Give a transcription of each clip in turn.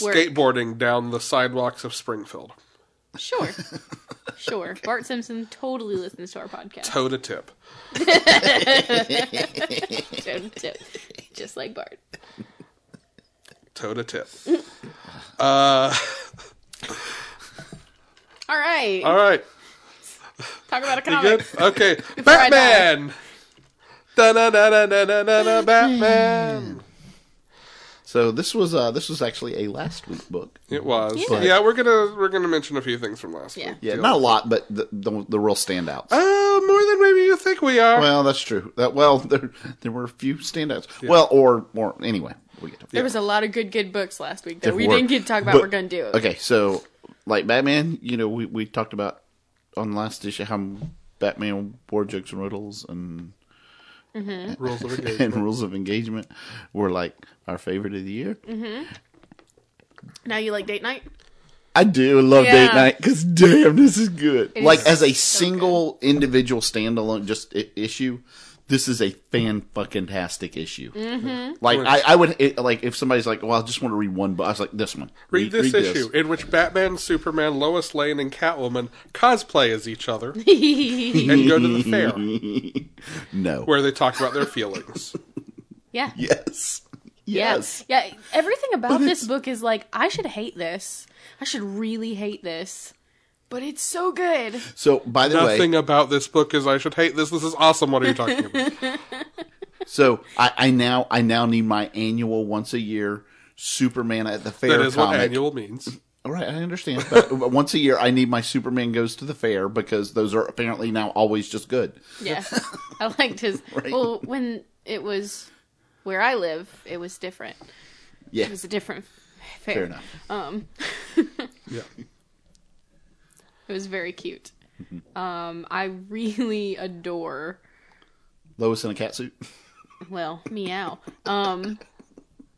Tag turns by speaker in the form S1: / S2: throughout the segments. S1: Work.
S2: skateboarding down the sidewalks of Springfield.
S1: sure, sure. Bart Simpson totally listens to our podcast,
S2: Toe to tip.
S1: so- so, just like Bart.
S2: Toe to tip.
S1: All right,
S2: All right.
S1: talk about a
S2: You
S1: comic.
S2: good? Okay.
S1: I die.
S2: Batman! Da da da da da da da da Batman!
S3: So this was uh this was actually a last week book.
S2: It was.
S1: Yeah.
S2: Yeah. we're gonna we're gonna mention a few things from last
S1: Yeah.
S2: week.
S3: Yeah, not a lot, but the the, the real standouts.
S2: Uh, more than maybe you think we are.
S3: well, that's true. That well, there there were a few standouts. Well, or or anyway, we get to
S1: There was a lot of good, good books last week that
S3: If
S1: we
S3: we're-
S1: didn't get to talk about.
S3: but-
S1: we're gonna do it.
S3: Okay, so like Batman, you know, we, we talked about on the last issue how Batman war jokes and riddles and
S2: Rules of engagement.
S3: and rules of engagement were like our favorite of the year.
S1: Now you like date night?
S3: I do love
S1: Yeah.
S3: date night because damn, this is good.
S1: It
S3: like
S1: is
S3: as a single individual standalone just I- issue, this is a fan fucking tastic issue.
S1: Mm-hmm.
S3: Like I, I would it, like if somebody's like, "Well, I just want to read one," but I was like, "This one,
S2: Read this issue in which Batman, Superman, Lois Lane, and Catwoman cosplay as each other and go to the fair
S3: No.
S2: where they talk about their feelings.
S1: Yeah.
S3: yes.
S1: Yeah.
S3: Yes.
S1: Yeah. Everything about this book is like, I should hate this. I should really hate this. But it's so good.
S3: So by the way,
S2: Nothing about this book is I should hate this. This is awesome. What are you talking about?
S3: So I, I now I now need my annual once a year Superman at the fair
S2: that is what
S3: comic.
S2: annual means.
S3: All right, I understand. But but once a year, I need my Superman goes to the fair because those are apparently now always just good.
S1: Yeah. I liked his. Well, when it was where I live, it was different.
S3: Yeah,
S1: It was a different fair.
S3: fair enough.
S1: Um,
S2: Yeah.
S1: it was very cute.
S3: Mm-hmm.
S1: Um, I really adore,
S3: Lois in a cat suit.
S1: well, meow. Um,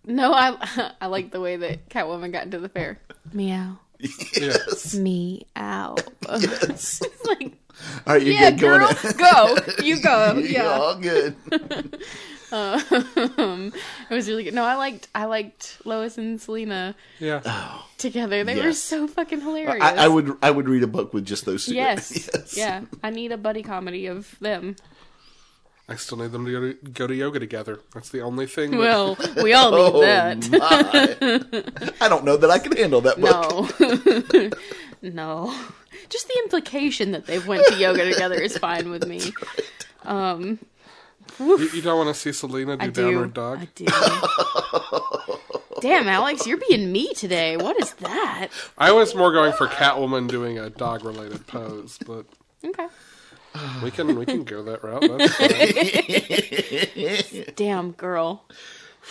S1: no, I I like the way that Catwoman got into the fair. Meow.
S2: Yeah.
S1: Meow.
S3: Yes.
S1: It's like,
S3: All right, you
S1: yeah,
S3: good going?
S1: girl, go. You go.
S3: You're
S1: Yeah.
S3: all good.
S1: Um, it was really good. No, I liked I liked Lois and Selena
S2: Yeah.
S1: together. They were
S3: Yes.
S1: so fucking hilarious.
S3: I, I would I would read a book with just those two.
S1: Yes. Yeah. I need a buddy comedy of them.
S2: I still need them to go to, go to yoga together. That's the only thing. that-
S1: Well, we all need
S3: Oh
S1: that.
S3: my! I don't know that I can handle that book.
S1: No. no. Just the implication that they went to yoga together is fine with me. Um
S2: you, you don't want to see Selena do
S1: I do.
S2: downward dog.
S1: I do. Damn, Alex, you're being me today. What is that?
S2: I was more going for Catwoman doing a dog related pose, but
S1: Okay.
S2: we can we can go that route. That's fine.
S1: Damn girl.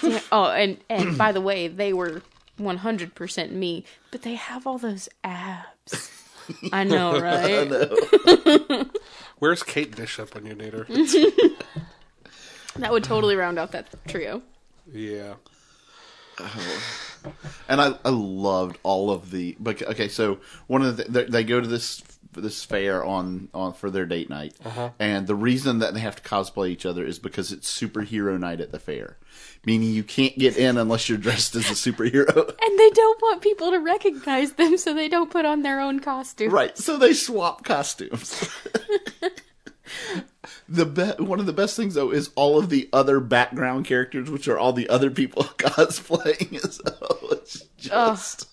S1: Damn- Oh, and and by the way, they were 100% me, but they have all those abs. I know, right?
S2: Where's Kate Bishop when you need her?
S1: That would totally round out that trio.
S2: yeah.
S3: And I, I loved all of the. bec- Okay, so one of the they, they go to this this fair on on for their date night, and the reason that they have to cosplay each other is because it's superhero night at the fair, meaning you can't get in unless you're dressed as a superhero.
S1: And they don't want people to recognize them, so they don't put on their own costume.
S3: right, so they swap costumes. The be- one of the best things though is all of the other background characters, which are all the other people cosplaying. So it's just,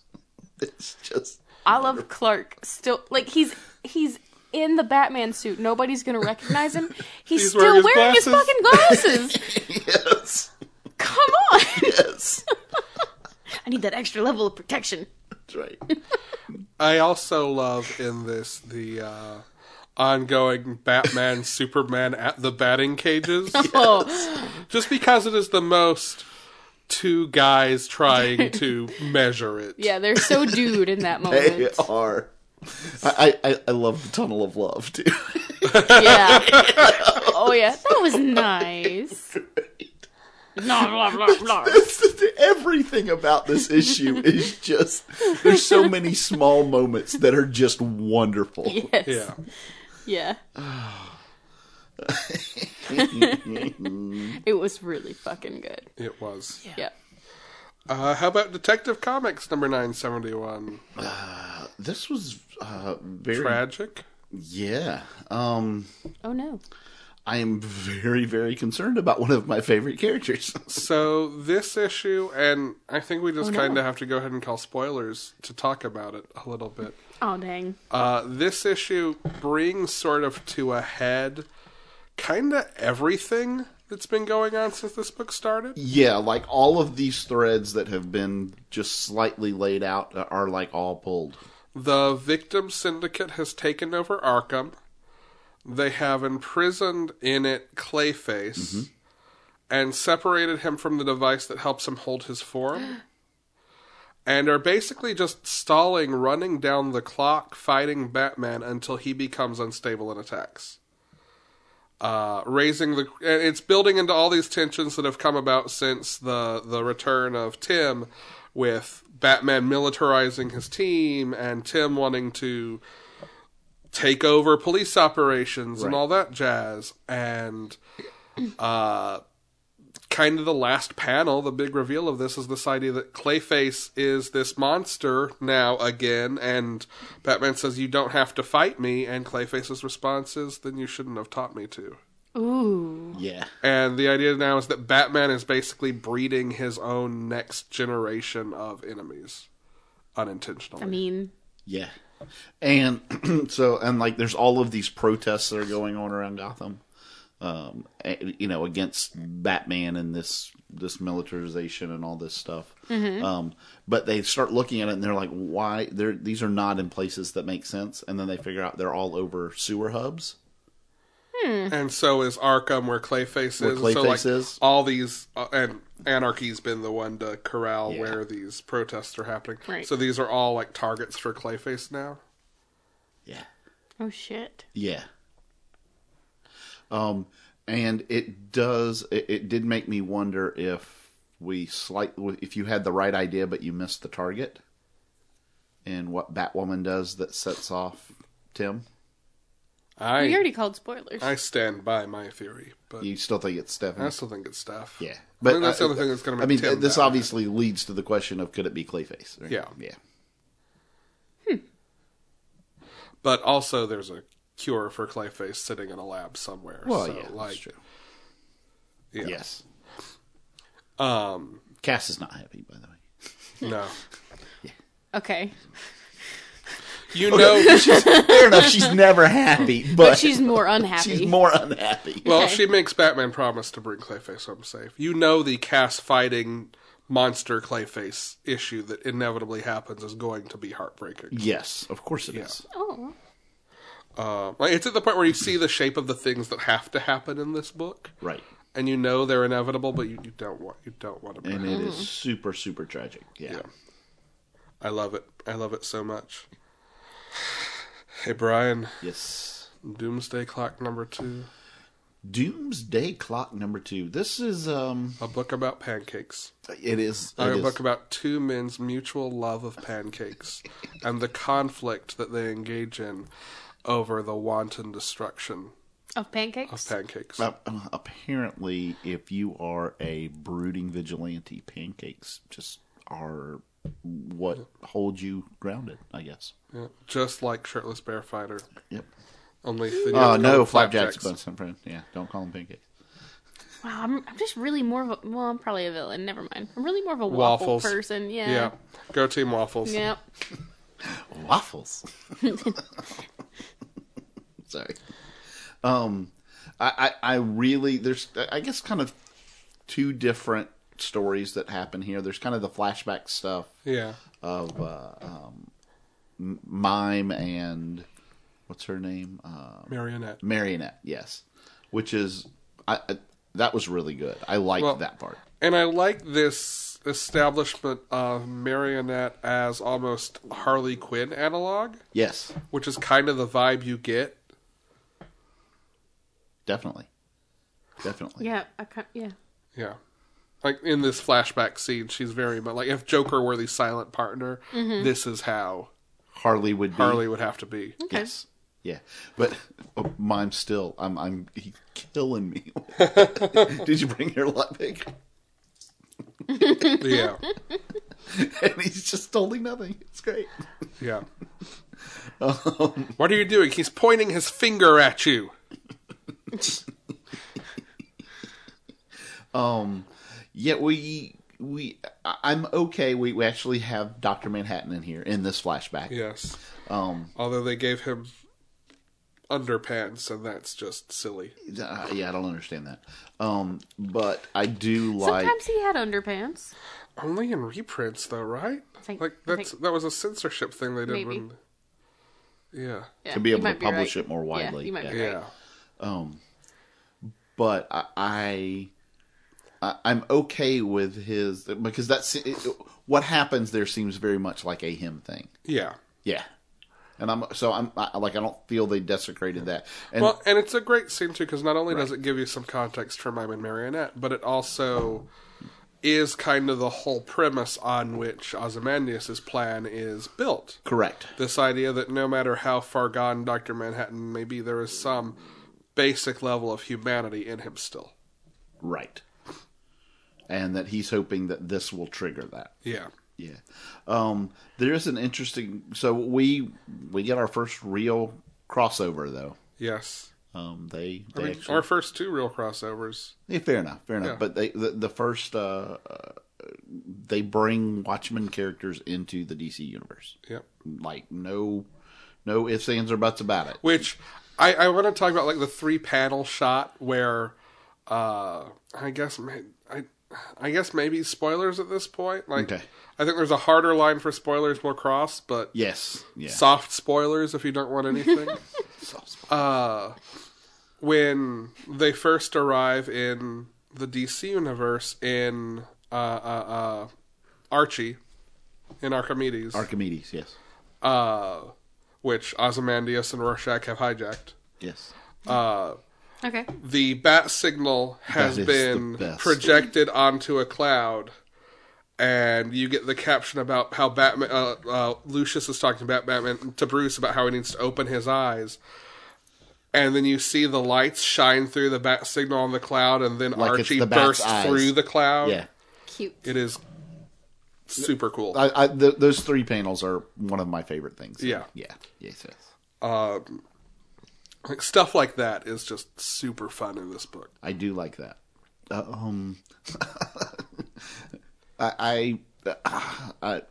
S3: it's just
S1: I love Clark still. Like he's he's in the Batman suit. Nobody's gonna recognize him. He's,
S2: He's wearing
S1: still wearing,
S2: his
S1: his,
S2: glasses.
S1: fucking glasses.
S3: yes,
S1: Come on!
S3: yes,
S1: I need that extra level of protection.
S3: That's right.
S2: I also love in this the uh, ongoing Batman Superman at the batting cages,
S1: Oh,
S2: just because it is the most two guys trying to measure it.
S1: yeah, they're so dude in that
S3: They
S1: moment.
S3: are. I, I I love the tunnel of love too.
S1: Yeah. Oh yeah, that was nice. Blah, blah, blah, blah.
S3: Everything about this issue is just there's so many small moments that are just wonderful.
S1: Yes. Yeah.
S2: Yeah.
S1: it was really fucking good.
S2: it was.
S1: Yeah.
S2: Uh, how about Detective Comics number 971?
S3: This was uh, very
S2: Tragic?
S3: yeah. Um,
S1: Oh no.
S3: I am very very concerned about one of my favorite characters.
S2: So this issue, and I think we just kind of have to go ahead and call spoilers to talk about it a little bit.
S1: Oh dang.
S2: Uh, this issue brings sort of to a head kind of everything that's been going on since this book started.
S3: yeah, like all of these threads that have been just slightly laid out are like all pulled.
S2: The victim syndicate has taken over Arkham. They have imprisoned in it Clayface and separated him from the device that helps him hold his form. And are basically just stalling, running down the clock, fighting Batman until he becomes unstable and attacks. uh, raising the and it's building into all these tensions that have come about since the the return of Tim with Batman militarizing his team and Tim wanting to take over police operations and
S3: Right.
S2: all that jazz and uh kind of the last panel the big reveal of this is this idea that Clayface is this monster now again and Batman says you don't have to fight me and Clayface's response is then you shouldn't have taught me to
S1: Ooh.
S3: Yeah.
S2: and the idea now is that Batman is basically breeding his own next generation of enemies unintentionally.
S1: I mean,
S3: Yeah. And so, and like, there's all of these protests that are going on around Gotham, um, a- you know, against Batman and this this militarization and all this stuff. Um, but they start looking at it and they're like, why? They're these are not in places that make sense. And then they figure out they're all over sewer hubs.
S2: and so is Arkham, where Clayface is.
S3: Where
S2: And so, like,
S3: Clayface is.
S2: All these, uh, and Anarchy's been the one to corral where these protests are happening.
S1: Right.
S2: So these are all like targets for Clayface now.
S3: Yeah.
S1: oh shit.
S3: Yeah. Um, and it does. It, it did make me wonder if we slight if you had the right idea but you missed the target, and what Batwoman does that sets off Tim.
S2: I
S1: we already called spoilers.
S2: I stand by my theory, but
S3: You still think it's Stephanie?
S2: I still think it's stuff.
S3: yeah,
S2: but I think that's the
S3: uh,
S2: other thing that's going to
S3: I
S2: make.
S3: mean,
S2: Tim
S3: this
S2: bad.
S3: obviously leads to the question of could it be Clayface? right?
S2: Yeah.
S3: yeah,
S2: but also there's a cure for Clayface sitting in a lab somewhere.
S3: Well,
S2: so,
S3: yeah, that's
S2: like,
S3: true.
S2: yeah.
S3: yes.
S2: Um,
S3: Cass is not happy, by the way.
S2: no.
S1: Okay.
S2: You know,
S3: Fair enough. She's never happy, but,
S1: But she's more unhappy.
S3: she's more unhappy.
S2: well,
S1: Okay.
S2: she makes Batman promise to bring Clayface home safe. You know, the cast fighting monster Clayface issue that inevitably happens is going to be heartbreaking.
S3: yes, of course it is.
S1: oh.
S2: Uh, like it's at the point where you see the shape of the things that have to happen in this book,
S3: Right.
S2: and you know they're inevitable, but you, you don't want you don't want to. Bring
S3: and
S2: it.
S3: it is super super tragic. Yeah.
S2: Mm-hmm. Yeah. I love it. I love it so much. Hey Brian,
S3: Yes.
S2: Doomsday Clock number two,
S3: Doomsday Clock number two. This is um.
S2: a book about pancakes.
S3: It is.
S2: I
S3: it
S2: wrote a
S3: is-
S2: book about two men's mutual love of pancakes and the conflict that they engage in. over the wanton destruction
S1: Of pancakes?
S2: of pancakes.
S3: Uh, apparently, if you are a brooding vigilante, pancakes just are what hold you grounded. I guess.
S2: Yeah, just like shirtless bear fighter,
S3: Yep.
S2: only they don't
S3: Oh
S2: call
S3: no,
S2: them
S3: flapjacks, best friend. Yeah, don't call them pancakes.
S1: Wow, Oh, I'm, I'm just really more of a. Well, I'm probably a villain. Never mind. I'm really more of a waffle
S2: Waffles.
S1: person.
S2: Yeah,
S1: Yeah.
S2: go team waffles.
S1: Yep.
S3: Waffles. Sorry. Um, I, I I really there's I guess kind of two different stories that happen here. There's kind of the flashback stuff
S2: Yeah,
S3: of uh, um, M- mime and what's her name uh,
S2: marionette.
S3: marionette. Yes, which is I, I that was really good. I liked
S2: Well-
S3: that part.
S2: And I like this establishment of marionette as almost Harley Quinn analog,
S3: Yes,
S2: which is kind of the vibe you get.
S3: definitely, definitely.
S1: Yeah. I can yeah.
S2: Yeah. Like in this flashback scene, she's very much like if Joker were the silent partner,
S1: Mm-hmm.
S2: this is how
S3: Harley would be.
S2: Harley would have to be.
S1: Okay.
S3: Yes. Yeah, but oh, mime still. I'm I'm he killing me. Did you bring your lot pick?
S2: Yeah.
S3: And he's just holding nothing. It's great.
S2: Yeah. what are you doing? He's pointing his finger at you.
S3: Yeah, we we I- I'm okay. We we actually have Doctor Manhattan in here in this flashback.
S2: Yes.
S3: Um.
S2: Although they gave him underpants, and that's just silly.
S3: uh, yeah, I don't understand that. Um. But I do like.
S1: Sometimes he had underpants.
S2: Only in reprints, though, right?
S1: think-
S2: like
S1: I
S2: that's
S1: think-
S2: that was a censorship thing they did
S1: Maybe.
S2: when. Yeah.
S1: Yeah,
S3: To be
S1: you
S3: able to
S1: might
S3: publish
S1: right.
S3: it more widely,
S1: Yeah, you might be
S3: yeah.
S1: right.
S2: Yeah.
S3: Um, but I, I I'm okay with his because that's what happens there seems very much like a him thing.
S2: Yeah.
S3: Yeah, and I'm so I'm I, like I don't feel they desecrated that. And
S2: Well, and it's a great scene too because not only does it give you some context for Mime and Marionette, but it also is kind of the whole premise on which Ozymandias' plan is built.
S3: correct,
S2: This idea that no matter how far gone Doctor Manhattan may be, there is some basic level of humanity in him still.
S3: right, and that he's hoping that this will trigger that.
S2: Yeah.
S3: Yeah, um, there is an interesting. So we we get our first real crossover though.
S2: Yes.
S3: Um, they,
S2: I
S3: they
S2: mean,
S3: actually
S2: our first two real crossovers.
S3: Yeah, fair enough, fair enough.
S2: Yeah.
S3: But they the, the first uh, uh, they bring Watchmen characters into the DC universe.
S2: Yep.
S3: Like no no ifs, ands, or buts about it.
S2: Which I, I want to talk about, like the three panel shot where, uh, I guess may- I, I guess maybe spoilers at this point. Like,
S3: Okay.
S2: I think there's a harder line for spoilers will cross, but
S3: Yes, yeah,
S2: soft spoilers if you don't want anything. uh, when they first arrive in the DC universe in uh, uh, uh, Archie, in Archimedes,
S3: Archimedes. Yes,
S2: uh, which Ozymandias and Rorschach have hijacked.
S3: yes,
S1: Okay.
S2: the bat signal has
S3: That is
S2: been
S3: the best.
S2: projected onto a cloud, and you get the caption about how Batman uh, uh, Lucius is talking about Batman to Bruce about how he needs to open his eyes, and then you see the lights shine through the bat signal on the cloud, and then
S3: Like it's
S2: Archie
S3: the bat's
S2: bursts
S3: eyes.
S2: through the cloud.
S3: yeah.
S1: Cute.
S2: it is super cool.
S3: I, I, th- those three panels are one of my favorite things.
S2: Yeah.
S3: yeah, yes, yes.
S2: Like, stuff like that is just super fun in this book.
S3: I do like that. Uh, um, I, I, I,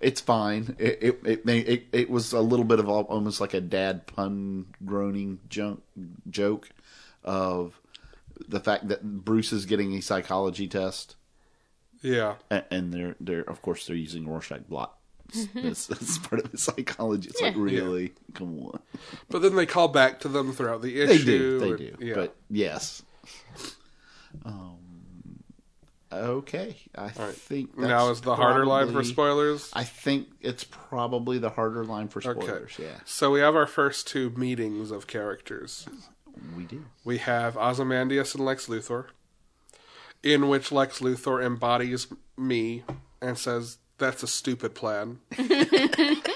S3: it's fine. It it it, may, it it was a little bit of al- almost like a dad pun groaning junk joke of the fact that Bruce is getting a psychology test,
S2: Yeah,
S3: and, and they're they're of course they're using Rorschach blot. That's, that's part of his psychology. It's like
S1: Yeah.
S3: really, come on.
S2: but then they call back to them throughout the
S3: They
S2: issue.
S3: do. They do.
S2: and- yeah.
S3: But yes. Um. Okay. I think that's
S2: now is the harder line for
S3: probably-
S2: spoilers.
S3: I think it's probably the harder line for spoilers. Yeah,
S2: So we have our first two meetings of characters.
S3: we do.
S2: We have Ozymandias and Lex Luthor, in which Lex Luthor embodies me and says, That's a stupid plan.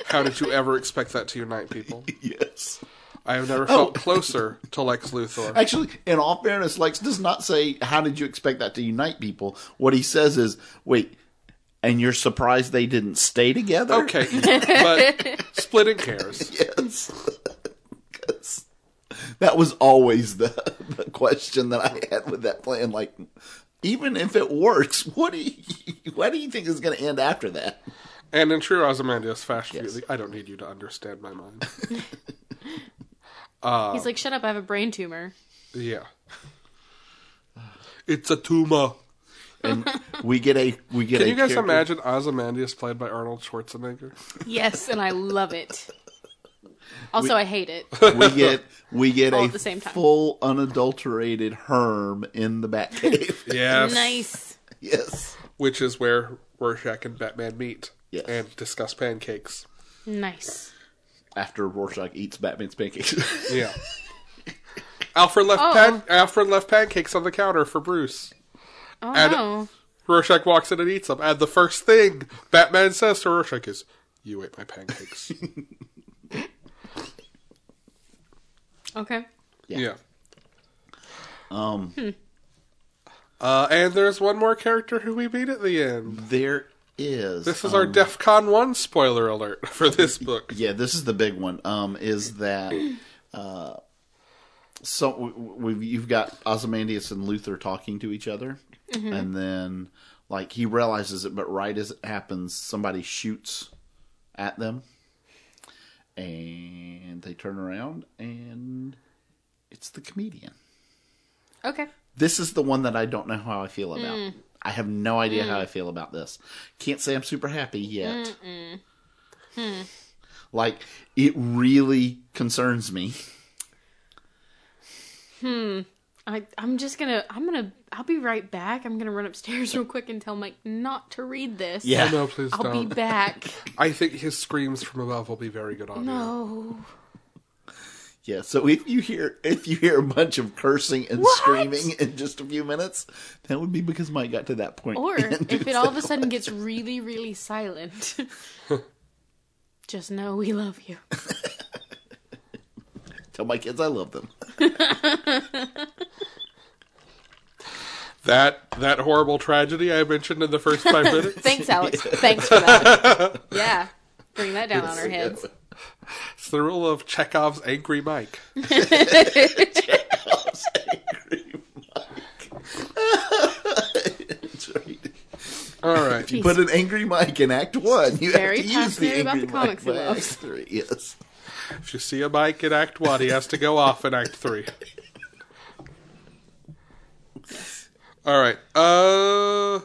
S2: How did you ever expect that to unite people?
S3: Yes.
S2: I have never felt
S3: Oh.
S2: closer to Lex Luthor.
S3: Actually, in all fairness, Lex does not say, How did you expect that to unite people? What he says is, Wait, and you're surprised they didn't stay together?
S2: okay, but splitting hairs.
S3: Yes. 'Cause that was always the, the question that I had with that plan. Like, even if it works, what do you, what do you think is going to end after that?
S2: And in true Ozymandias fashion, he's like, I don't need you to understand my mind.
S1: He's like, shut up, I have a brain tumor.
S2: yeah. It's a tumor.
S3: And we get a we get
S2: Can
S3: a
S2: you guys
S3: character-
S2: imagine Ozymandias played by Arnold Schwarzenegger?
S1: Yes, and I love it. Also, I hate it.
S3: we get we get
S1: All
S3: a
S1: at the same time.
S3: full unadulterated Herm in the Batcave.
S2: Yes.
S1: Nice.
S3: yes.
S2: Which is where Rorschach and Batman meet
S3: Yes.
S2: and discuss pancakes.
S1: Nice.
S3: After Rorschach eats Batman's pancakes.
S2: Yeah. Alfred left pan- Alfred left pancakes on the counter for Bruce.
S1: Oh,
S2: And-
S1: no.
S2: Rorschach walks in and eats them, and the first thing Batman says to Rorschach is, "You ate my pancakes."
S1: Okay.
S2: yeah.
S3: um
S1: Hmm.
S2: Uh, and there's one more character who we meet at the end.
S3: there is
S2: This is
S3: um,
S2: our DEF CON 1 spoiler alert for this book.
S3: Yeah, this is the big one. Um, is that uh, so? w- w- We've, you've got Ozymandias and Luther talking to each other, and then like he realizes it, but right as it happens, somebody shoots at them, and they turn around, and it's the comedian.
S1: Okay.
S3: This is the one that I don't know how I feel about.
S1: Mm.
S3: I have no idea how I feel about this. Can't say I'm super happy yet.
S1: Hmm.
S3: Like it really concerns me.
S1: I, I'm just gonna, I'm gonna, I'll be right back. I'm gonna run upstairs real quick and tell Mike not to read this.
S2: Oh, no, please
S1: I'll
S2: don't.
S1: be back.
S2: I think his screams from above will be very good on here.
S1: No.
S3: Yeah. So if you hear if you hear a bunch of cursing and screaming in just a few minutes, that would be because Mike got to that point.
S1: Or
S3: And
S1: if it all of a sudden gets really, really silent, just know we love you.
S3: tell my kids I love them.
S2: That that horrible tragedy I mentioned in the first five minutes.
S1: Thanks, Alex. Thanks for that. Yeah. Bring that down on our heads.
S2: It's the rule of Chekhov's Angry Mike.
S3: That's right.
S2: All right.
S1: Jeez.
S3: But an angry Mike in Act One, you
S1: Very
S3: have to use the
S1: passionate
S3: angry
S1: about the
S3: Mike
S1: comics he
S3: by
S1: loves.
S3: Act Three. Yes.
S2: If you see a Mike in Act 1, he has to go off in Act 3. All right. Uh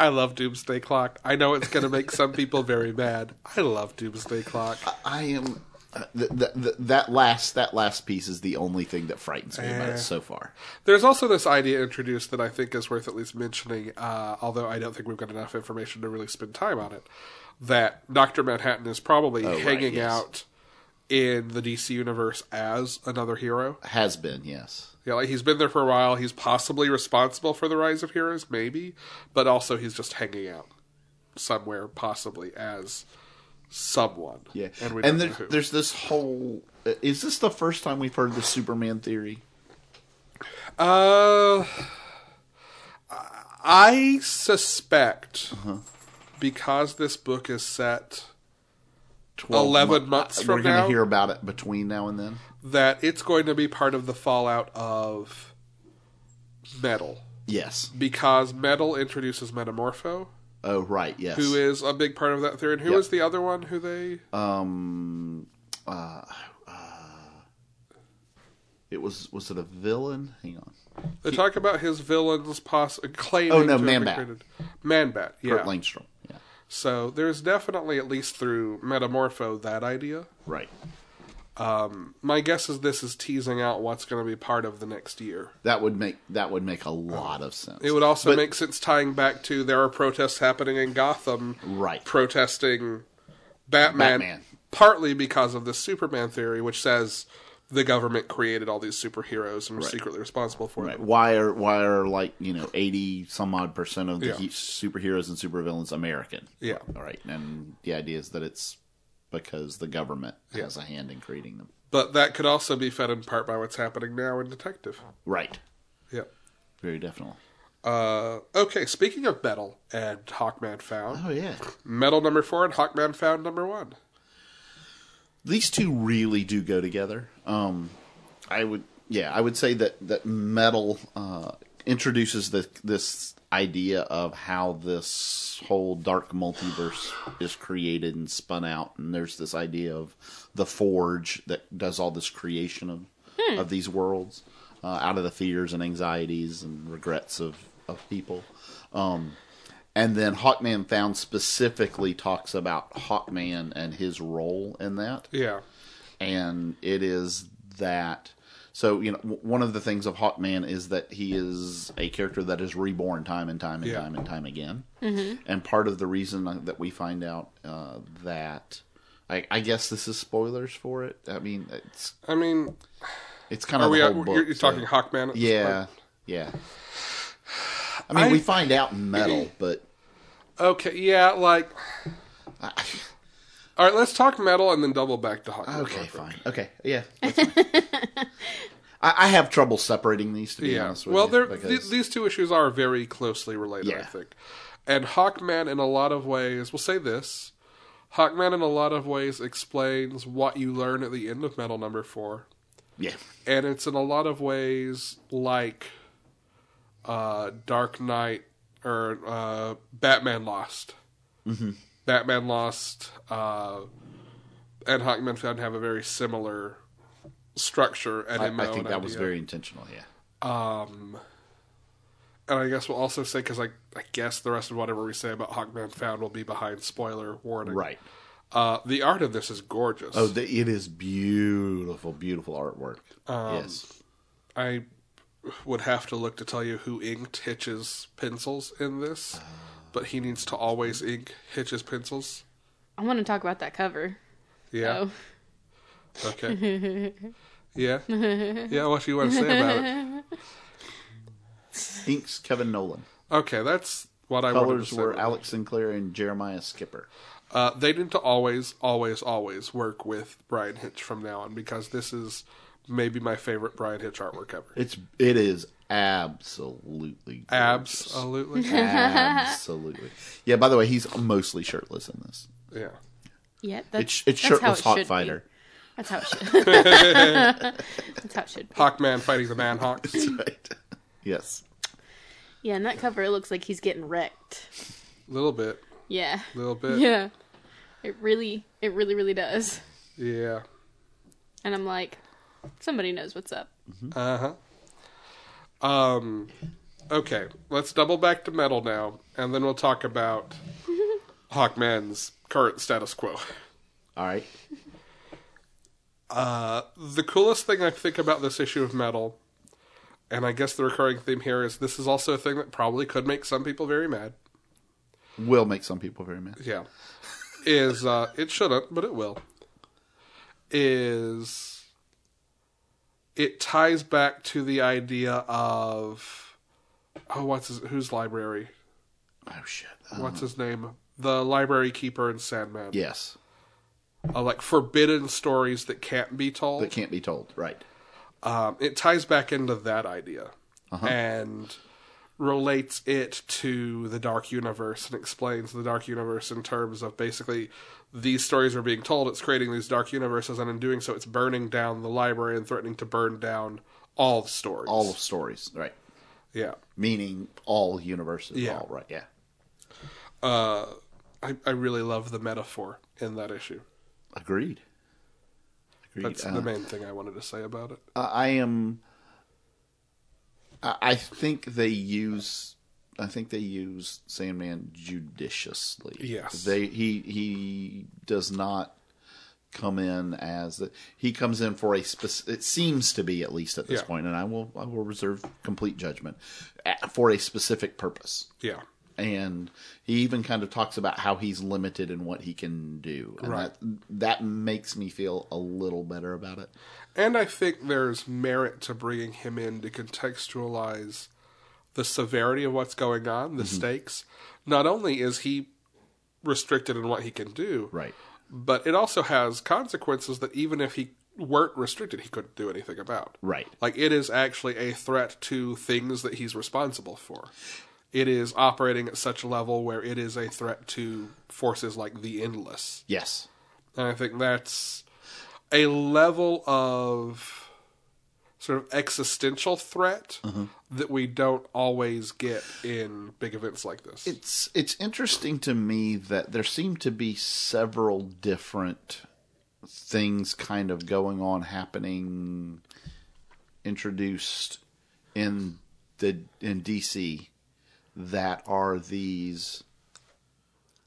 S2: I love Doomsday Clock. I know it's going to make some people very mad. I love Doomsday Clock.
S3: I am uh, th- th- th- that last that last piece is the only thing that frightens me about
S2: Eh.
S3: it so far.
S2: There's also this idea introduced that I think is worth at least mentioning, uh, although I don't think we've got enough information to really spend time on it. That Doctor Manhattan is probably
S3: Oh, right,
S2: hanging
S3: yes.
S2: out in the DC universe as another hero.
S3: Has been yes,
S2: Yeah, like he's been there for a while. He's possibly responsible for the rise of heroes, maybe, but also he's just hanging out somewhere, possibly as someone.
S3: yeah.
S2: and
S3: And,
S2: we don't know
S3: there,
S2: who.
S3: there's this whole. uh, Is this the first time we've heard the Superman theory?
S2: Uh, I suspect
S3: Uh-huh.
S2: because this book is set
S3: 12
S2: 11
S3: mon-
S2: months
S3: uh,
S2: from
S3: we're gonna
S2: now?
S3: hear about it between now and then.
S2: that it's going to be part of the fallout of Metal
S3: Yes.
S2: because Metal introduces Metamorpho,
S3: Oh right. Yes. Uh,
S2: who is a big part of that theory. And who is
S3: Yep.
S2: the other one who they?
S3: um. Uh, uh, it was was it a villain? Hang on.
S2: They talk about his villains poss- claiming.
S3: Oh, no,
S2: to have
S3: Man
S2: been
S3: Bat.
S2: created- Man Bat, yeah.
S3: Kurt Langstrom. Yeah.
S2: So there's definitely, at least through Metamorpho, that idea.
S3: Right.
S2: My guess is this is teasing out what's going to be part of the next year.
S3: That would make that would make a lot of sense.
S2: It would also
S3: But-
S2: make sense tying back to there are protests happening in Gotham,
S3: Right.
S2: Protesting Batman,
S3: Batman.
S2: partly because of the Superman theory, which says the government created all these superheroes and was secretly responsible for
S3: Right.
S2: them.
S3: Why are why are like you know eighty some odd percent of the
S2: Yeah.
S3: he- superheroes and supervillains American?
S2: Yeah.
S3: All right, and the idea is that it's because the government has a hand in creating them.
S2: But that could also be fed in part by what's happening now in Detective.
S3: Right.
S2: Yep.
S3: Very definitely.
S2: Uh, okay, speaking of metal and Hawkman Found,
S3: Oh yeah.
S2: metal number four and Hawkman Found number one.
S3: These two really do go together. Um I would yeah, I would say that that metal uh introduces the, this idea of how this whole dark multiverse is created and spun out and there's this idea of the forge that does all this creation of of these worlds uh, out of the fears and anxieties and regrets of of people. Um And then Hawkman Found specifically talks about Hawkman and his role in that.
S2: Yeah.
S3: And it is that. So, you know, w- one of the things of Hawkman is that he is a character that is reborn time and time and
S2: Yeah.
S3: time and time again. Mm-hmm. And part of the reason that we find out uh, that. I, I guess this is spoilers for it. I mean, it's
S2: I mean,
S3: it's kind
S2: are
S3: of
S2: we?
S3: the
S2: At,
S3: whole book.
S2: you're, you're
S3: so-
S2: talking Hawkman. At this
S3: yeah,
S2: point?
S3: yeah. I mean,
S2: I-
S3: we find out in metal, but
S2: Okay. Yeah. Like. All right. Let's talk metal and then double back to Hawkman.
S3: Okay, fine. Okay, yeah. that's fine. I, I have trouble separating these, to be
S2: Yeah.
S3: honest with
S2: Well,
S3: you.
S2: they're,
S3: because-
S2: th- these two issues are very closely related, I
S3: Yeah.
S2: think. And Hawkman, in a lot of ways, we'll say this Hawkman, in a lot of ways, explains what you learn at the end of Metal Number 4.
S3: yeah,
S2: And it's in a lot of ways like uh, Dark Knight or uh, Batman Lost.
S3: Mm-hmm.
S2: Batman Lost uh, and Hawkman Found have a very similar structure and
S3: I,
S2: MO
S3: I think
S2: and
S3: that was
S2: idea.
S3: very intentional. Yeah,
S2: Um, and I guess we'll also say because I, I guess the rest of whatever we say about Hawkman Found will be behind spoiler warning.
S3: right.
S2: Uh, the art of this is gorgeous.
S3: Oh, the, it is beautiful, beautiful artwork. yes,
S2: I would have to look to tell you who inked Hitch's pencils in this, but he needs to always ink Hitch's pencils.
S1: I want to talk about that cover.
S2: Yeah.
S1: Oh.
S2: Okay. yeah. Yeah. What do you want to say about it?
S3: inks Kevin Nolan.
S2: Okay, that's what I wanted to
S3: Colors
S2: say.
S3: were
S2: about it.
S3: Alex Sinclair and Jeremiah Skipper.
S2: Uh, they need to always, always, always work with Brian Hitch from now on because this is maybe my favorite Brian Hitch artwork ever.
S3: It's it is absolutely gorgeous.
S2: Absolutely.
S3: absolutely. Yeah. By the way, he's mostly shirtless in this.
S2: yeah.
S1: Yeah,
S3: It's
S1: that's that's
S3: it's
S1: how
S3: shirtless
S1: it should
S3: hot
S1: be.
S3: fighter.
S1: That's how it should. that's how it should. Be.
S2: Hawkman fighting the Manhawks.
S3: Right. yes.
S1: Yeah, and that cover it looks like he's getting wrecked.
S2: little bit.
S1: Yeah,
S2: Little bit. Yeah.
S1: yeah. It really, it really, really does. And I'm like, somebody knows what's up.
S2: Uh huh. Um, okay, let's double back to metal now, and then we'll talk about Hawkman's current status quo.
S3: All right.
S2: the coolest thing I think about this issue of metal, and I guess the recurring theme here is this is also a thing that probably could make some people very mad.
S3: Will make some people very mad.
S2: Yeah. Is uh it shouldn't, but it will. Is it ties back to the idea of oh what's his whose library?
S3: Oh shit.
S2: What's his name? The library keeper in Sandman.
S3: Yes.
S2: Uh, like forbidden stories that can't be told.
S3: That can't be told. Right.
S2: um, it ties back into that idea
S3: Uh-huh.
S2: and relates it to the dark universe and explains the dark universe in terms of basically these stories are being told it's creating these dark universes and in doing so it's burning down the library and threatening to burn down all the stories
S3: All of stories. Right.
S2: yeah
S3: Meaning all universes.
S2: Yeah.
S3: All right. Yeah.
S2: I, I really love the metaphor in that issue
S3: Agreed. Agreed.
S2: that's
S3: Uh,
S2: the main thing i wanted to say about it
S3: I I am. I I think they use. I think they use Sandman judiciously.
S2: Yes.
S3: They he he does not come in as he comes in for a specific. It seems to be at least at this
S2: Yeah.
S3: point, and I will I will reserve complete judgment uh, for a specific purpose
S2: yeah
S3: and he even kind of talks about how he's limited in what he can do and
S2: Right.
S3: that that makes me feel a little better about it
S2: And I think there's merit to bringing him in to contextualize the severity of what's going on, the stakes. Not only is he restricted in what he can do,
S3: right
S2: but it also has consequences that even if he weren't restricted, he couldn't do anything about.
S3: Right.
S2: Like it is actually a threat to things that he's responsible for. It is operating at such a level where it is a threat to forces like the endless.
S3: Yes.
S2: And I think that's a level of sort of existential threat
S3: Mm-hmm.
S2: that we don't always get in big events like this.
S3: It's it's interesting to me that there seem to be several different things kind of going on happening introduced in the in DC that are these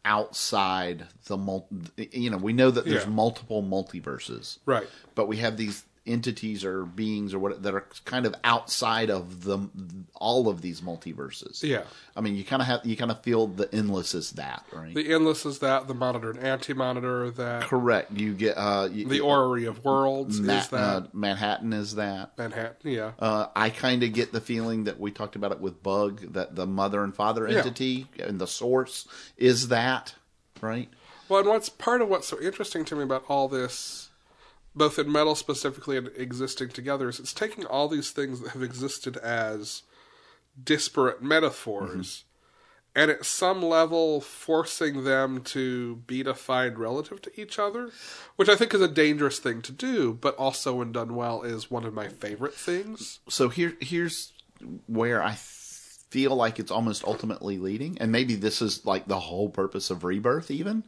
S3: outside the mul- you know we know that there's
S2: Yeah.
S3: multiple multiverses
S2: right.
S3: but we have these entities or beings or what that are kind of outside of the all of these multiverses.
S2: Yeah.
S3: I mean, you kind of have you kind of feel the endless is that, right?
S2: The endless is that, the monitor and anti monitor that
S3: Correct. You get uh you,
S2: the orrery of worlds
S3: Ma-
S2: is that
S3: uh, Manhattan is that.
S2: Manhattan, yeah.
S3: Uh, I kind of get the feeling that we talked about it with Bug that the mother and father
S2: Yeah.
S3: entity and the source is that, right?
S2: Well, and what's part of what's so interesting to me about all this, both in metal specifically and existing together, is it's taking all these things that have existed as disparate metaphors and at some level forcing them to be defined relative to each other, which I think is a dangerous thing to do, but also when done well is one of my favorite things.
S3: so here here's where I feel like it's almost ultimately leading, and maybe this is like the whole purpose of rebirth. Even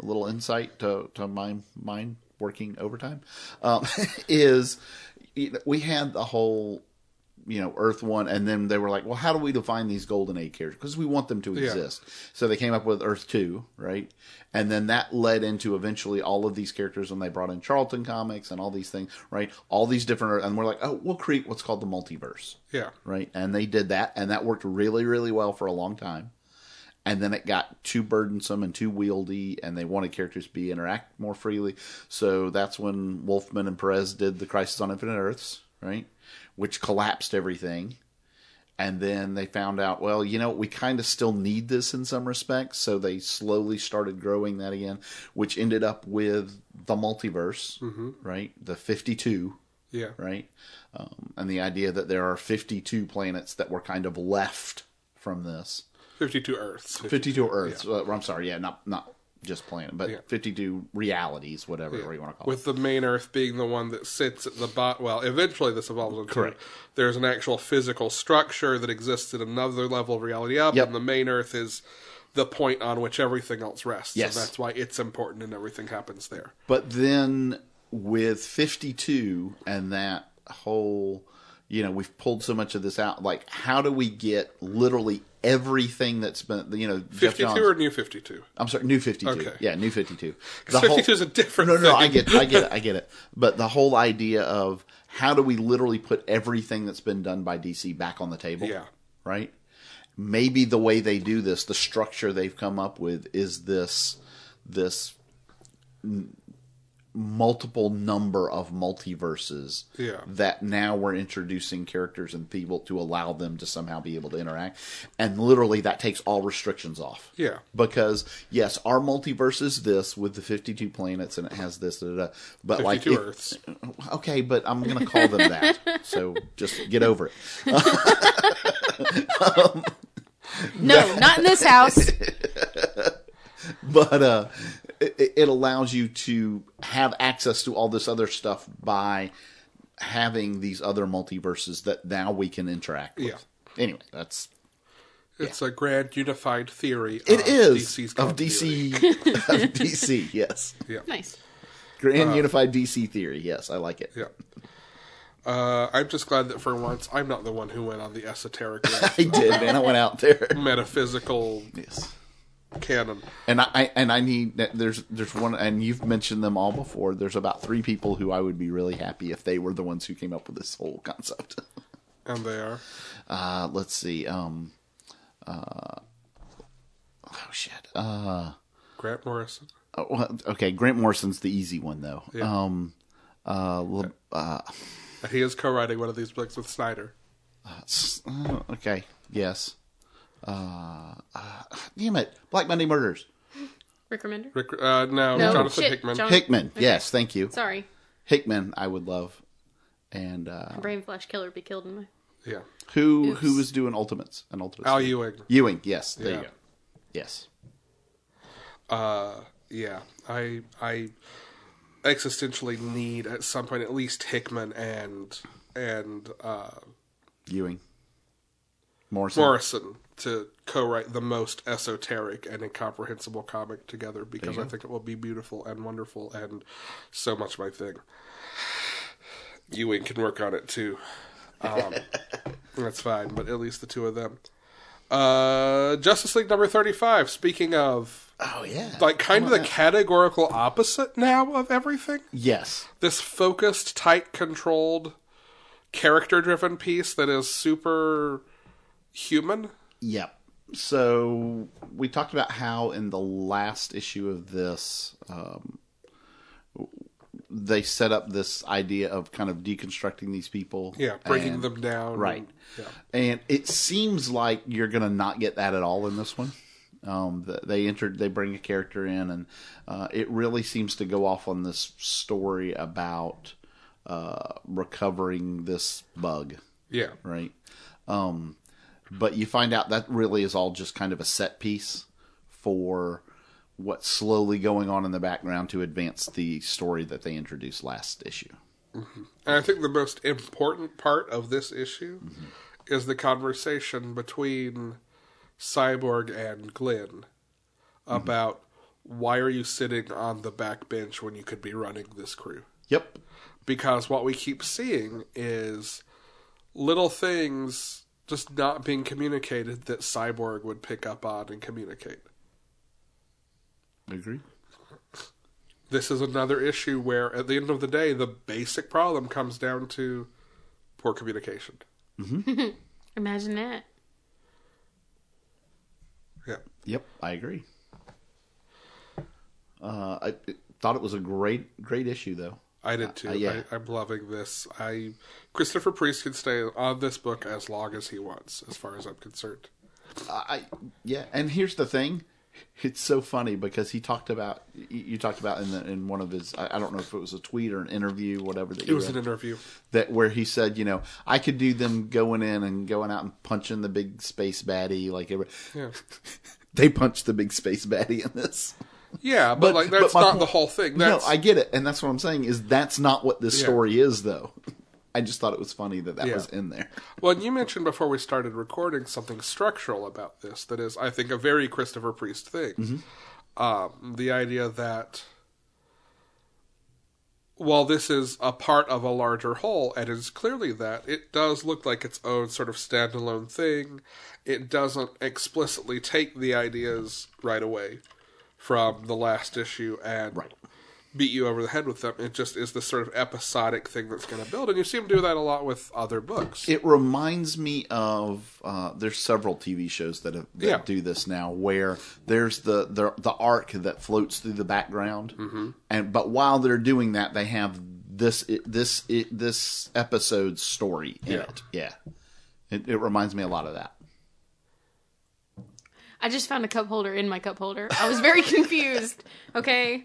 S3: a little insight to to my mind working overtime um, is you know, we had the whole you know Earth one, and then they were like, well, how do we define these Golden Age characters? Because we want them to
S2: Yeah.
S3: exist. So they came up with Earth two, right? And then that led into eventually all of these characters when they brought in Charlton comics and all these things, right? All these different, and we're like, oh, we'll create what's called the multiverse,
S2: Yeah.
S3: right? And they did that, and that worked really, really well for a long time. And then it got too burdensome and too wieldy, and they wanted characters to be interact more freely. So that's when Wolfman and Perez did the Crisis on Infinite Earths, right? Which collapsed everything. And then they found out, well, you know, we kind of still need this in some respects. So they slowly started growing that again, which ended up with the multiverse, right? The 52,
S2: Yeah.
S3: right? Um, and the idea that there are 52 planets that were kind of left from this.
S2: 52 Earths.
S3: 52 Earths. Uh, I'm sorry, yeah, not not just planet, but
S2: Yeah.
S3: 52 realities, whatever you want to call
S2: with the main Earth being the one that sits at the bot. Well, eventually this evolves into
S3: Correct.
S2: There's an actual physical structure that exists at another level of reality up,
S3: Yep.
S2: and the main Earth is the point on which everything else rests.
S3: Yes.
S2: So that's why it's important, and everything happens there.
S3: it. But then with 52 and that whole, you know, we've pulled so much of this out. Like, how do we get literally everything that's been, you know, Jeff
S2: Fifty-two
S3: Johns-
S2: or new fifty-two?
S3: I'm sorry, new 52.
S2: Okay.
S3: Yeah, new 52. The whole-
S2: Fifty-two is a different.
S3: No, no,
S2: thing.
S3: I get, I get it, I get it. But the whole idea of how do we literally put everything that's been done by DC back on the table?
S2: Yeah.
S3: right? Maybe the way they do this, the structure they've come up with, is this this n- multiple number of multiverses
S2: Yeah.
S3: that now we're introducing characters and people to allow them to somehow be able to interact and literally that takes all restrictions off
S2: Yeah.
S3: because yes our multiverse is this with the 52 planets and it has this da, da, da. but like
S2: Fifty-two
S3: if-
S2: Earths.
S3: okay, but I'm going to call them that. so just get over it.
S1: No, not in this house.
S3: But uh, it, it allows you to have access to all this other stuff by having these other multiverses that now we can interact with.
S2: Yeah.
S3: Anyway, that's
S2: It's a grand unified theory.
S3: it is
S2: DC's
S3: of
S2: continuity.
S3: DC of DC. Yes,
S1: nice.
S3: Grand Unified DC theory. Yes, I like it.
S2: Uh, Yeah. Uh, I'm just glad that for once I'm not the one who went on the esoteric
S3: I did, man. I went out there.
S2: metaphysical
S3: Yes.
S2: canon.
S3: And I, I and I need there's there's one and you've mentioned them all before. There's about three people who I would be really happy if they were the ones who came up with this whole concept.
S2: And they are.
S3: Uh, let's see. Um, uh, oh shit. Uh,
S2: Grant Morrison.
S3: oh, well, okay. Grant Morrison's the easy one though.
S2: Yeah.
S3: Um, uh, Le- uh,
S2: And he is co writing one of these books with Snyder.
S3: s- uh, okay. Yes. Uh, uh, damn it! Black Monday Murders.
S1: Rick Remender?
S2: Rick, uh, no,
S1: No,
S2: Jonathan
S1: shit,
S2: Hickman.
S1: Jon-
S3: Hickman, yes, thank you.
S1: Sorry.
S3: Hickman, I would love. And uh,
S1: Brain Flash Killer be killed in my.
S2: yeah,
S3: who who was doing Ultimates? An Ultimates.
S2: Al
S3: Ewing.
S2: Ewing.
S3: Ewing, yes, there
S2: Oh, Yeah.
S3: you go. Yes.
S2: Uh, yeah, I I existentially need at some point at least Hickman and and uh,
S3: Ewing. Morrison.
S2: Morrison to co-write the most esoteric and incomprehensible comic together because I think it will be beautiful and wonderful and so much my thing. Ewing can work on it too. Um, that's fine, but at least the two of them. Uh, Justice League number thirty-five. Speaking of,
S3: Oh yeah.
S2: like, kind of the categorical opposite now of everything
S3: yes.
S2: this focused, tight, controlled, character driven piece that is super human.
S3: Yep. So we talked about how in the last issue of this, um, they set up this idea of kind of deconstructing these people.
S2: Yeah, breaking
S3: and-
S2: them down.
S3: Right.
S2: Yeah.
S3: And it seems like you're going to not get that at all in this one. Um, th- they entered, they bring a character in, and uh, it really seems to go off on this story about uh, recovering this bug,
S2: Yeah.
S3: right? Um, but you find out that really is all just kind of a set piece for what's slowly going on in the background to advance the story that they introduced last issue.
S2: And I think the most important part of this issue
S3: Mm-hmm.
S2: is the conversation between Cyborg and Glenn
S3: Mm-hmm.
S2: about why are you sitting on the back bench when you could be running this crew?
S3: Yep.
S2: because what we keep seeing is little things just not being communicated that Cyborg would pick up on and communicate.
S3: Agree.
S2: This is another issue where, at the end of the day, the basic problem comes down to poor communication.
S1: Imagine that.
S2: Yeah.
S3: Yep, I agree. Uh, I I thought it was a great, great issue though.
S2: I did too.
S3: Uh, yeah.
S2: I, I'm loving this. I Christopher Priest can stay on this book as long as he wants, as far as I'm concerned.
S3: I yeah, and here's the thing. It's so funny because he talked about you- you talked about in the, in one of his I I don't know if it was a tweet or an interview whatever that
S2: It
S3: you
S2: was
S3: read,
S2: an interview.
S3: that where he said you know I could do them going in and going out and punching the big space baddie like every,
S2: Yeah.
S3: they punched the big space baddie in this
S2: Yeah, but,
S3: But-
S2: like
S3: but
S2: that's
S3: my
S2: not
S3: point-
S2: the whole thing. That's,
S3: no I get it and that's what I'm saying is that's not what this
S2: Yeah.
S3: story is though I just thought it was funny that that
S2: Yeah.
S3: was in there
S2: Well, and you mentioned before we started recording something structural about this that is, I think, a very Christopher Priest thing. Um, the idea that while this is a part of a larger whole, and is clearly that, it does look like its own sort of standalone thing. It doesn't explicitly take the ideas right away from the last issue and
S3: Right.
S2: beat you over the head with them. It just is this sort of episodic thing that's going to build, and you seem to do that a lot with other books.
S3: It reminds me of uh, there's several TV shows that, have, that
S2: Yeah.
S3: do this now, where there's the the, the arc that floats through the background, and but while they're doing that, they have this this this episode's story in
S2: Yeah.
S3: it. Yeah, it, it reminds me a lot of that.
S1: I just found a cup holder in my cup holder. I was very confused. Okay.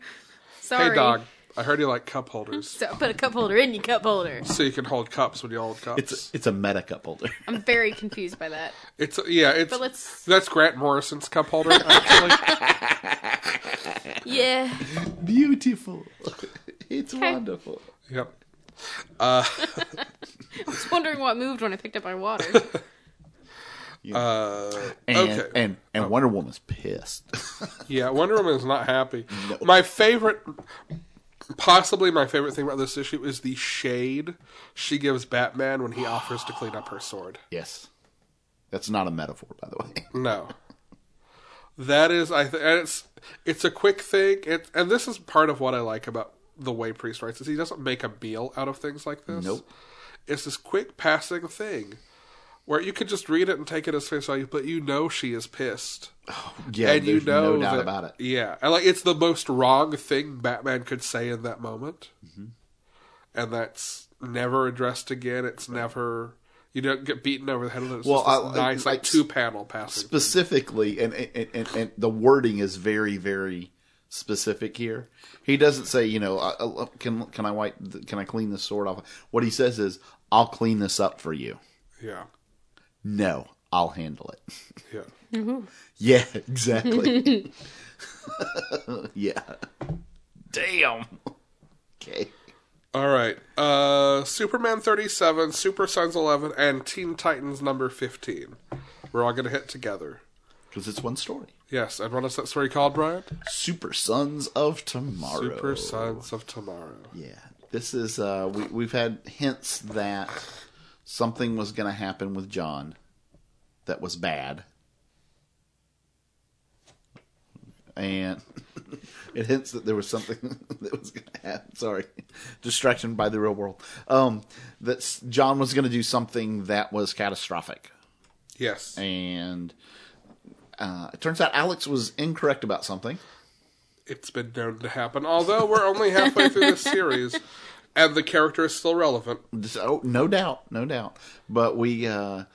S1: Sorry.
S2: Hey, dog. I heard you like cup holders,
S1: So I put a cup holder in your cup holder.
S2: so you can hold cups when you hold cups.
S3: It's it's a meta cup holder.
S1: I'm very confused by that.
S2: It's yeah. It's
S1: But let's.
S2: that's Grant Morrison's cup holder. Actually,
S1: Yeah.
S3: Beautiful. It's wonderful.
S2: yep.
S1: I was wondering what moved when I picked up my water.
S2: Uh,
S3: And
S2: Okay.
S3: and and Wonder Woman's pissed.
S2: yeah, Wonder Woman is not happy. My favorite, possibly my favorite thing about this issue is the shade she gives Batman when he offers to clean up her sword.
S3: yes, that's not a metaphor, by the way.
S2: No. That is, I think it's it's a quick thing, it, and this is part of what I like about the way Priest writes is he doesn't make a meal out of things like this.
S3: Nope.
S2: it's this quick passing thing where you could just read it and take it as face value, but you know she is pissed,
S3: Yeah,
S2: and you
S3: there's
S2: know
S3: no doubt
S2: that-
S3: about it.
S2: Yeah, and like it's the most wrong thing Batman could say in that moment,
S3: Mm-hmm.
S2: and that's never addressed again. It's never. You don't get beaten over the head with it. It's
S3: Well,
S2: just this
S3: I-
S2: nice, like,
S3: like,
S2: two panel passing.
S3: specifically and, and and and the wording is very very specific here. He doesn't say, you know, I- I- can can I wipe? th- Can I clean this sword off? What he says is, "I'll clean this up for you."
S2: Yeah.
S3: No, I'll handle it.
S2: Yeah.
S3: Yeah, exactly. yeah. Damn. Okay.
S2: All right. Uh, Superman 37, Super Sons 11, and Teen Titans number 15. We're all going to hit together.
S3: Because it's one story.
S2: Yes, and what is that story called, Brian?
S3: Super Sons of Tomorrow.
S2: Super Sons of Tomorrow.
S3: Yeah. This is uh we we've had hints that something was going to happen with John that was bad. And it hints that there was something that was going to happen. Sorry. Distraction by the real world. Um that s- John was going to do something that was catastrophic.
S2: Yes.
S3: And uh, it turns out Alex was incorrect about something.
S2: It's been known to happen, although we're only halfway through this series, and the character is still relevant.
S3: This- oh, no doubt, no doubt. But we uh,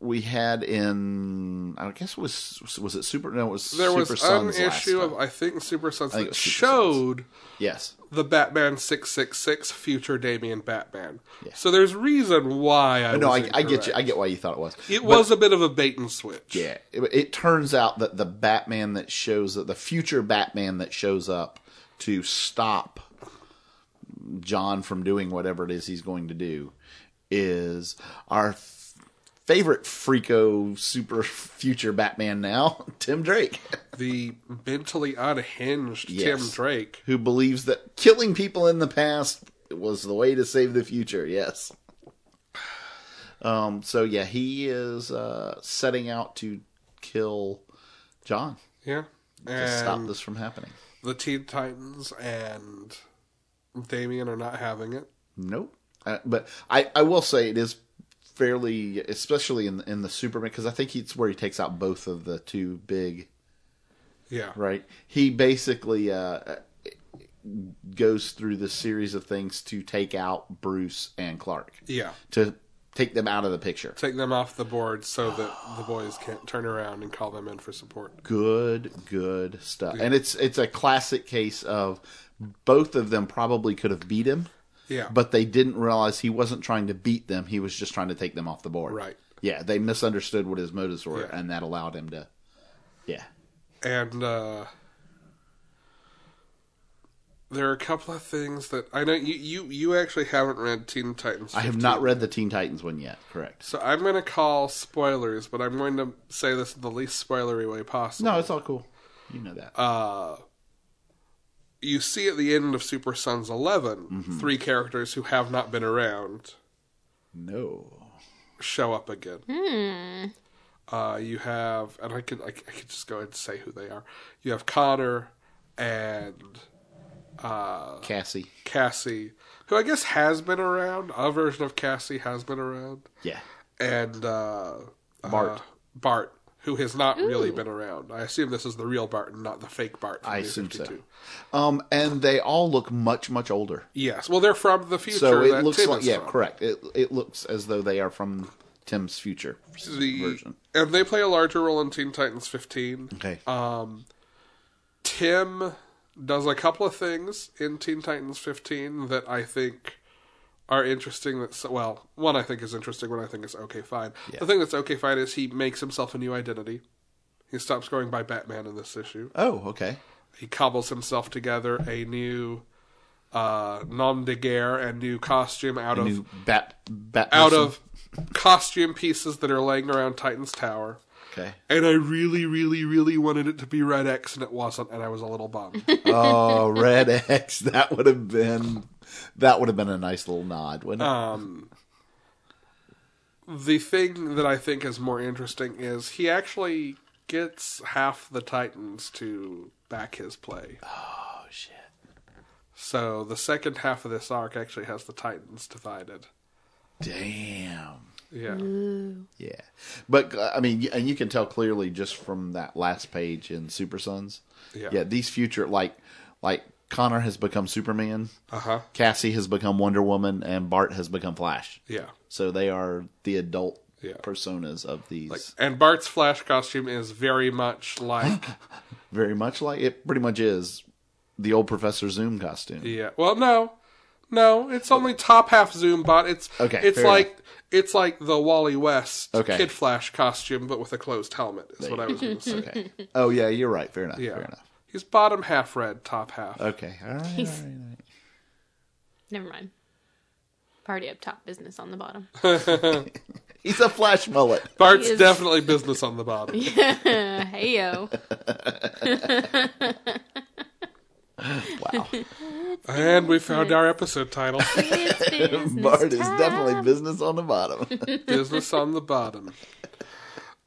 S3: we had in I guess it was was it super? No, it was
S2: There
S3: Super
S2: was
S3: Sons
S2: an
S3: last
S2: issue of,
S3: time.
S2: I think, Super Sons
S3: think it
S2: that
S3: was Super
S2: showed
S3: yes,
S2: the Batman 666 future Damien Batman.
S3: Yeah.
S2: So there's reason why I
S3: no,
S2: was
S3: I, I get you.
S2: incorrect.
S3: I get why you thought it was.
S2: It was a bit of a bait and switch.
S3: Yeah, it, it turns out that the Batman that shows up, the future Batman that shows up to stop John from doing whatever it is he's going to do is our f- favorite freako super future Batman now, Tim Drake,
S2: The mentally unhinged Tim
S3: Yes.
S2: Drake.
S3: who believes that killing people in the past was the way to save the future. Yes. Um, so yeah, he is uh, setting out to kill John.
S2: Yeah.
S3: to stop
S2: And
S3: this from happening.
S2: the Teen Titans and Damien are not having it.
S3: Nope. Uh, but I, I will say it is fairly, especially in in the Superman, because I think it's where he takes out both of the two big.
S2: Yeah.
S3: Right. He basically uh, goes through this series of things to take out Bruce and Clark
S2: Yeah.
S3: to take them out of the picture.
S2: Take them off the board so that the boys can't turn around and call them in for support.
S3: good good stuff and it's it's a classic case of both of them probably could have beat him
S2: Yeah.
S3: but they didn't realize he wasn't trying to beat them he was just trying to take them off the board
S2: Right.
S3: yeah they misunderstood what his motives were
S2: Yeah.
S3: and that allowed him to yeah
S2: and uh, there are a couple of things that I know you you, you actually haven't read Teen Titans.
S3: i have
S2: 15.
S3: not read the teen titans one yet correct
S2: So I'm going to call spoilers, but I'm going to say this in the least spoilery way possible.
S3: no it's all cool you know that
S2: Uh, You see at the end of Super Sons 11, three characters who have not been around
S3: no
S2: show up again. Uh, you have, and I could I, could- I could just go ahead and say who they are. You have Connor and
S3: cassie
S2: Cassie, who I guess has been around. A version of Cassie has been around,
S3: yeah
S2: and uh,
S3: Bart.
S2: uh, Bart, who has not really been around. I assume this is the real Bart, and not the fake Bart. From
S3: i
S2: New
S3: assume so
S2: 52.
S3: um and they all look much much older
S2: Yes, well, they're from the future.
S3: so it
S2: that
S3: looks
S2: Tim
S3: like
S2: is
S3: yeah
S2: from.
S3: correct it, it looks as though they are from tim's future
S2: The-
S3: version
S2: and they play a larger role in Teen Titans 15.
S3: okay
S2: Uh, Tim does a couple of things in Teen Titans 15 that I think are interesting. That so, well, one I think is interesting, one I think is okay fine. The thing that's okay fine is he makes himself a new identity. He stops going by Batman in this issue.
S3: oh okay
S2: He cobbles himself together a new uh, nom de guerre and new costume out of
S3: new bat bat
S2: out
S3: person.
S2: of costume pieces that are laying around Titan's Tower.
S3: okay
S2: And I really, really, really wanted it to be Red X, and it wasn't, and I was a little bummed.
S3: oh red x that would have been that would have been a nice little nod wouldn't it
S2: Uh. the thing that I think is more interesting is he actually gets half the Titans to back his play. Oh shit. So the second half of this arc actually has the Titans divided.
S3: damn
S2: Yeah.
S3: yeah but uh, i mean and you can tell clearly just from that last page in super sons
S2: Yeah.
S3: these future like like connor has become superman
S2: Uh-huh.
S3: cassie has become wonder woman and bart has become flash
S2: Yeah.
S3: so they are the adult
S2: Yeah.
S3: personas of these
S2: And Bart's Flash costume is very much like
S3: very much like it pretty much is the old Professor Zoom costume.
S2: Yeah. uh, Well, no, no. It's only top half Zoom bot. It's
S3: Okay,
S2: It's
S3: fair
S2: like it's like the Wally West
S3: Okay.
S2: Kid Flash costume, but with a closed helmet. Is what I was going to say.
S3: Okay. Oh yeah, you're right. Fair enough.
S2: Yeah.
S3: Fair enough.
S2: He's bottom half red, top half.
S3: Okay. All right.
S1: He's-
S3: all right, all right.
S1: Never mind. Party up top, business on the bottom.
S3: He's a flash mullet.
S2: Bart's
S1: He is-
S2: definitely business on the bottom.
S1: hey yo.
S3: Wow.
S2: And we found our episode title
S1: It's business
S3: Bart is
S1: time.
S3: definitely business on the bottom.
S2: Business on the Bottom.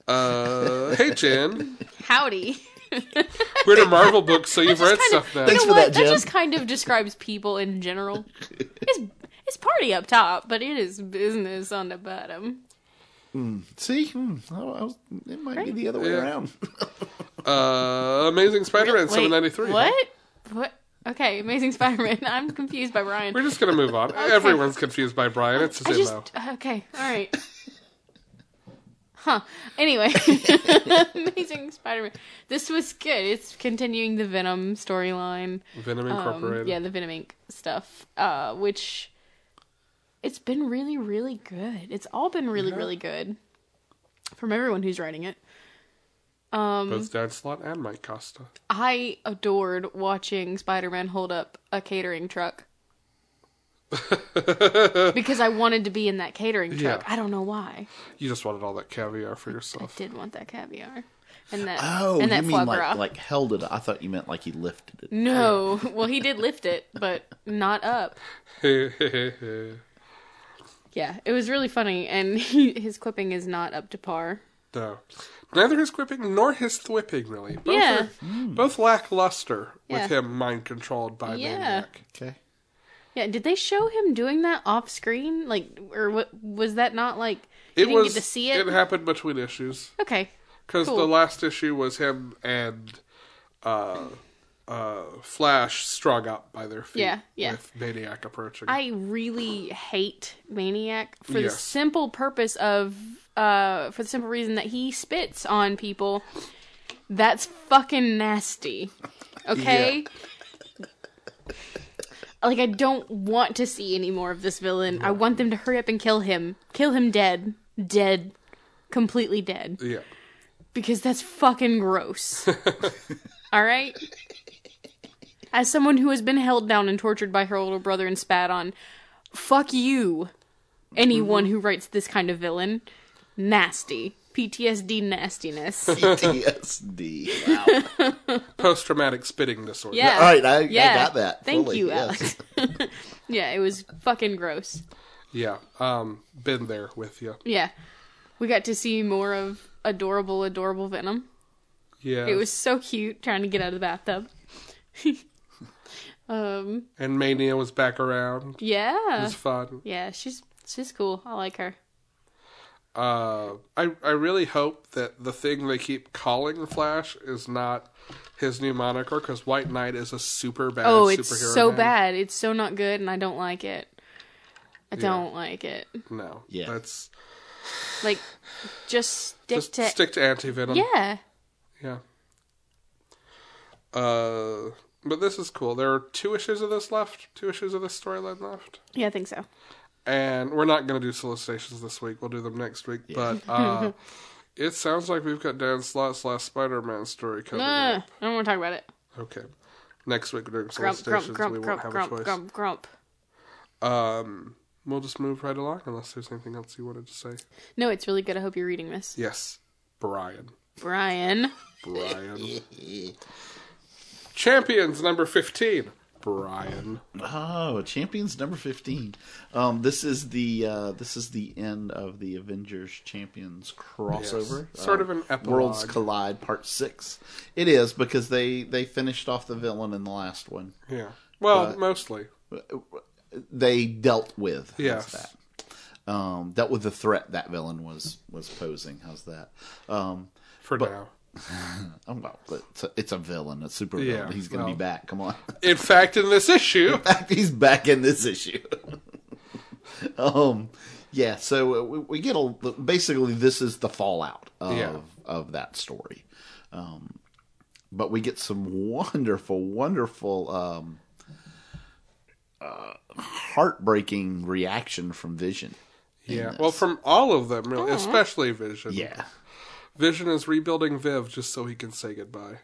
S2: Uh, hey, Jen.
S1: Howdy.
S2: We're in a Marvel book, so you've read stuff now.
S1: You
S3: Thanks
S1: know
S3: for
S1: what?
S3: that,
S1: That,
S3: Jen.
S1: just kind of describes people in general. It's, it's party up top, but it is business on the bottom.
S3: See, hmm, I- I was- it might be the other way
S2: Yeah.
S3: around.
S2: Uh, Amazing Spider Man
S1: Wait,
S2: 793.
S1: What? What? Okay, Amazing Spider-Man. I'm confused by Ryan.
S2: We're just going to move on. Everyone's confused by Brian. It's uh, his
S1: I just
S2: MO.
S1: okay. All right. Huh. Anyway, Amazing Spider-Man. This was good. It's continuing the Venom storyline.
S2: Venom
S1: Um,
S2: Incorporated.
S1: yeah, the Venom Inc. stuff, uh, which it's been really, really good. It's all been really, really good from everyone who's writing it. um,
S2: Both Dan Slott and Mike Costa.
S1: I adored watching Spider Man hold up a catering truck. because I wanted to be in that catering truck.
S2: Yeah.
S1: I don't know why.
S2: You just wanted all that caviar for
S1: I
S2: yourself.
S1: did want that caviar. And that
S3: Oh,
S1: and that
S3: you
S1: foie
S3: mean
S1: gras.
S3: like, like held it? I thought you meant like he lifted it.
S1: no. Well he did lift it, but not up.
S2: no.
S1: Yeah. It was really funny and he, his clipping is not up to par.
S2: Neither his quipping nor his thwipping, really. Both, are,
S1: Yeah.
S2: both lack luster
S1: Yeah.
S2: with him mind controlled by
S1: Yeah.
S2: Maniac.
S3: Okay.
S1: Yeah, did they show him doing that off screen? Like or what was that not like you
S2: It
S1: didn't
S2: was.
S1: get to see it?
S2: happened between issues
S1: okay.
S2: because the
S1: Cool.
S2: last issue was him and uh, uh, Flash strung up by their feet.
S1: Yeah, yeah.
S2: With Maniac approaching.
S1: I really hate Maniac for the
S2: Yes.
S1: simple purpose of uh for the simple reason that he spits on people. That's fucking nasty. Okay? Like I don't want to see any more of this villain. I want them to hurry up and kill him. Kill him dead. Dead. Completely dead.
S2: yeah.
S1: Because that's fucking gross. All right? As someone who has been held down and tortured by her older brother and spat on, fuck you.
S3: Mm-hmm.
S1: Anyone who writes this kind of villain. Nasty. PTSD nastiness.
S3: PTSD. Wow.
S2: Post traumatic spitting disorder.
S1: Yeah.
S3: All right, I,
S1: yeah.
S3: I got that.
S1: Thank
S3: fully,
S1: you,
S3: yes.
S1: Alex. yeah, it was fucking gross.
S2: Yeah. Um, been there with you.
S1: Yeah. We got to see more of adorable, adorable Venom.
S2: Yeah.
S1: It was so cute trying to get out of the bathtub. um,
S2: And Mania was back around. It
S1: yeah.
S2: was fun.
S1: Yeah, she's she's cool. I like her.
S2: Uh, I I really hope that the thing they keep calling Flash is not his new moniker because White Knight is a super bad.
S1: Oh, it's
S2: superhero
S1: so
S2: name.
S1: bad. It's so not good, and I don't like it. I don't like it.
S2: No.
S3: Yeah.
S2: That's
S1: Like, just stick
S2: just
S1: to
S2: stick to anti venom.
S1: yeah.
S2: Yeah. Uh, but this is cool. There are two issues of this left. Two issues of this storyline left.
S1: Yeah, I think so.
S2: And we're not going to do solicitations this week. We'll do them next week. But uh, it sounds like we've got Dan Slott's last Spider-Man story coming
S1: Ugh,
S2: up.
S1: Uh, I don't want to talk about it.
S2: Okay. Next week during
S1: Grump, grump,
S2: solicitations, we
S1: grump,
S2: won't
S1: grump,
S2: have a
S1: grump,
S2: choice.
S1: grump, grump.
S2: Um, we'll just move right along unless there's anything else you wanted to say.
S1: No, it's really good. I hope you're reading this,
S2: Yes, Brian.
S1: Brian.
S2: Brian. Champions number 15. Brian.
S3: Oh, Champions number fifteen. Um, this is the uh, this is the end of the Avengers Champions crossover.
S2: Yes. Sort
S3: Uh,
S2: of an epilogue.
S3: Worlds Collide Part Six. It is because they they finished off the villain in the last one.
S2: Yeah. Well, mostly.
S3: They dealt with how's
S2: Yes.
S3: that. Um, dealt with the threat that villain was was posing. How's that? Um,
S2: For now.
S3: oh, well, it's a, it's a villain, a super
S2: Yeah,
S3: villain. He's gonna
S2: well.
S3: be back. Come on.
S2: In fact, in this issue,
S3: he's back in this issue. um, yeah. So uh, we, we get a basically this is the fallout of
S2: Yeah.
S3: of that story. Um, but we get some wonderful, wonderful, um, uh, heartbreaking reaction from Vision. in
S2: Yeah.
S3: this.
S2: Well, from all of them, really, especially Vision.
S3: yeah,
S2: Vision is rebuilding Viv just so he can say goodbye.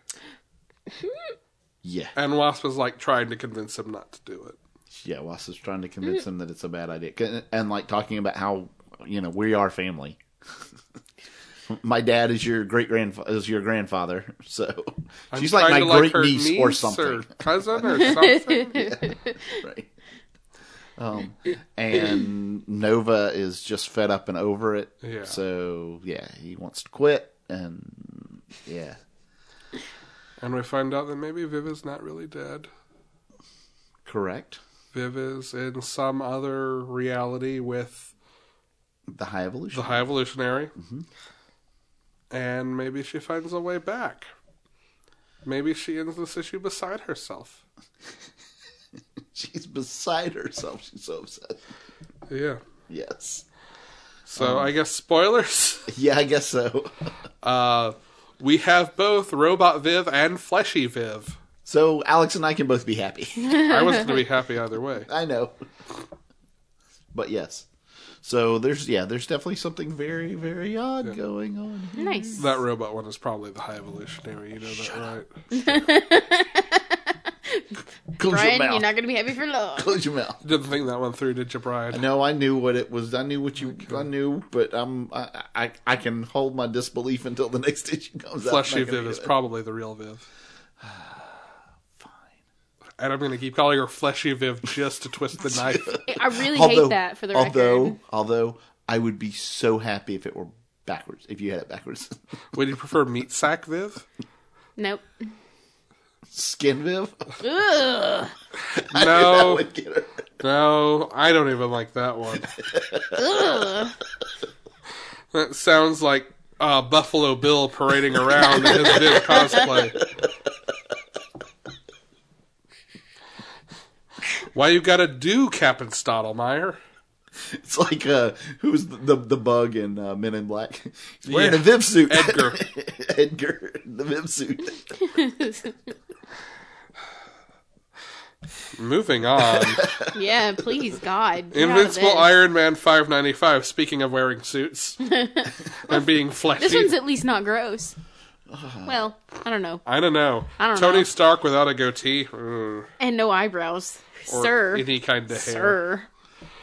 S3: yeah,
S2: And Wasp is like trying to convince him not to do it.
S3: yeah. Wass is trying to
S2: Mm-hmm.
S3: convince him that it's a bad idea, And- and like talking about how you know we are family. My dad is your great grand is your grandfather, so
S2: I'm
S3: she's like my
S2: trying to
S3: great
S2: her
S3: niece, or
S2: Or
S3: something.
S2: cousin or something.
S3: right. Um, and Nova is just fed up and over it.
S2: Yeah.
S3: So yeah, he wants to quit, and yeah,
S2: and we find out that maybe Viv is not really dead.
S3: correct.
S2: Viv is in some other reality with
S3: The high
S2: the
S3: evolution.
S2: High Evolutionary.
S3: Mm-hmm.
S2: And maybe she finds a way back. Maybe she ends this issue beside herself.
S3: She's beside herself. She's so upset.
S2: Yeah.
S3: Yes.
S2: So
S3: Um,
S2: I guess spoilers.
S3: Yeah, I guess so.
S2: Uh, we have both Robot Viv and Fleshy Viv.
S3: So Alex and I can both be happy.
S2: I wasn't going to be happy either way.
S3: I know. But yes. So there's yeah, there's definitely something very very odd going on. here.
S1: Nice.
S2: That robot one is probably the High Evolutionary. You know that, right?
S3: Close
S1: Brian,
S3: your
S1: you're
S3: mouth.
S1: not gonna be happy for long.
S3: Close your mouth.
S2: Didn't think that one through, did you, Brian?
S3: No, I knew what it was. I knew what you. I knew, but I'm. I, I I can hold my disbelief until the next issue comes out.
S2: Fleshy
S3: I'm not gonna
S2: Viv is
S3: do it.
S2: probably the real Viv. Fine. And I'm going to keep calling her Fleshy Viv just to twist the knife.
S1: I really hate that for the
S3: although,
S1: record.
S3: Although I would be so happy if it were backwards. If you had it backwards,
S2: Would you prefer Meat Sack Viv?
S1: Nope.
S3: skin Viv.
S1: Ugh.
S3: that
S2: No,
S3: would get her.
S2: no, I don't even like that one.
S1: Ugh.
S2: That sounds like uh, Buffalo Bill parading around in his Viv cosplay. Why you gotta do Captain Stottlemyre?
S3: It's like uh, who's the the, the bug in uh, Men in Black? He's wearing a
S2: Yeah.
S3: Viv suit.
S2: Edgar.
S3: Edgar, the Viv suit.
S2: Moving on.
S1: yeah, please, God. get out of
S2: Invincible
S1: this.
S2: Iron Man 595, speaking of wearing suits and being fleshy.
S1: This one's at least not gross.
S2: Uh-huh.
S1: Well, I don't know.
S2: I don't know.
S1: I don't
S2: Tony
S1: know.
S2: Stark without a goatee. mm,
S1: And no eyebrows.
S2: or
S1: sir.
S2: Any kind of hair.
S1: Sir.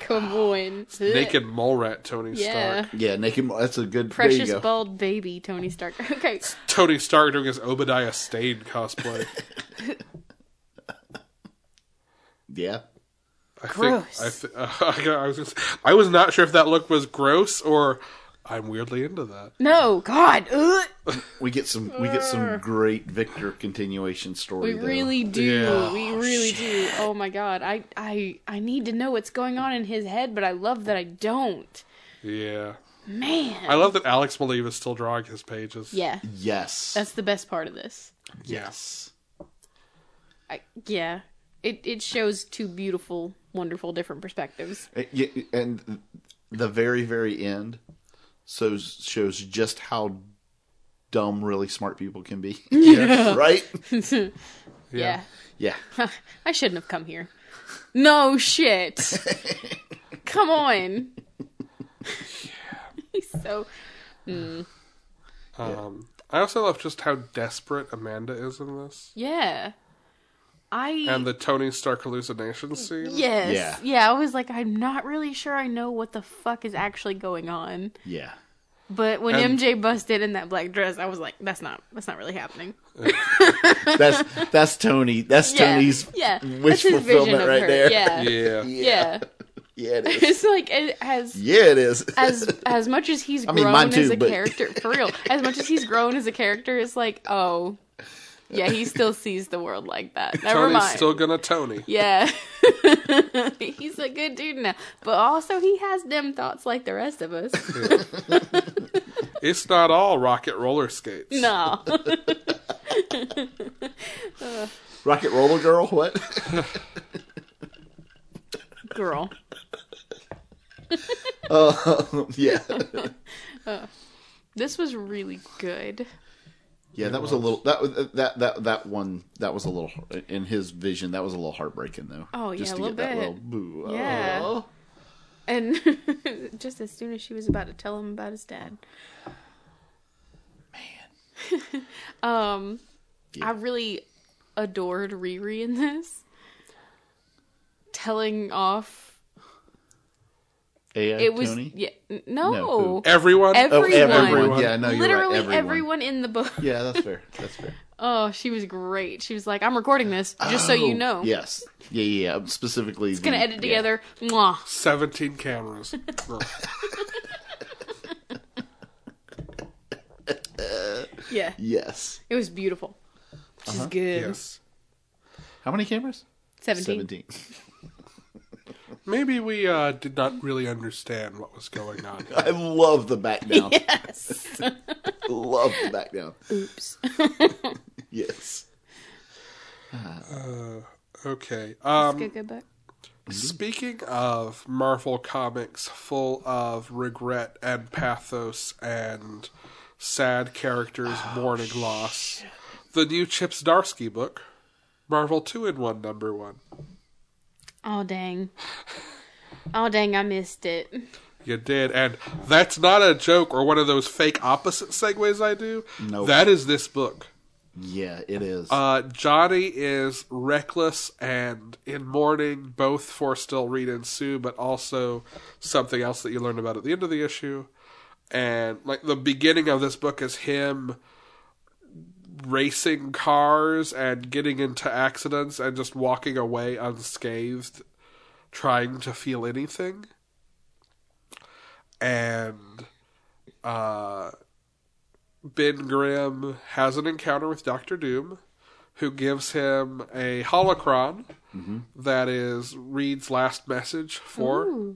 S1: Come on.
S2: Naked mole rat Tony
S1: Yeah.
S2: Stark.
S3: Yeah, naked. That's a good. there
S1: Precious
S3: you go.
S1: bald baby Tony Stark. Okay.
S2: Tony Stark doing his Obadiah Stane cosplay.
S3: Yeah.
S2: I
S1: Gross.
S2: Think, I, th- I was gonna say- I was not sure if that look was gross or I'm weirdly into that.
S1: No, God. Ugh.
S3: We get some we get some great Victor continuation story.
S1: We
S3: though.
S1: really do.
S2: Yeah.
S1: We really do. Oh my god. I I I need to know what's going on in his head, but I love that I don't.
S2: Yeah.
S1: Man.
S2: I love that Alex Maleev is still drawing his pages.
S1: yeah.
S3: Yes.
S1: That's the best part of this.
S3: yes.
S1: I, yeah. It it shows two beautiful, wonderful different perspectives.
S3: Uh, yeah, And the very very end shows shows just how dumb really smart people can be. right?
S1: Yeah.
S3: Yeah.
S1: I shouldn't have come here. No shit. come on. He's so
S2: Um, I also love just how desperate Amanda is in this.
S1: yeah. I
S2: And the Tony Stark hallucination scene.
S1: Yes.
S3: Yeah.
S1: Yeah. I was like, I'm not really sure I know what the fuck is actually going on.
S3: Yeah.
S1: But when
S2: And-
S1: MJ busted in that black dress, I was like, that's not that's not really happening.
S3: That's that's Tony. That's
S1: Yeah.
S3: Tony's
S1: yeah.
S3: wish fulfillment right there.
S1: Yeah. yeah.
S2: Yeah.
S3: Yeah, it is.
S1: It's like it, as
S3: Yeah, it is.
S1: as as much as he's
S3: mean,
S1: grown
S3: mine too,
S1: as a
S3: but-
S1: character for real. As much as he's grown as a character, it's like, oh yeah, he still sees the world like that. Never
S2: Tony's
S1: mind.
S2: still gonna Tony.
S1: Yeah. He's a good dude now. But also he has them thoughts like the rest of us.
S2: It's not all rocket roller skates.
S1: No.
S3: Rocket Roller Girl, what?
S1: Girl.
S3: yeah.
S1: This was really good.
S3: Yeah, that was a little that that that that one that was a little in his vision that was a little heartbreaking though.
S1: Oh, yeah,
S3: just
S1: a
S3: to
S1: little
S3: get that
S1: bit.
S3: little boo.
S1: Yeah.
S3: Oh.
S1: And just as soon as she was about to tell him about his dad. Man. um I really adored Riri in this. Telling off
S3: AI
S1: it was
S3: Tony?
S1: yeah, n-
S3: No,
S1: no.
S3: who-
S2: Everyone.
S3: Oh,
S1: everyone.
S3: everyone. Yeah, no, you're
S1: Literally
S3: right. Everyone.
S1: everyone in the book.
S3: Yeah, that's fair. That's fair.
S1: Oh, she was great. She was like, "I'm recording this, just so you
S3: Oh,
S1: know.
S3: Yes. Yeah, Mm-hmm. yeah. yeah. Specifically,
S1: It's gonna edit together." Mwah.
S2: Seventeen cameras.
S1: Yeah,
S3: Yes.
S1: it was beautiful. She's
S3: Uh-huh.
S1: good.
S2: yes.
S3: How many cameras?
S1: 17.
S2: Maybe we uh, did not really understand what was going on.
S3: I love the back down.
S1: Yes.
S3: love the back down.
S1: Oops.
S3: Yes.
S2: Okay. Um,
S1: Good, good book.
S2: Speaking of Marvel comics full of regret and pathos and sad characters mourning loss, the new Chips Darsky book, Marvel 2 in 1, number 1.
S1: Oh dang. Oh dang, I missed it.
S2: You did, and that's not a joke or one of those fake opposite segues I do.
S3: Nope.
S2: That is this book.
S3: Yeah, it is.
S2: Uh, Johnny is reckless and in mourning, both for still Rita and Sue, but also something else that you learn about at the end of the issue. And like the beginning of this book is him racing cars and getting into accidents and just walking away unscathed, trying to feel anything. And uh, Ben Grimm has an encounter with Doctor Doom, who gives him a holocron
S3: Mm-hmm.
S2: that is Reed's last message for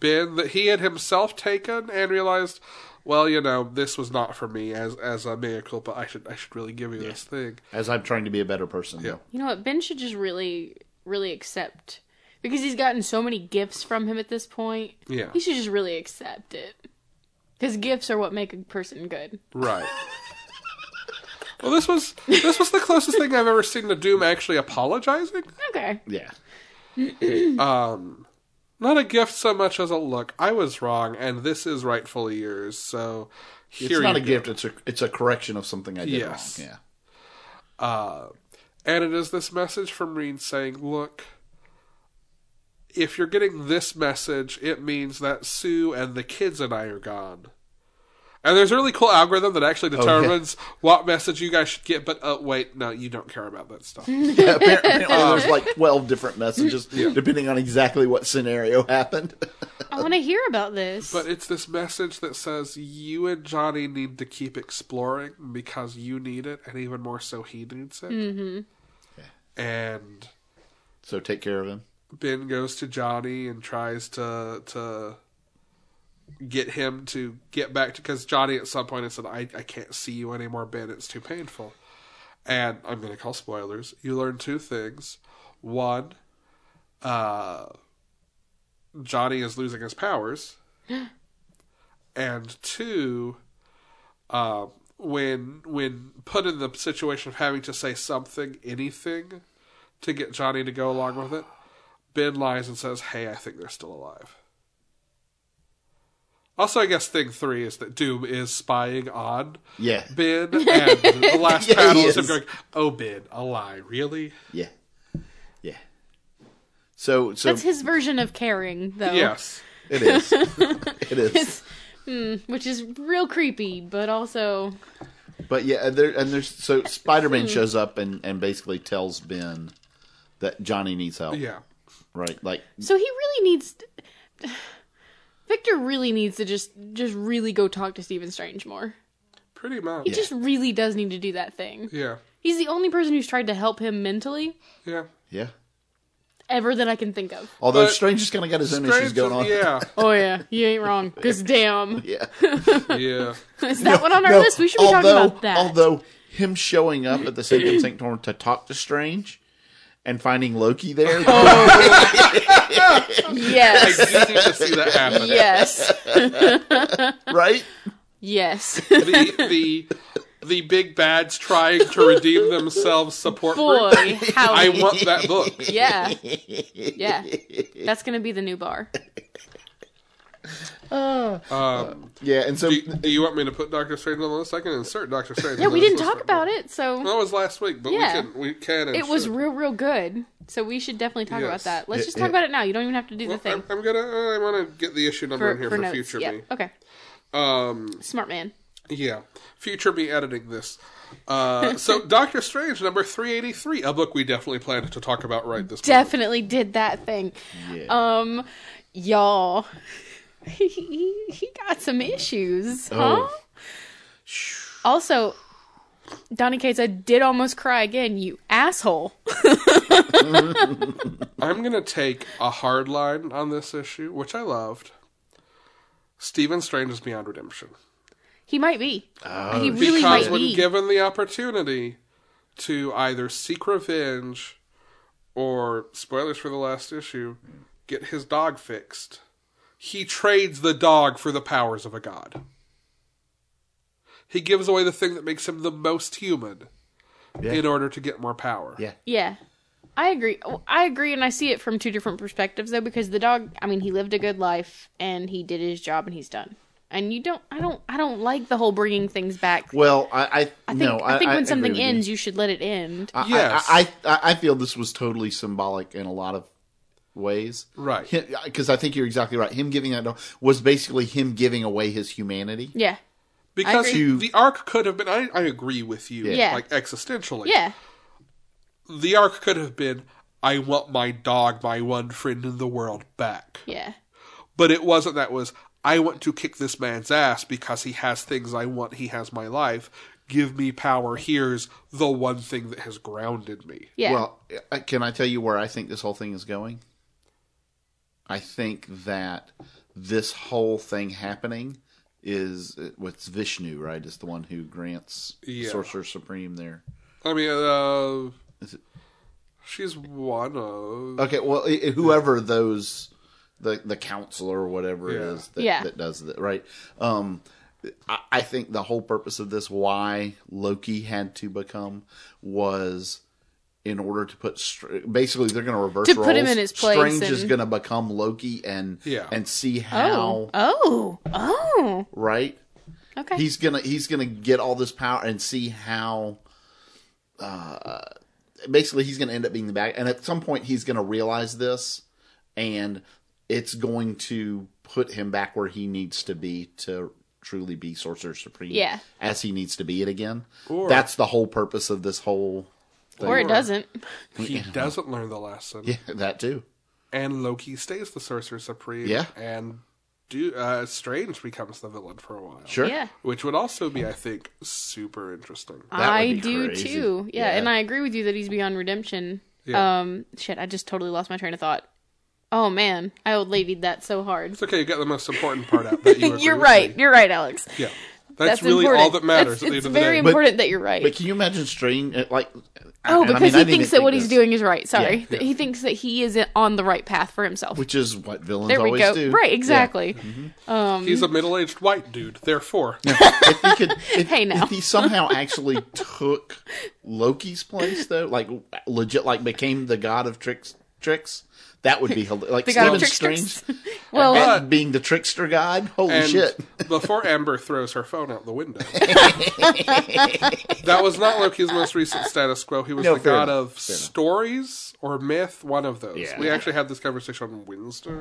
S2: Ben that he had himself taken and realized, well, you know, this was not for me as as a miracle, but I should I should really give you this thing.
S3: As I'm trying to be a better person.
S2: Yeah.
S1: You know what? Ben should just really, really accept because he's gotten so many gifts from him at this point.
S2: Yeah.
S1: He should just really accept it. Because gifts are what make a person good.
S2: Right. well, this was this was the closest thing I've ever seen to Doom actually apologizing.
S1: Okay.
S3: Yeah.
S2: Not a gift so much as a look. I was wrong, and this is rightfully yours. So here
S3: it's not
S2: you go.
S3: a gift. It's a it's a correction of something I did
S2: Yes.
S3: wrong. Yeah.
S2: And it is this message from Reed saying, Look, if you're getting this message, it means that Sue and the kids and I are gone. And there's a really cool algorithm that actually
S3: yeah.
S2: determines what message you guys should get, but uh, wait, no, you don't care about that stuff.
S3: Yeah, apparently,
S2: Uh,
S3: there's like 12 different messages depending on exactly what scenario happened.
S1: I want to hear about this.
S2: but it's this message that says, You and Johnny need to keep exploring because you need it, and even more so, he needs it. Mm-hmm. And.
S3: So take care of him.
S2: Ben goes to Johnny and tries to to get him to get back to because Johnny at some point has said, I, I can't see you anymore, Ben, it's too painful. And I'm gonna call spoilers. You learn two things. One, uh Johnny is losing his powers. and two, um, when when put in the situation of having to say something, anything, to get Johnny to go along with it, Ben lies and says, "Hey, I think they're still alive." Also, I guess thing three is that Doom is spying on
S3: Yeah.
S2: Ben, and the last
S3: Yeah, he
S2: battle is him
S3: is.
S2: going, "Oh, Ben, a lie, really?"
S3: Yeah. Yeah. So so
S1: That's his version of caring, though.
S2: Yes,
S3: it is. it is.
S1: Which is real creepy, but also.
S3: But yeah, and there and there's so Spider-Man shows up and and basically tells Ben that Johnny needs help,
S2: yeah.
S3: right? Like
S1: So he really needs. Victor really needs to just just really go talk to Stephen Strange more.
S2: Pretty much.
S1: He just really does need to do that thing.
S2: Yeah.
S1: He's the only person who's tried to help him mentally
S2: Yeah.
S3: yeah.
S1: ever that I can think of.
S3: Although
S2: But-
S3: Strange has kind of got his own issues going on.
S2: Yeah.
S1: Oh yeah, you ain't wrong. Cause damn,
S3: Yeah.
S2: Yeah.
S1: is that one on our
S3: No,
S1: list? We should be
S3: although-
S1: talking about that.
S3: Although him showing up at the Sacred Sanctorum to talk to Strange and finding Loki there,
S1: Oh. yes,
S2: you need to see that happen.
S1: yes,
S3: right?
S1: yes.
S2: the the the big bads trying to redeem themselves support group.
S1: Boy, how
S2: I want that book.
S1: yeah, yeah. That's gonna be the new bar.
S2: Um,
S3: Yeah, and so
S2: do, do you want me to put Doctor Strange on the list? I can insert Doctor Strange.
S1: Yeah, we didn't talk about it, so
S2: That was last week, but
S1: Yeah.
S2: we can. We can. And
S1: it was
S2: should.
S1: real, real good. So we should definitely talk about
S2: Yes.
S1: that. Let's
S3: Yeah,
S1: just talk
S3: yeah.
S1: about it now. You don't even have to do the
S2: Well,
S1: thing
S2: I'm, I'm gonna. I want to get the issue number
S1: for,
S2: in here
S1: for
S2: for,
S1: notes.
S2: future
S1: yeah.
S2: me.
S1: Okay.
S2: Um,
S1: Smart man.
S2: Yeah. Future me editing this. Uh, so, Doctor Strange, number 383, a book we definitely planned to talk about right this month.
S1: Definitely did that thing. Um, y'all. He, he, he got some issues, huh?
S3: Oh.
S1: Also, Donny Cates, I did almost cry again, you asshole.
S2: I'm going to take a hard line on this issue, which I loved. Stephen Strange is beyond redemption.
S1: He might be.
S3: Oh,
S1: he really
S2: Because
S1: might
S2: when
S1: be.
S2: given the opportunity to either seek revenge or, spoilers for the last issue, get his dog fixed, he trades the dog for the powers of a god. He gives away the thing that makes him the most human
S3: Yeah.
S2: in order to get more power.
S3: Yeah.
S1: Yeah. I agree. Oh, I agree, and I see it from two different perspectives, though, because the dog. I mean, he lived a good life, and he did his job, and he's done. And you don't. I don't. I don't like the whole bringing things back.
S3: well, I, I,
S1: I think.
S3: no,
S1: I think when
S3: agree
S1: something
S3: with you.
S1: ends, you. should let it end.
S3: I-
S2: Yes.
S3: I, I, I, I feel this was totally symbolic in a lot of ways.
S2: Right.
S3: Because I think you're exactly right. Him giving that dog was basically him giving away his humanity.
S1: yeah.
S2: Because
S1: agree.
S2: he- the arc could have been, I, I agree with you,
S1: Yeah.
S2: like existentially.
S1: Yeah.
S2: The arc could have been, I want my dog, my one friend in the world, back.
S1: Yeah.
S2: but it wasn't that was i want to kick this man's ass because he has things i want he has my life give me power here's the one thing that has grounded me
S1: Yeah.
S3: Well, I- can I tell you where I think this whole thing is going? I think that this whole thing happening is what's Vishnu, right? Is the one who grants
S2: Yeah.
S3: Sorcerer Supreme there.
S2: i mean uh
S3: Is it- Oh,
S2: she's one of
S3: Okay, well, i i- whoever those the the council or whatever it
S2: Yeah.
S3: is that,
S1: Yeah.
S3: that does that, right? Um, I, I think the whole purpose of this, why Loki had to become, was in order to put str- basically they're going to reverse
S1: To put him
S3: roles.
S1: in his place
S3: Strange is
S1: and-
S3: going to become Loki and
S2: Yeah.
S3: and see
S1: oh.
S3: how
S1: Oh. Oh.
S3: right
S1: Okay.
S3: he's gonna he's gonna get all this power and see how uh basically he's gonna end up being the bad and at some point he's gonna realize this and it's going to put him back where he needs to be to truly be sorcerer supreme
S1: Yeah.
S3: as he needs to be it again
S2: Or-
S3: that's the whole purpose of this whole
S1: or it doesn't.
S2: he doesn't learn the lesson
S3: yeah that too
S2: and loki stays the sorcerer supreme
S3: Yeah.
S2: and do uh strange becomes the villain for a while
S3: sure
S1: Yeah.
S2: which would also be i think super interesting
S3: would
S1: I
S3: be
S1: do
S3: crazy.
S1: too. Yeah,
S3: Yeah.
S1: and I agree with you that he's beyond redemption.
S2: Yeah.
S1: Um, shit, I just totally lost my train of thought. Oh man, I old ladied that so hard.
S2: it's okay you got the most important part out that you agree
S1: You're
S2: with
S1: right.
S2: me.
S1: You're right, Alex.
S2: yeah that's,
S1: That's,
S2: really
S1: important.
S2: all that matters
S1: That's-
S2: at the
S1: it's
S2: end of the
S1: very
S2: day
S1: important that you're right.
S3: but can you imagine strange uh, like
S1: oh,
S3: and I
S1: because
S3: mean, I
S1: he
S3: didn't
S1: thinks
S3: even
S1: that what
S3: think
S1: he's
S3: this,
S1: doing is right. Sorry,
S3: Yeah.
S1: That he thinks that he is on the right path for himself.
S3: which is what villains
S1: there we
S3: always
S1: go.
S3: do
S1: Right,
S3: Yeah.
S1: exactly.
S2: He's a middle aged white dude, therefore.
S3: if he could, if,
S1: Hey, now.
S3: if he somehow actually took Loki's place, though, like legit, like became the god of tricks, tricks, that would be hila- like
S1: The god of
S3: Stephen
S1: tricksters.
S3: Strange
S1: well,
S3: and
S2: But-
S3: being the trickster god. Holy
S2: and
S3: shit!
S2: before Amber throws her phone out the window. that was not Loki's most recent status quo. He was
S3: No,
S2: the
S3: fair
S2: god
S3: enough,
S2: of stories or myth, one of those.
S3: Yeah.
S2: We actually had this conversation on Wednesday.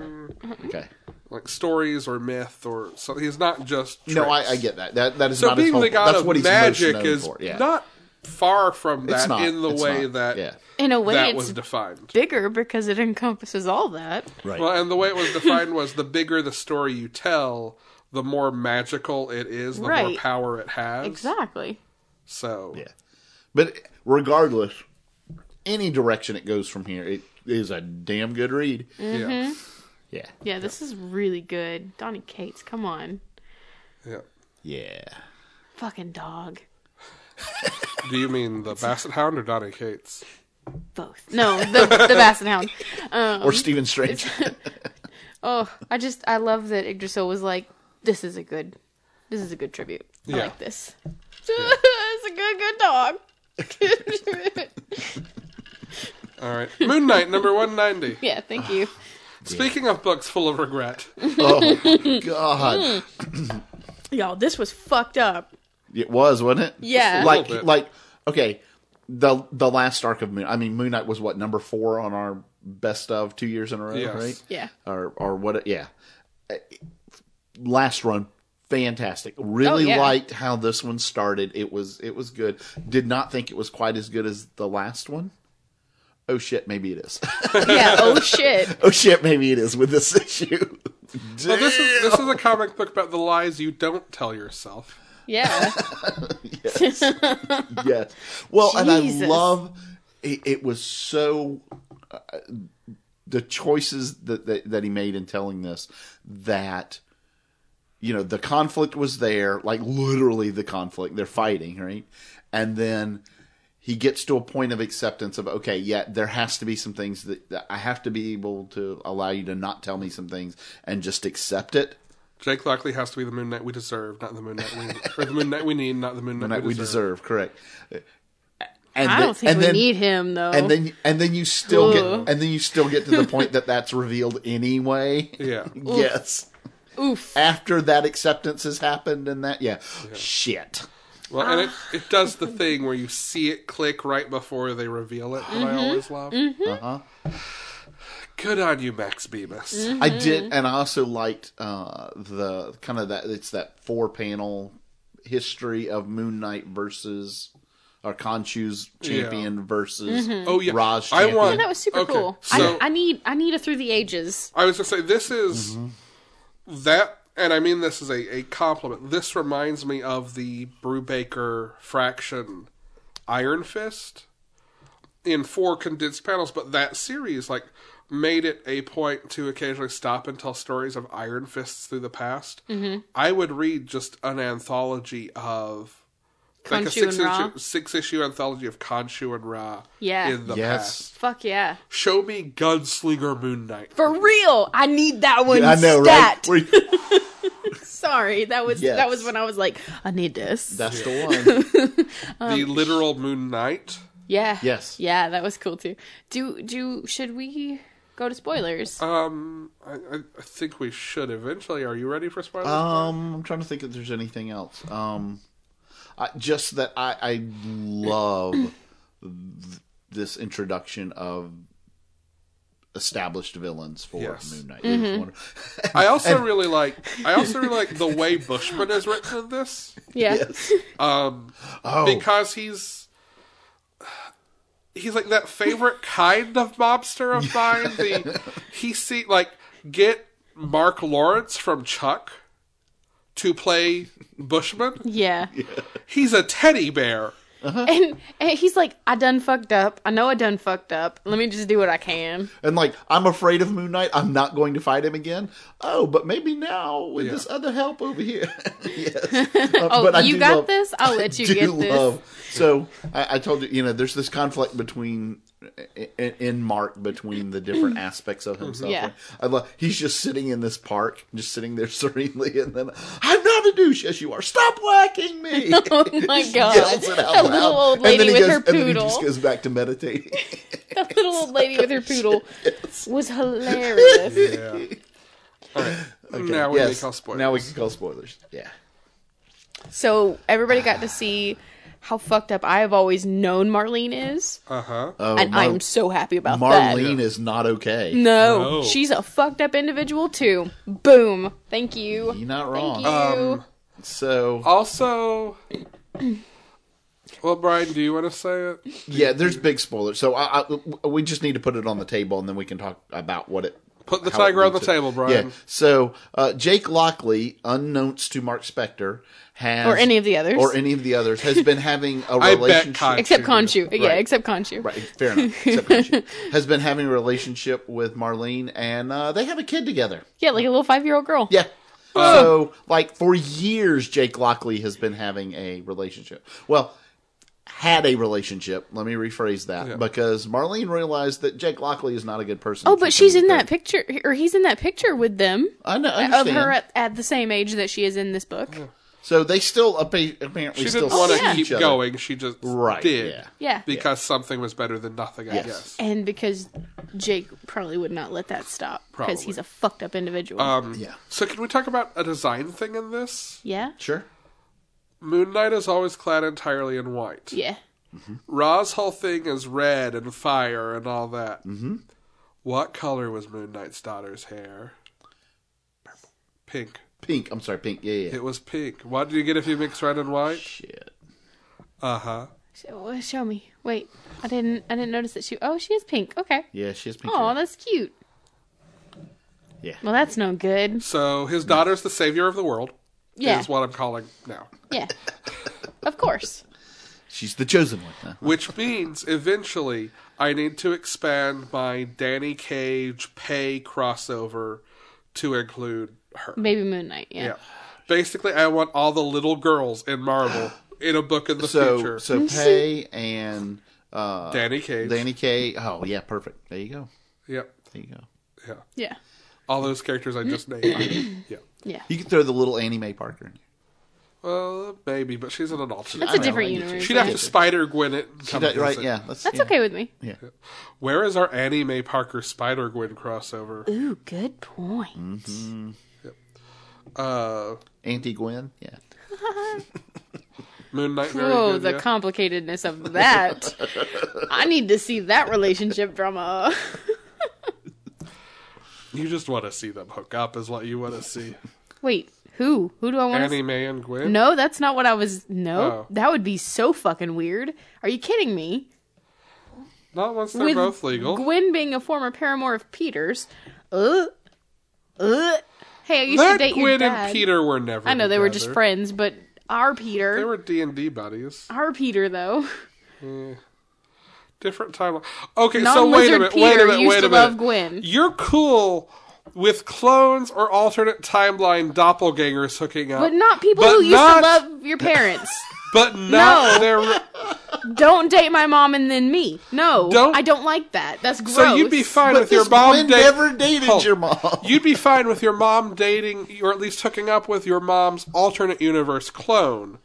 S3: Okay,
S2: Like stories or myth or so he's not just
S3: no, I, I
S2: tricks.
S3: get that. That that is
S2: So
S3: not his
S2: being
S3: whole.
S2: the god
S3: that's
S2: of
S3: what he's
S2: magic
S3: most known
S2: is
S3: for. Yeah.
S2: not far from
S3: It's
S2: that
S3: not,
S2: in the
S3: it's
S2: way
S3: not.
S2: that
S3: yeah,
S1: in a way,
S2: that
S1: it's
S2: was defined.
S1: bigger because it encompasses all that.
S3: right.
S2: Well, and the way it was defined was the bigger the story you tell, the more magical it is, the
S1: Right.
S2: more power it has.
S1: Exactly.
S2: So,
S3: yeah, but regardless, any direction it goes from here, it is a damn good read.
S2: yeah,
S3: Yeah,
S1: Mm. Yeah, this is really good. Donnie Cates, come on,
S2: yeah.
S3: yeah.
S1: fucking dog.
S2: Do you mean the Basset Hound or Donny Cates?
S1: both. No, the the Basset Hound.
S3: Or Stephen Strange.
S1: Oh, I just I love that Yggdrasil was like, this is a good, this is a good tribute. I
S2: Yeah.
S1: like this. a good, good dog.
S2: All right. Moon Knight, number 190.
S1: yeah, thank you.
S2: Speaking of books full of regret,
S3: Oh
S1: Mm.
S3: God,
S1: Y'all, this was fucked up.
S3: it was, wasn't it?
S1: Yeah.
S3: Like,
S2: Just a little bit.
S3: like, okay, the the last arc of Moon. I mean, Moon Knight was what number four on our best of two years in a row,
S2: Yes.
S3: right?
S1: Yeah.
S3: Or or what? Yeah. Uh, Last run, fantastic. Really
S1: Oh, yeah.
S3: liked how this one started. It was it was good. Did not think it was quite as good as the last one. Oh shit, maybe it is.
S1: Yeah, oh shit.
S3: oh shit, maybe it is with this issue.
S2: well, this is this is a comic book about the lies you don't tell yourself.
S1: Yeah.
S3: yes. Well, and I
S1: Jesus.
S3: love it, it was so uh, the choices that, that that he made in telling this that you know the conflict was there, like literally the conflict they're fighting, right? And then he gets to a point of acceptance of okay, yeah, there has to be some things that, that I have to be able to allow you to not tell me some things and just accept it.
S2: Jake Lockley has to be the Moon Knight we deserve, not the Moon Knight we or the Moon Knight we need, not the Moon Knight
S3: That
S2: we
S3: we
S2: deserve.
S3: deserve, correct? And
S1: I
S3: then-
S1: don't think
S3: and
S1: we
S3: then-
S1: need him though.
S3: and then and then you still
S1: Ugh.
S3: get and then you still get to the point that that's revealed anyway.
S2: Yeah.
S3: yes.
S1: Oof.
S3: After that acceptance has happened and that yeah. Shit.
S2: Well, and it, it does
S1: Ah.
S2: the thing where you see it click right before they reveal it, that I
S1: Mm-hmm.
S2: always love.
S3: Uh-huh.
S2: Good on you, Max Bemis.
S1: Mm-hmm.
S3: I did and I also liked uh the kind of that it's that four panel history of Moon Knight versus or Khonshu's champion versus
S2: Oh, yeah.
S3: Raj
S2: I
S3: champion.
S2: want-
S1: Yeah, that was super
S2: Okay,
S1: cool.
S2: so-
S1: I, I need I need a through the ages.
S2: I was gonna say this is that, and I mean this is a, a compliment. This reminds me of the Brubaker Fraction Iron Fist in four condensed panels, but that series like made it a point to occasionally stop and tell stories of Iron Fists through the past. Mm-hmm. I would read just an anthology of like a
S1: Khonshu and
S2: six
S1: Ra.
S2: issue, six issue anthology of Khonshu and Ra
S1: Yeah.
S2: in the
S3: Yes.
S2: past.
S1: Fuck yeah.
S2: Show me Gunslinger Moon Knight.
S1: For real. I need that one.
S3: I know,
S1: stat.
S3: right? Where-
S1: Sorry, that was
S3: Yes.
S1: that was when I was like, I need this.
S3: That's the one.
S2: the literal Moon Knight.
S1: yeah.
S3: Yes.
S1: Yeah, that was cool too. Do do should we go to spoilers?
S3: Uh,
S2: Um, I, I- I think we should eventually. Are you ready for spoilers?
S3: Um, I'm trying to think if there's anything else. Um, I, just that I, I love th- this introduction of established villains for
S2: Yes.
S3: Moon Knight. It
S1: Mm-hmm.
S3: was wonderful.
S2: I also really like. I also really like the way Bushman is written in this
S1: yeah.
S2: um,
S3: oh,
S2: because he's he's like that favorite kind of mobster of mine. The he see like get Mark Lawrence from Chuck to play Bushman.
S1: Yeah.
S2: He's a teddy bear.
S1: And, and he's like, I done fucked up. I know I done fucked up. Let me just do what I can.
S3: and like I'm afraid of Moon Knight. I'm not going to fight him again. Oh, but maybe now with this other help over here. yes. Uh,
S1: Oh,
S3: but I
S1: you
S3: do
S1: got
S3: love-
S1: this? I'll let you get this.
S3: So I, I told you, you know, there's this conflict between in, in Mark between the different aspects of himself.
S1: Yeah.
S3: I love. He's just sitting in this park, just sitting there serenely, and then I'm not a douche. Yes, you are. Stop whacking me.
S1: Oh my god.
S3: Yells it out
S1: A little
S3: loud.
S1: old
S3: And then
S1: lady
S3: he
S1: with
S3: goes-
S1: her
S3: And then he
S1: poodle.
S3: just goes back to meditating.
S1: That little old lady with her poodle was hilarious.
S2: Yeah. All right. Now we
S3: Yes.
S2: make all spoilers.
S3: Now we can call spoilers. Yeah.
S1: So everybody got to see how fucked up I have always known Marlene is,
S2: Uh huh.
S3: Oh,
S1: and
S3: Mar-
S1: I'm so happy about that.
S3: Marlene is not okay.
S1: No,
S2: No.
S1: she's a fucked up individual too. Boom. Thank you.
S3: You're not
S1: Thank
S3: wrong.
S1: you.
S3: Um, So
S2: Also, well, Brian, do you want to say it?
S3: Yeah, there's big spoilers. So I, I, we just need to put it on the table, and then we can talk about what it.
S2: Put the
S3: how it
S2: tiger on the
S3: leads to-
S2: table, Brian.
S3: Yeah. So uh, Jake Lockley, unknownst to Mark Spector, has
S1: Or any of the others.
S3: or any of the others, has been having a
S2: bet
S3: relationship.
S2: Conchu.
S1: Except Conchu. Yeah,
S3: Right.
S1: except Conchu.
S3: Right, fair enough. Except Conchu. has been having a relationship with Marlene, and uh, they have a kid together.
S1: Yeah, like a little five year old girl.
S3: Yeah. So, like, for years, Jake Lockley has been having a relationship. Well, had a relationship. Let me rephrase that because Marlene realized that Jake Lockley is not a good person.
S1: Oh,
S3: to
S1: but
S3: keep
S1: she's
S3: him
S1: in
S3: with
S1: that
S3: her.
S1: picture, or he's in that picture with them
S3: I know. I
S1: of
S3: understand. Oh.
S1: her at, at the same age that she is in this book.
S3: So they still appa- apparently
S2: She
S3: still
S2: didn't want to
S3: see
S1: yeah.
S2: keep
S3: each other.
S2: going. She just
S3: Right,
S2: did.
S3: yeah.
S1: Yeah.
S2: Because something was better than nothing, I
S3: Yes.
S2: guess.
S1: And because Jake probably would not let that stop because
S2: Probably.
S1: he's a fucked up individual.
S2: Um,
S3: Yeah.
S2: So, can we talk about a design thing in this?
S1: yeah.
S3: Sure.
S2: Moon Knight is always clad entirely in white.
S1: Yeah.
S2: Ra's whole thing is red and fire and all that. Mm-hmm. What color was Moon Knight's daughter's hair? Pink.
S3: Pink. I'm sorry, pink. Yeah, yeah.
S2: It was pink. What do you get if you mix red and white?
S3: Shit.
S2: Uh huh.
S1: So, uh, show me. Wait, I didn't. I didn't notice that she. Oh, she is pink. Okay.
S3: Yeah, she has pink.
S1: Oh,
S3: hair.
S1: that's cute.
S3: Yeah.
S1: Well, that's no good.
S2: So his daughter's the savior of the world.
S1: Yeah.
S2: Is what I'm calling now.
S1: Yeah. of course.
S3: She's the chosen one. Huh?
S2: Which means eventually I need to expand my Danny Cage pay crossover to include her.
S1: Maybe Moon Knight. Yeah.
S2: Yeah. Basically, I want all the little girls in Marvel in a book in the
S3: So
S2: future.
S3: so Pay and uh,
S2: Danny Cage.
S3: Danny Kay. Oh yeah, perfect. There you go.
S2: Yep.
S3: There you go.
S2: Yeah.
S1: Yeah.
S2: All those characters I just named. yeah.
S1: Yeah.
S3: You can throw the little anime Parker in. here.
S2: Well, maybe, but she's in an alternate.
S1: That's a
S3: know,
S1: different
S3: I need to-
S1: universe.
S2: She'd have
S1: yeah.
S2: to Spider Gwen it. and come
S3: That- right?
S2: visit.
S3: Yeah. That's,
S1: That's
S3: yeah.
S1: okay with me.
S3: Yeah.
S2: Where is our anime Parker Spider Gwen crossover?
S1: Ooh, good point.
S2: Mm-hmm. Uh,
S3: Auntie Gwen. Yeah.
S2: Moon Knight. Very
S1: Oh,
S2: good,
S1: the
S2: yeah.
S1: complicatedness of that. I need to see that relationship drama.
S2: you just want to see them hook up, is what you want to see.
S1: Wait, who? Who do I want to see?
S2: anime and Gwen.
S1: No, that's not what I was. No,
S2: Oh.
S1: that would be so fucking weird. Are you kidding me?
S2: Not once they're both legal.
S1: Gwen being a former paramour of Peter's. Uh, uh. Hey, I used to
S2: that
S1: date your
S2: Gwen
S1: dad.
S2: and Peter were never.
S1: I know they were just
S2: together.
S1: friends, but our Peter,
S2: They were D and D buddies.
S1: our Peter though,
S2: Different timeline. Okay, so wait a
S1: non-lizard
S2: minute.
S1: Peter
S2: wait a minute.
S1: used
S2: Wait
S1: to
S2: a
S1: love
S2: minute.
S1: Gwen.
S2: You're cool with clones or alternate timeline doppelgangers hooking up,
S1: But not people
S2: But
S1: who used
S2: not-
S1: to love your parents.
S2: but not
S1: No.
S2: their.
S1: don't date my mom and then me. No,
S2: Don't-
S1: I don't like that. That's gross.
S2: So you'd be fine
S3: But
S2: with your
S3: this
S2: mom
S3: Gwen
S2: da-
S3: never dated
S2: Hold.
S3: your mom.
S2: You'd be fine with your mom dating, or at least hooking up with your mom's alternate universe clone.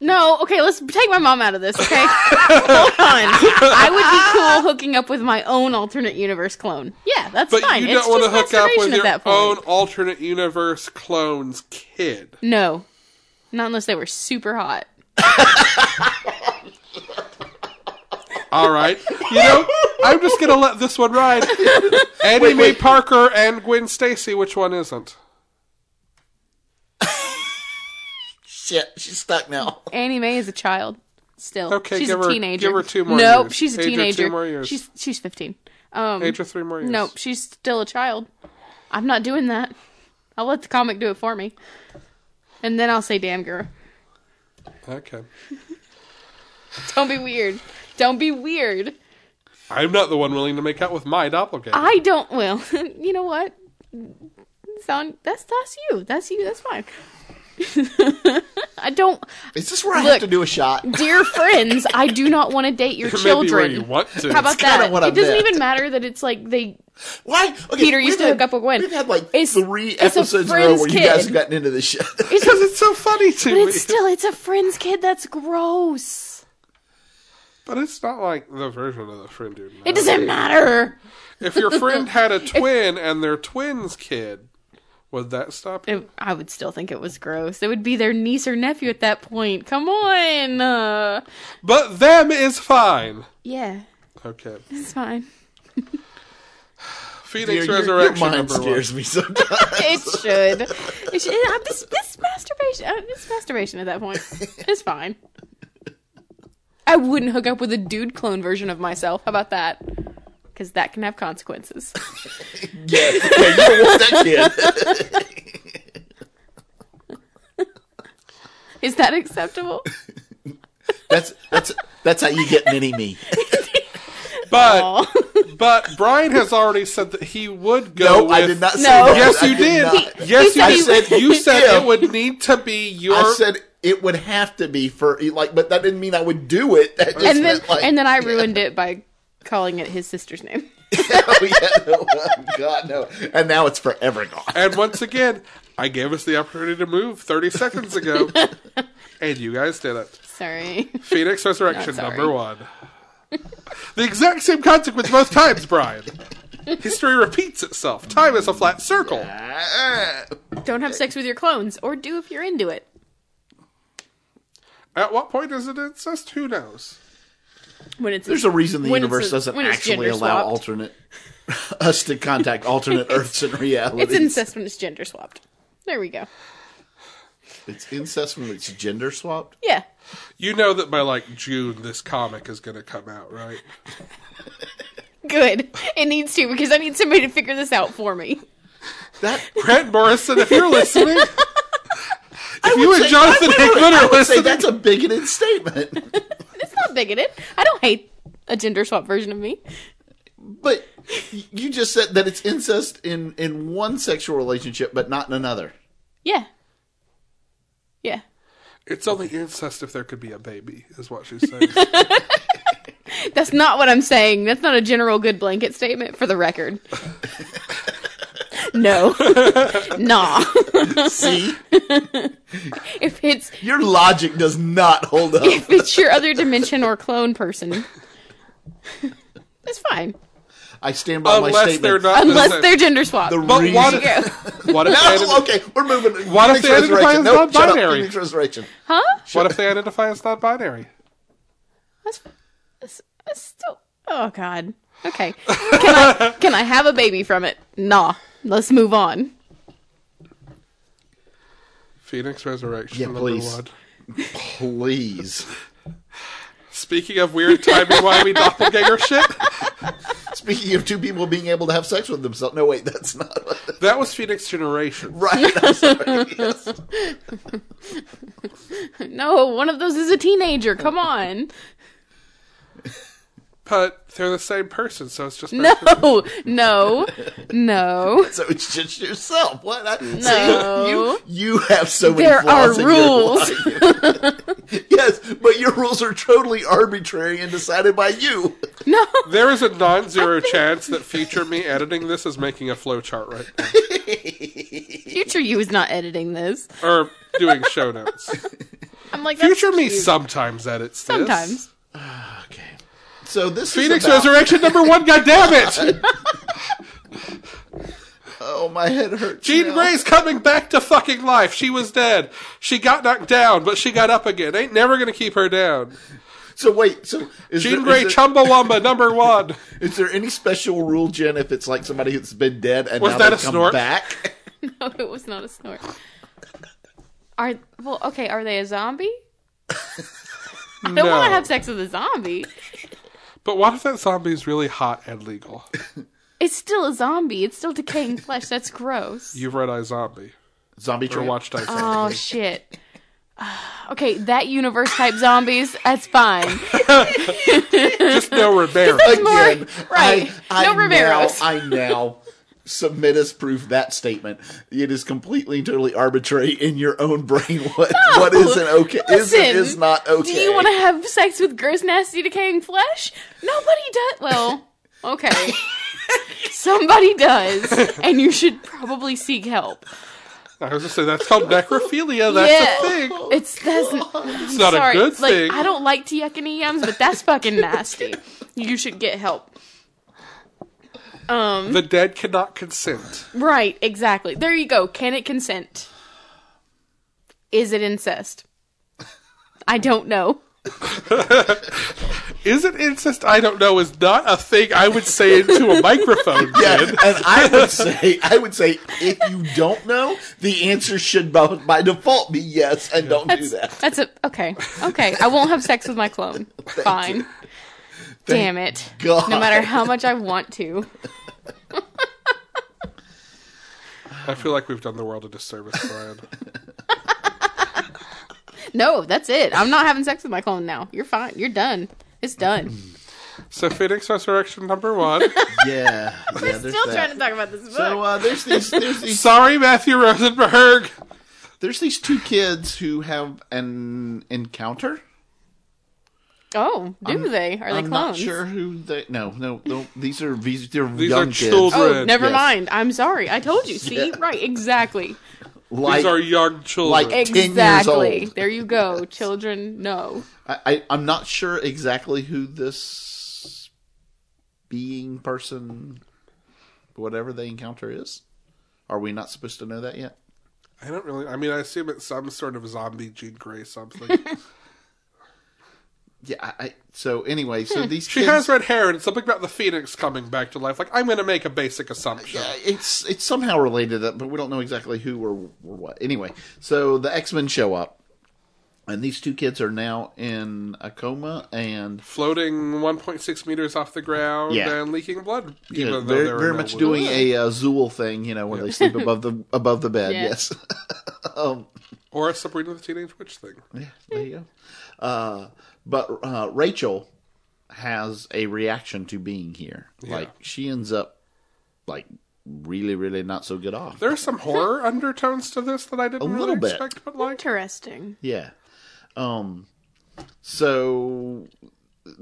S1: No, okay, let's take my mom out of this, okay? Hold on. I would be cool hooking up with my own alternate universe clone. Yeah, that's
S2: But
S1: fine.
S2: you
S1: it's
S2: don't want to
S1: just
S2: hook up
S1: masturbation
S2: with
S1: at
S2: your
S1: that point.
S2: own alternate universe clone's kid.
S1: No. Not unless they were super hot.
S2: All right, you know, I'm just gonna let this one ride. Annie Mae Parker and Gwen Stacy. Which one isn't?
S3: Shit. She's stuck now.
S1: Annie Mae is a child. Still.
S2: Okay,
S1: she's
S2: give
S1: a
S2: her-
S1: teenager.
S2: give her two more
S1: Nope,
S2: years.
S1: she's a
S2: Age her two
S1: teenager.
S2: more years.
S1: She's she's fifteen. Um
S2: Age of three more years.
S1: Nope, she's still a child. I'm not doing that. I'll let the comic do it for me. And then I'll say damn girl.
S2: Okay.
S1: Don't be weird. Don't be weird.
S2: I'm not the one willing to make out with my doppelganger.
S1: I don't. Well, you know what? Sound that's that's you. That's you. That's fine. I don't,
S3: Is this where I
S1: Look.
S3: have to do a shot?
S1: dear friends. I do not want to date your
S2: Maybe
S1: children.
S2: where you want to.
S1: How about
S3: kinda
S1: that?
S3: what I
S1: it doesn't
S3: meant.
S1: even matter that it's like they.
S3: Why? Okay,
S1: Peter used
S3: we've
S1: to hook up with Gwen.
S3: We've had like
S1: It's-
S3: three
S1: it's a
S3: episodes in a row
S1: friend's
S3: where you guys
S1: kid.
S3: have gotten into this shit.
S1: It's
S2: because
S1: just,
S2: it's so funny to
S1: but
S2: me.
S1: it's still it's a friend's kid. That's gross.
S2: but it's not like the version of the friend dude.
S1: It doesn't matter.
S2: If your friend had a twin and their twin's kid, would that stop you?
S1: It- I would still think it was gross. It would be their niece or nephew at that point. Come on. Uh,
S2: But them is fine.
S1: yeah,
S2: Okay.
S1: it's fine.
S2: Phoenix
S3: your, your
S2: Resurrection
S3: mind
S2: number
S3: scares me sometimes.
S1: it should. It should. I'm just, it's masturbation. uh, It's masturbation at that point. It's fine. I wouldn't hook up with a dude clone version of myself. How about that? Because that can have consequences.
S3: yeah, yeah, you don't want that kid.
S1: Is that acceptable?
S3: That's that's that's how you get mini me.
S2: one. But
S1: Aw.
S2: but Brian has already said that he would go.
S3: No,
S2: with,
S3: I did not say
S1: No.
S3: that.
S2: Yes,
S3: I
S2: you did.
S3: not.
S2: Yes,
S1: He
S2: you
S1: said
S2: did.
S3: he would-
S2: you said
S3: Yeah.
S2: it would need to be your.
S3: I said it would have to be for like, but that didn't mean I would do it. That just
S1: and then
S3: meant, like,
S1: and then I ruined it by calling it his sister's name.
S3: oh yeah, no, God no. And now it's forever gone.
S2: And once again, I gave us the opportunity to move 30 seconds ago, and you guys did it.
S1: Sorry.
S2: Phoenix Resurrection
S1: Not sorry.
S2: number one. the exact same consequence both times, Brian. History repeats itself. Time is a flat circle.
S1: Don't have sex with your clones, or do if you're into it.
S2: At what point is it incest? Who knows?
S1: When it's
S3: There's a reason the
S1: When it's
S3: universe
S1: a-
S3: doesn't
S1: when it's
S3: actually
S1: gender
S3: allow
S1: swapped.
S3: alternate us to contact alternate Earths and reality.
S1: it's incest when it's gender swapped. There we go.
S3: It's incest when it's gender swapped.
S1: Yeah.
S2: You know that by like June, this comic is going to come out, right?
S1: Good. It needs to because I need somebody to figure this out for me.
S3: That
S2: Grant Morrison, if you're listening, if you and Jonathan Hickman
S3: I
S2: are
S3: would say
S2: listening,
S3: that's a bigoted statement.
S1: It's not bigoted. I don't hate a gender swap version of me.
S3: But you just said that it's incest in in one sexual relationship, but not in another.
S1: Yeah. Yeah.
S2: it's only incest if there could be a baby, is what she's saying.
S1: That's not what I'm saying. That's not a general good blanket statement for the record. No. nah.
S3: See,
S1: If it's
S3: your logic does not hold up.
S1: if it's your other dimension or clone person, that's fine.
S3: I stand by my
S2: Unless
S3: statement.
S2: they're not.
S1: Unless
S2: incest.
S1: they're gender swapped.
S3: The
S2: But
S3: reason-
S2: what,
S1: There you go.
S2: what if they
S3: No,
S2: ident-
S3: okay, we're moving.
S2: What if
S3: Phoenix
S2: they identify
S3: Resurrection.
S2: as
S3: No, shut up,
S2: non-binary?
S3: Phoenix Resurrection.
S1: Huh?
S2: what if they identify as not binary?
S1: That's, that's, that's still. Oh God. Okay. Can I can I have a baby from it? Nah. Let's move on.
S2: Phoenix Resurrection
S3: Yeah,
S2: number
S3: please.
S2: one.
S3: Please.
S2: Speaking of weird timey-wimey doppelganger shit,
S3: Speaking of two people being able to have sex with themselves. No, wait, that's not what-
S2: that was Phoenix Generation.
S3: right. I'm sorry. Yes.
S1: No, one of those is a teenager. Come on.
S2: But they're the same person, so it's just...
S1: No, no, no.
S3: So it's just yourself. What? I, no.
S1: No.
S3: you, you have so many
S1: There
S3: flaws
S1: are
S3: in your life. yes, but your rules are totally arbitrary and decided by you.
S1: No.
S2: There is a non-zero chance that future me editing this is making a flowchart right now.
S1: Future you is not editing this.
S2: Or doing show notes.
S1: I'm like that's
S2: Future me
S1: cute.
S2: sometimes edits this.
S1: Sometimes.
S3: Okay. So this
S2: Phoenix
S3: is about,
S2: Resurrection number one, goddammit!
S3: Oh, my head hurts.
S2: Jean
S3: now.
S2: Grey's coming back to fucking life. She was dead. She got knocked down, but she got up again. Ain't never gonna keep her down.
S3: So wait. So is
S2: Jean
S3: there, is
S2: Grey,
S3: there-
S2: Chumbawamba, number one.
S3: Is there any special rule, Jen, if it's like somebody that's been dead and
S2: Was
S3: now
S2: that
S3: they
S2: a
S3: come
S2: snort?
S3: back?
S1: No, it was not a snort. Are well, okay. Are they a zombie? I don't
S2: No.
S1: want to have sex with a zombie.
S2: But what if that zombie is really hot and legal?
S1: It's still a zombie. It's still decaying flesh. That's gross.
S2: You've read iZombie.
S3: Zombie
S2: Or
S3: trip.
S2: watched iZombie.
S1: Oh shit. okay, that universe type zombies. That's fine.
S2: Just no Romero.
S3: Again,
S1: right.
S3: I, I
S1: No
S3: now,
S1: Riveros.
S3: I now submit as proof that statement. It is completely and totally arbitrary in your own brain what, what isn't okay is
S1: Listen,
S3: and is not
S1: Do
S3: okay.
S1: you want to have sex with gross, nasty, decaying flesh? Nobody does. Well, okay. Somebody does, and you should probably seek help.
S2: I was gonna say that's called necrophilia. That's
S1: Yeah.
S2: a thing.
S1: It's that's
S2: It's not
S1: sorry.
S2: a good
S1: like
S2: thing.
S1: I don't like to yuck any yums, E but that's fucking nasty. You should get help.
S2: The dead cannot consent.
S1: Right, exactly. There you go. Can it consent? Is it incest? I don't know.
S2: Is it incest? I don't know. Is not a thing I would say into a microphone.
S3: Yeah,
S2: Jen.
S3: and I would say, I would say, if you don't know, the answer should by, by default be yes, and don't do that.
S1: That's a okay. Okay, I won't have sex with my clone. Fine. Damn it.
S3: God.
S1: No matter how much I want to.
S2: I feel like we've done the world a disservice, Brian.
S1: No, that's it. I'm not having sex with my clone now. You're fine. You're done. It's done.
S2: so Phoenix Resurrection number one.
S3: Yeah, we're
S1: Still trying to talk about this book.
S3: So uh, there's these, there's these
S2: Sorry, Matthew Rosenberg.
S3: there's these two kids who have an encounter
S1: Oh, do
S3: I'm-
S1: they? Are they
S3: I'm
S1: clones?
S3: not sure who they. No, no, no. These are these, they're
S2: These
S3: young
S2: are
S3: kids.
S2: children.
S1: Oh,
S2: Red,
S1: never
S3: yes.
S1: mind. I'm sorry. I told you. See, right? Exactly.
S3: Like,
S2: These are young children.
S3: like- 10 years
S1: Exactly.
S3: old.
S1: There you go. Children, no.
S3: I, I, I'm not sure exactly who this being person, whatever they encounter, is. Are we not supposed to know that yet?
S2: I don't really. I mean, I assume it's some sort of zombie Jean Grey something.
S3: Yeah. I, I so anyway, so these
S2: she
S3: kids,
S2: has red hair and something about the phoenix coming back to life. Like I'm going to make a basic assumption.
S3: Yeah, uh, it's it's somehow related, to that, but we don't know exactly who or, or what. Anyway, so the X Men show up, and these two kids are now in a coma, and
S2: Floating 1.6 meters off the ground
S3: Yeah.
S2: and leaking blood.
S3: you
S2: Even
S3: know,
S2: though
S3: very,
S2: there are
S3: very
S2: no
S3: much
S2: wounds.
S3: doing a uh, Zool thing, you know, where they sleep above the above the bed.
S1: Yeah.
S3: Yes,
S2: or a Sabrina the Teenage Witch thing.
S3: yeah, there you go. Uh, but uh, Rachel has a reaction to being here. Like she ends up like really, really not so good off.
S2: There are some horror undertones to this that I didn't really
S3: little bit.
S2: expect, but like
S1: Interesting.
S3: Yeah. Um so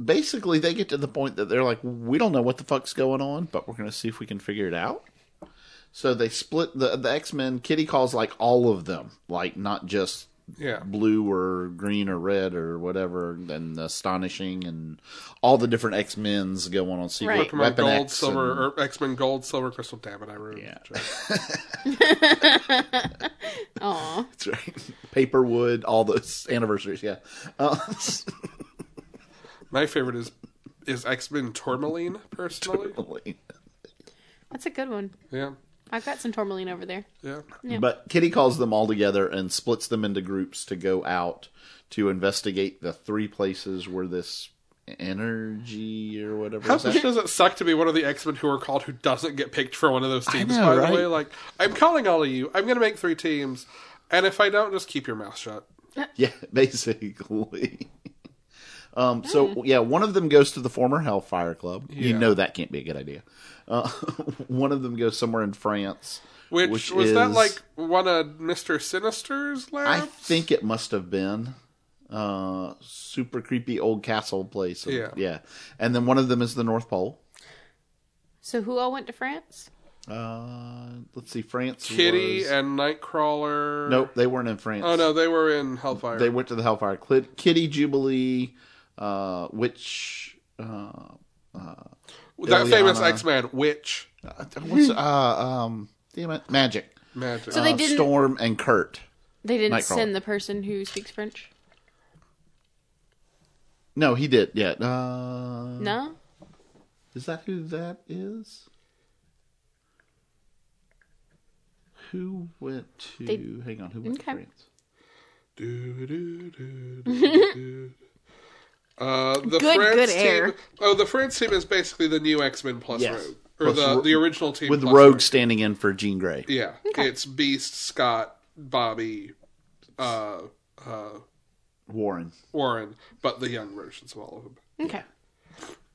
S3: basically they get to the point that they're like we don't know what the fuck's going on, but we're going to see if we can figure it out. So they split the the X-Men Kitty calls like all of them, like not just
S2: yeah.
S3: blue or green or red or whatever and astonishing and all the different X-Men's going on secret
S1: Right.
S2: Pokemon
S3: weapon
S2: Gold,
S3: X
S2: Silver,
S3: and-
S2: or X Men Gold, Silver, Crystal. Damn it, I ruined
S3: Yeah.
S2: it.
S1: Aw.
S3: That's right. Paperwood, all those anniversaries, yeah. Uh,
S2: My favorite is is X Men Tourmaline. Personally,
S1: That's a good one.
S2: yeah,
S1: I've got some tourmaline over there.
S2: yeah.
S3: But Kitty calls them all together and splits them into groups to go out to investigate the three places where this energy or whatever.
S2: How
S3: is at.
S2: much does it suck to be one of the X Men who are called who doesn't get picked for one of those teams?
S3: know,
S2: by
S3: right?
S2: the way, like I'm calling all of you. I'm going to make three teams, and if I don't, just keep your mouth shut.
S3: Yeah, basically. Um,
S2: Hmm.
S3: so yeah, one of them goes to the former Hellfire Club. You
S2: Yeah.
S3: know that can't be a good idea. Uh, one of them goes somewhere in France,
S2: Which,
S3: Which
S2: was that
S3: is-
S2: like one of Mister Sinister's
S3: I
S2: lab?
S3: think it must have been uh, super creepy old castle place.
S2: Yeah.
S3: yeah. And then one of them is the North Pole.
S1: So who all went to France?
S3: Uh, let's see, France.
S2: Kitty
S3: was-
S2: and Nightcrawler.
S3: Nope, they weren't in France.
S2: Oh no, they were in Hellfire.
S3: they went to the Hellfire. Cl- Kitty Jubilee, uh, which uh,
S2: that famous
S3: Ileana.
S2: X Man witch
S3: what's uh, um, damn it, Magic,
S2: magic.
S1: So Hmm. they
S3: uh,
S1: didn't.
S3: Storm, and Kurt.
S1: They didn't
S3: Nightcrawler.
S1: send the person who speaks French.
S3: No, he did. Yeah. Uh,
S1: No.
S3: Is that who that is? Who went to?
S1: They-
S3: hang on. Who went
S1: Okay.
S3: to France?
S2: Do, do, do, do, do. Uh, the
S1: Good-
S2: France
S1: good
S2: team,
S1: air.
S2: Oh, the France team is basically the new X Men plus
S3: Yes.
S2: Rogue, or
S3: Plus
S2: the,
S3: Ro-
S2: the original team
S3: With
S2: plus
S3: Rogue standing in for Jean Grey.
S2: Rogue. Yeah, it's Beast, Scott, Bobby, uh, uh,
S3: Warren.
S2: Warren, but the young versions of all of them.
S1: Okay.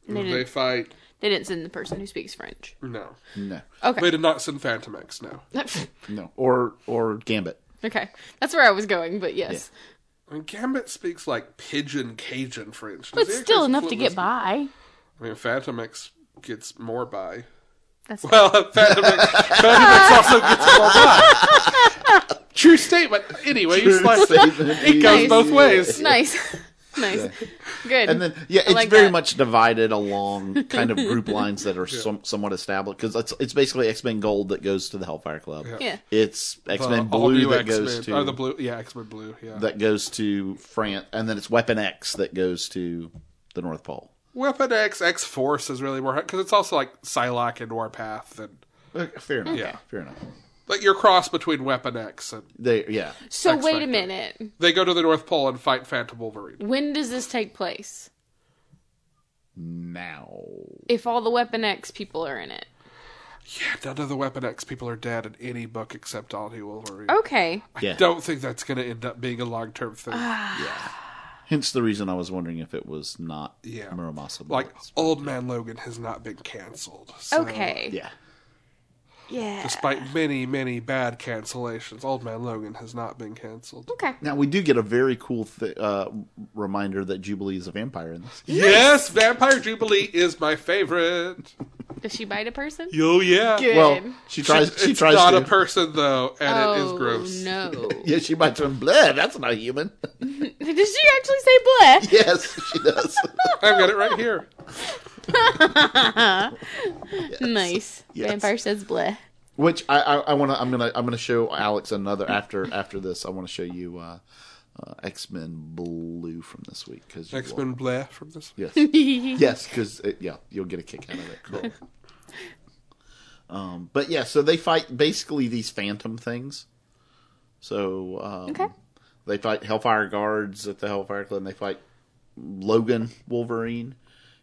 S1: They
S2: They
S1: didn't.
S2: fight.
S1: They didn't send the person who speaks French.
S2: No,
S3: No.
S2: they
S1: Okay.
S2: did not send Phantom X. No,
S3: No. Or or Gambit.
S1: okay. That's where I was going, but yes,
S2: I mean, Gambit speaks like pigeon Cajun French.
S1: but still enough to get by.
S2: I mean, Phantom X gets more by.
S1: That's
S2: Well, Phantom X, Phantom X also gets more by. True statement. Anyway, you slice it. It goes
S1: Nice.
S2: both ways.
S1: nice, nice, good.
S3: And then, yeah, it's
S1: like
S3: very
S1: that.
S3: much divided along kind of group lines that are some, somewhat established because it's, it's basically X Men Gold that goes to the Hellfire Club.
S1: yeah.
S3: It's X
S2: The
S3: Men
S2: all
S3: Blue
S2: new
S3: that
S2: X-Men-
S3: goes to
S2: oh, the blue. Yeah, X Men Blue. Yeah.
S3: that goes to France, and then it's Weapon X that goes to the North Pole.
S2: Weapon X X Force is really more because it's also like Psylocke and Warpath and
S3: Fair enough.
S2: Yeah.
S3: fair enough.
S2: like your cross between Weapon X and
S3: They, yeah,
S1: So wait a
S2: Factor.
S1: minute.
S2: they go to the North Pole and fight Phantom Wolverine.
S1: When does this take place?
S3: now
S1: If all the Weapon X people are in it.
S2: Yeah, none of the Weapon X people are dead in any book except All New Wolverine.
S1: Okay.
S3: Yeah.
S2: Don't think that's going to end up being a long term thing.
S3: Hence the reason I was wondering if it was not
S2: Yeah.
S3: Muramasa.
S2: "Oh, like Old Man Logan has not been canceled. So.
S1: Okay.
S3: yeah,
S1: Yeah.
S2: Despite many, many bad cancellations, Old Man Logan has not been canceled.
S1: okay.
S3: Now we do get a very cool th- uh, reminder that Jubilee is a vampire in this.
S2: Yes, Vampire Jubilee is my favorite.
S1: Does she bite a person?
S2: Yo, yeah.
S1: Good.
S3: Well, she tries. She,
S2: it's
S3: tries
S2: not
S3: to.
S2: a person though, and it is gross.
S1: Oh, no.
S3: yeah, she bites her in blood. That's not human.
S1: Did she actually say bleh?
S3: yes, she does.
S2: I've got it right here.
S1: Nice.
S3: Yes.
S1: Vampire says bleh.
S3: Which I, I, I want to. I'm gonna. I'm gonna show Alex another after after this. I want to show you uh, uh, X Men Blue from this week because
S2: X Men Blair from this.
S3: Yes. yes, because yeah, you'll get a kick out of it. Cool. um, but yeah, so they fight basically these phantom things. So um,
S1: Okay.
S3: they fight Hellfire guards at the Hellfire Club. and They fight Logan Wolverine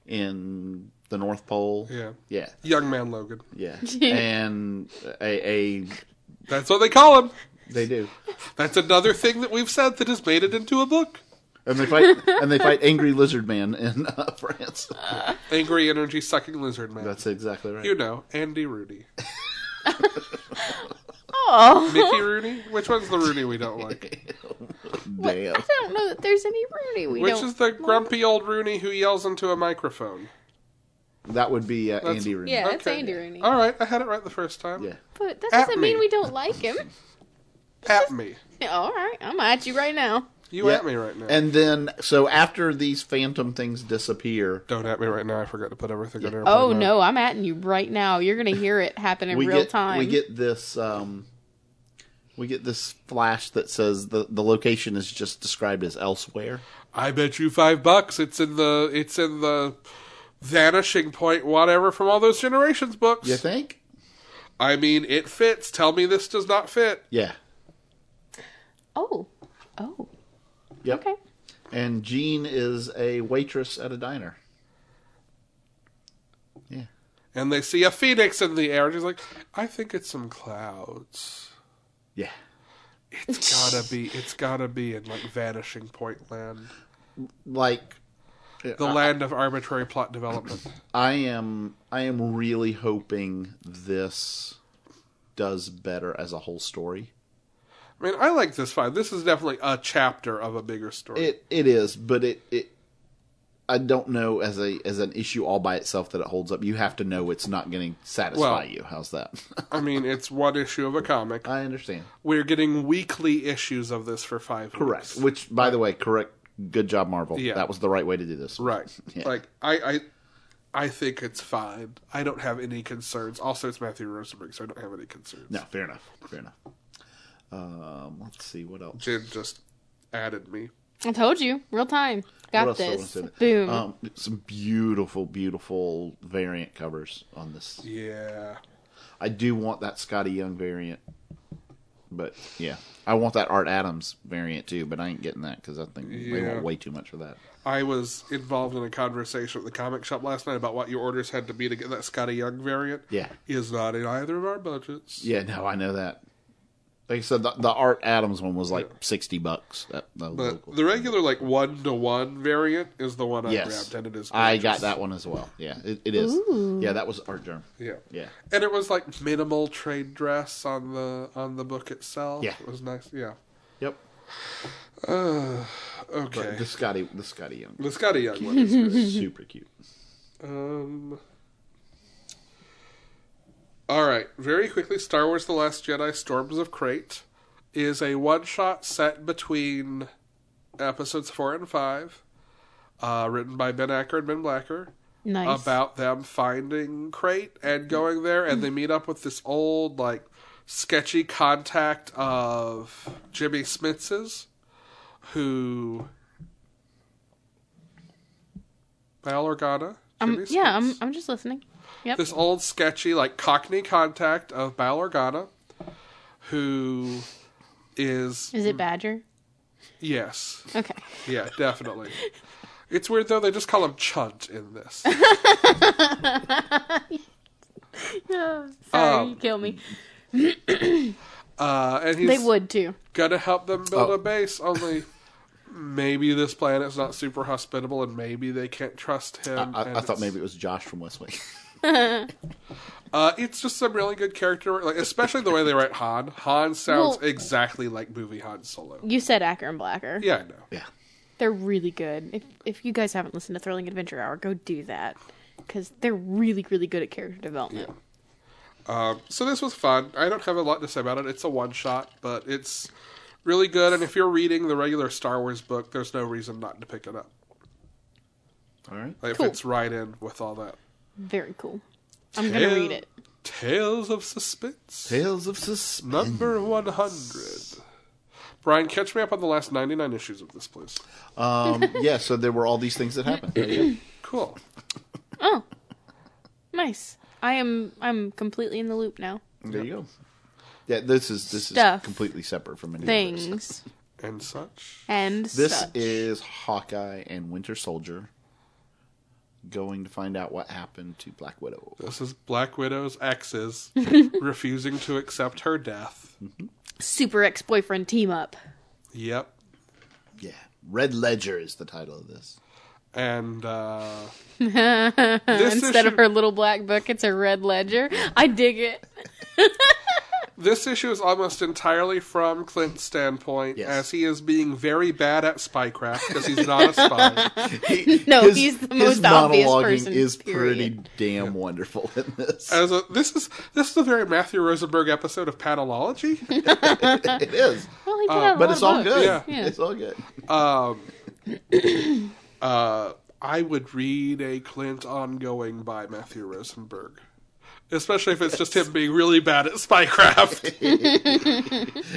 S3: in the North Pole.
S2: Yeah.
S3: Yeah.
S2: Young Man Logan.
S3: Yeah. and a, a
S2: That's what they call him.
S3: they do.
S2: That's another thing that we've said that has made it into a book.
S3: And they fight and they fight Angry Lizard Man in uh, France.
S2: Angry energy sucking lizard man.
S3: That's exactly right.
S2: you know, Andy Rooney.
S1: Oh.
S2: Mickey Rooney? Which one's the Rooney we don't like?
S3: Damn.
S1: I don't know that there's any Rooney we
S2: Which
S1: don't.
S2: is the grumpy old Rooney who yells into a microphone.
S3: That would be uh,
S2: That's-
S3: Andy Rooney.
S1: yeah, that's Andy Rooney.
S2: All right, I had it right the first time.
S3: Yeah.
S1: But that
S2: At
S1: doesn't
S2: me.
S1: mean we don't like him.
S2: At me.
S1: All right, I'm at you right now.
S2: You
S3: Yeah.
S2: at me right now.
S3: And then, so after these phantom things disappear,
S2: don't at me right now. I forgot to put everything on airplane.
S1: Oh
S2: mode.
S1: no, I'm at you right now. You're gonna hear it happen in
S3: we
S1: real
S3: get
S1: time.
S3: we get this um, we get this flash that says the the location is just described as elsewhere.
S2: I bet you five bucks. It's in the it's in the vanishing point, whatever, from all those generations books.
S3: You think?
S2: I mean, it fits. Tell me this does not fit.
S3: Yeah.
S1: oh, oh,
S3: Yep.
S1: okay.
S3: And Jean is a waitress at a diner. Yeah.
S2: And they see a phoenix in the air, and he's like, "I think it's some clouds.
S3: Yeah.
S2: It's gotta be. It's gotta be in like vanishing point land,
S3: Like
S2: the land of arbitrary plot development."
S3: I am I am really hoping this does better as a whole story.
S2: I mean, I like this fine. This is definitely a chapter of a bigger story.
S3: It it is, but it it I don't know as a as an issue all by itself that it holds up. You have to know it's not going to satisfy
S2: Well-
S3: you. How's that?
S2: I mean, it's one issue of a comic.
S3: I understand.
S2: We're getting weekly issues of this for five.
S3: Correct.
S2: weeks.
S3: Which, by the way, correct. Good job, Marvel.
S2: Yeah.
S3: That was the right way to do this.
S2: Right.
S3: Yeah.
S2: Like I, I I think it's fine. I don't have any concerns. Also it's Matthew Rosenberg, so I don't have any concerns.
S3: No, fair enough. Fair enough. Um, let's see what else.
S2: Jin just added me.
S1: I told you, real time.
S3: What
S1: Got
S3: else do I wanna
S1: this.
S3: say?
S1: Boom.
S3: Um, some beautiful, beautiful variant covers on this.
S2: Yeah.
S3: I do want that Scotty Young variant, but yeah, I want that Art Adams variant too. But I ain't getting that because I think they
S2: Yeah.
S3: want way too much for that.
S2: I was involved in a conversation at the comic shop last night about what your orders had to be to get that Scotty Young variant.
S3: Yeah.
S2: Is not in either of our budgets.
S3: Yeah, no, I know that. Like I said, the, the Art Adams one was like sixty bucks. That, that was
S2: But
S3: local.
S2: the regular like one to one variant is the one I
S3: yes,
S2: grabbed and it is
S3: I got
S2: gorgeous.
S3: that one as well. Yeah, it, it is. Yeah, that was Art Germ.
S2: Yeah.
S3: Yeah,
S2: And it was like minimal trade dress on the on the book itself.
S3: Yeah.
S2: It was nice. Yeah.
S3: yep.
S2: Okay.
S3: But the Scotty, the Scotty Young,
S2: The Scotty Young one is good.
S3: super cute.
S2: Um. All right. Very quickly, Star Wars: The Last Jedi: Storms of Crate is a one-shot set between episodes four and five, uh, written by Ben Acker and Ben Blacker,
S1: nice.
S2: about them finding Crate and going there, and they meet up with this old like sketchy contact of Jimmy Smits's, who. Val Organa?
S1: I'm,
S2: Jimmy
S1: Um, yeah,
S2: Smits?
S1: I'm. I'm just listening. Yep.
S2: this old sketchy like cockney contact of Bal Organa who is
S1: Is it Badger?
S2: yes
S1: Okay.
S2: yeah definitely it's weird though they just call him chunt in this
S1: Oh, sorry,
S2: Um,
S1: you kill me.
S2: uh, and he's
S1: They would too.
S2: gonna help them build
S3: Oh.
S2: a base only maybe this planet's not super hospitable and maybe they can't trust him
S3: I,
S2: and
S3: I thought
S2: it's-
S3: maybe it was Josh from West Wing.
S2: Uh, it's just some really good character, work, like especially the way they write Han. Han sounds
S1: Well-
S2: exactly like movie Han Solo.
S1: You said Acker and Blacker.
S2: Yeah, I know.
S3: Yeah.
S1: They're really good. If if you guys haven't listened to Thrilling Adventure Hour, go do that because they're really really good at character development.
S2: Um, so this was fun. I don't have a lot to say about it. It's a one shot, but it's really good. And if you're reading the regular Star Wars book, there's no reason not to pick it up.
S3: All right.
S2: Like,
S1: Cool.
S2: It fits right in with all that.
S1: Very cool. I'm gonna
S2: Tale-
S1: read it.
S2: Tales of Suspense.
S3: Tales of Suspense.
S2: Number 100. Brian, catch me up on the last 99 issues of this, please.
S3: Um, yeah, so there were all these things that happened. Yeah.
S2: Cool.
S1: Nice. I am I'm completely in the loop now.
S3: There you go. Yeah, this is this
S1: Stuff.
S3: is completely separate from any of this.
S1: Things
S2: And such.
S1: and
S3: This
S1: such.
S3: is Hawkeye and Winter Soldier going to find out what happened to Black Widow.
S2: This is Black Widow's exes refusing to accept her death.
S1: super ex boyfriend team up.
S2: Yep.
S3: Yeah. Red Ledger is the title of this.
S2: And uh, this
S1: Instead
S2: issue,
S1: of her little black book, it's a red ledger. I dig it.
S2: this issue is almost entirely from Clint's standpoint,
S3: Yes.
S2: as he is being very bad at spycraft because he's not a spy.
S1: No, he's the most obvious person,
S3: is pretty
S1: period.
S3: damn wonderful in this.
S2: As a, this is this is the very Matthew Rosenberg episode of panology.
S1: Uh,
S3: it is.
S1: Well, he put out a lot
S3: Uh, But
S1: of
S3: it's all
S1: books.
S3: good.
S2: Yeah.
S1: Yeah.
S3: It's all good.
S2: uh, I would read a Clint ongoing by Matthew Rosenberg, especially if it's just him being really bad at spycraft.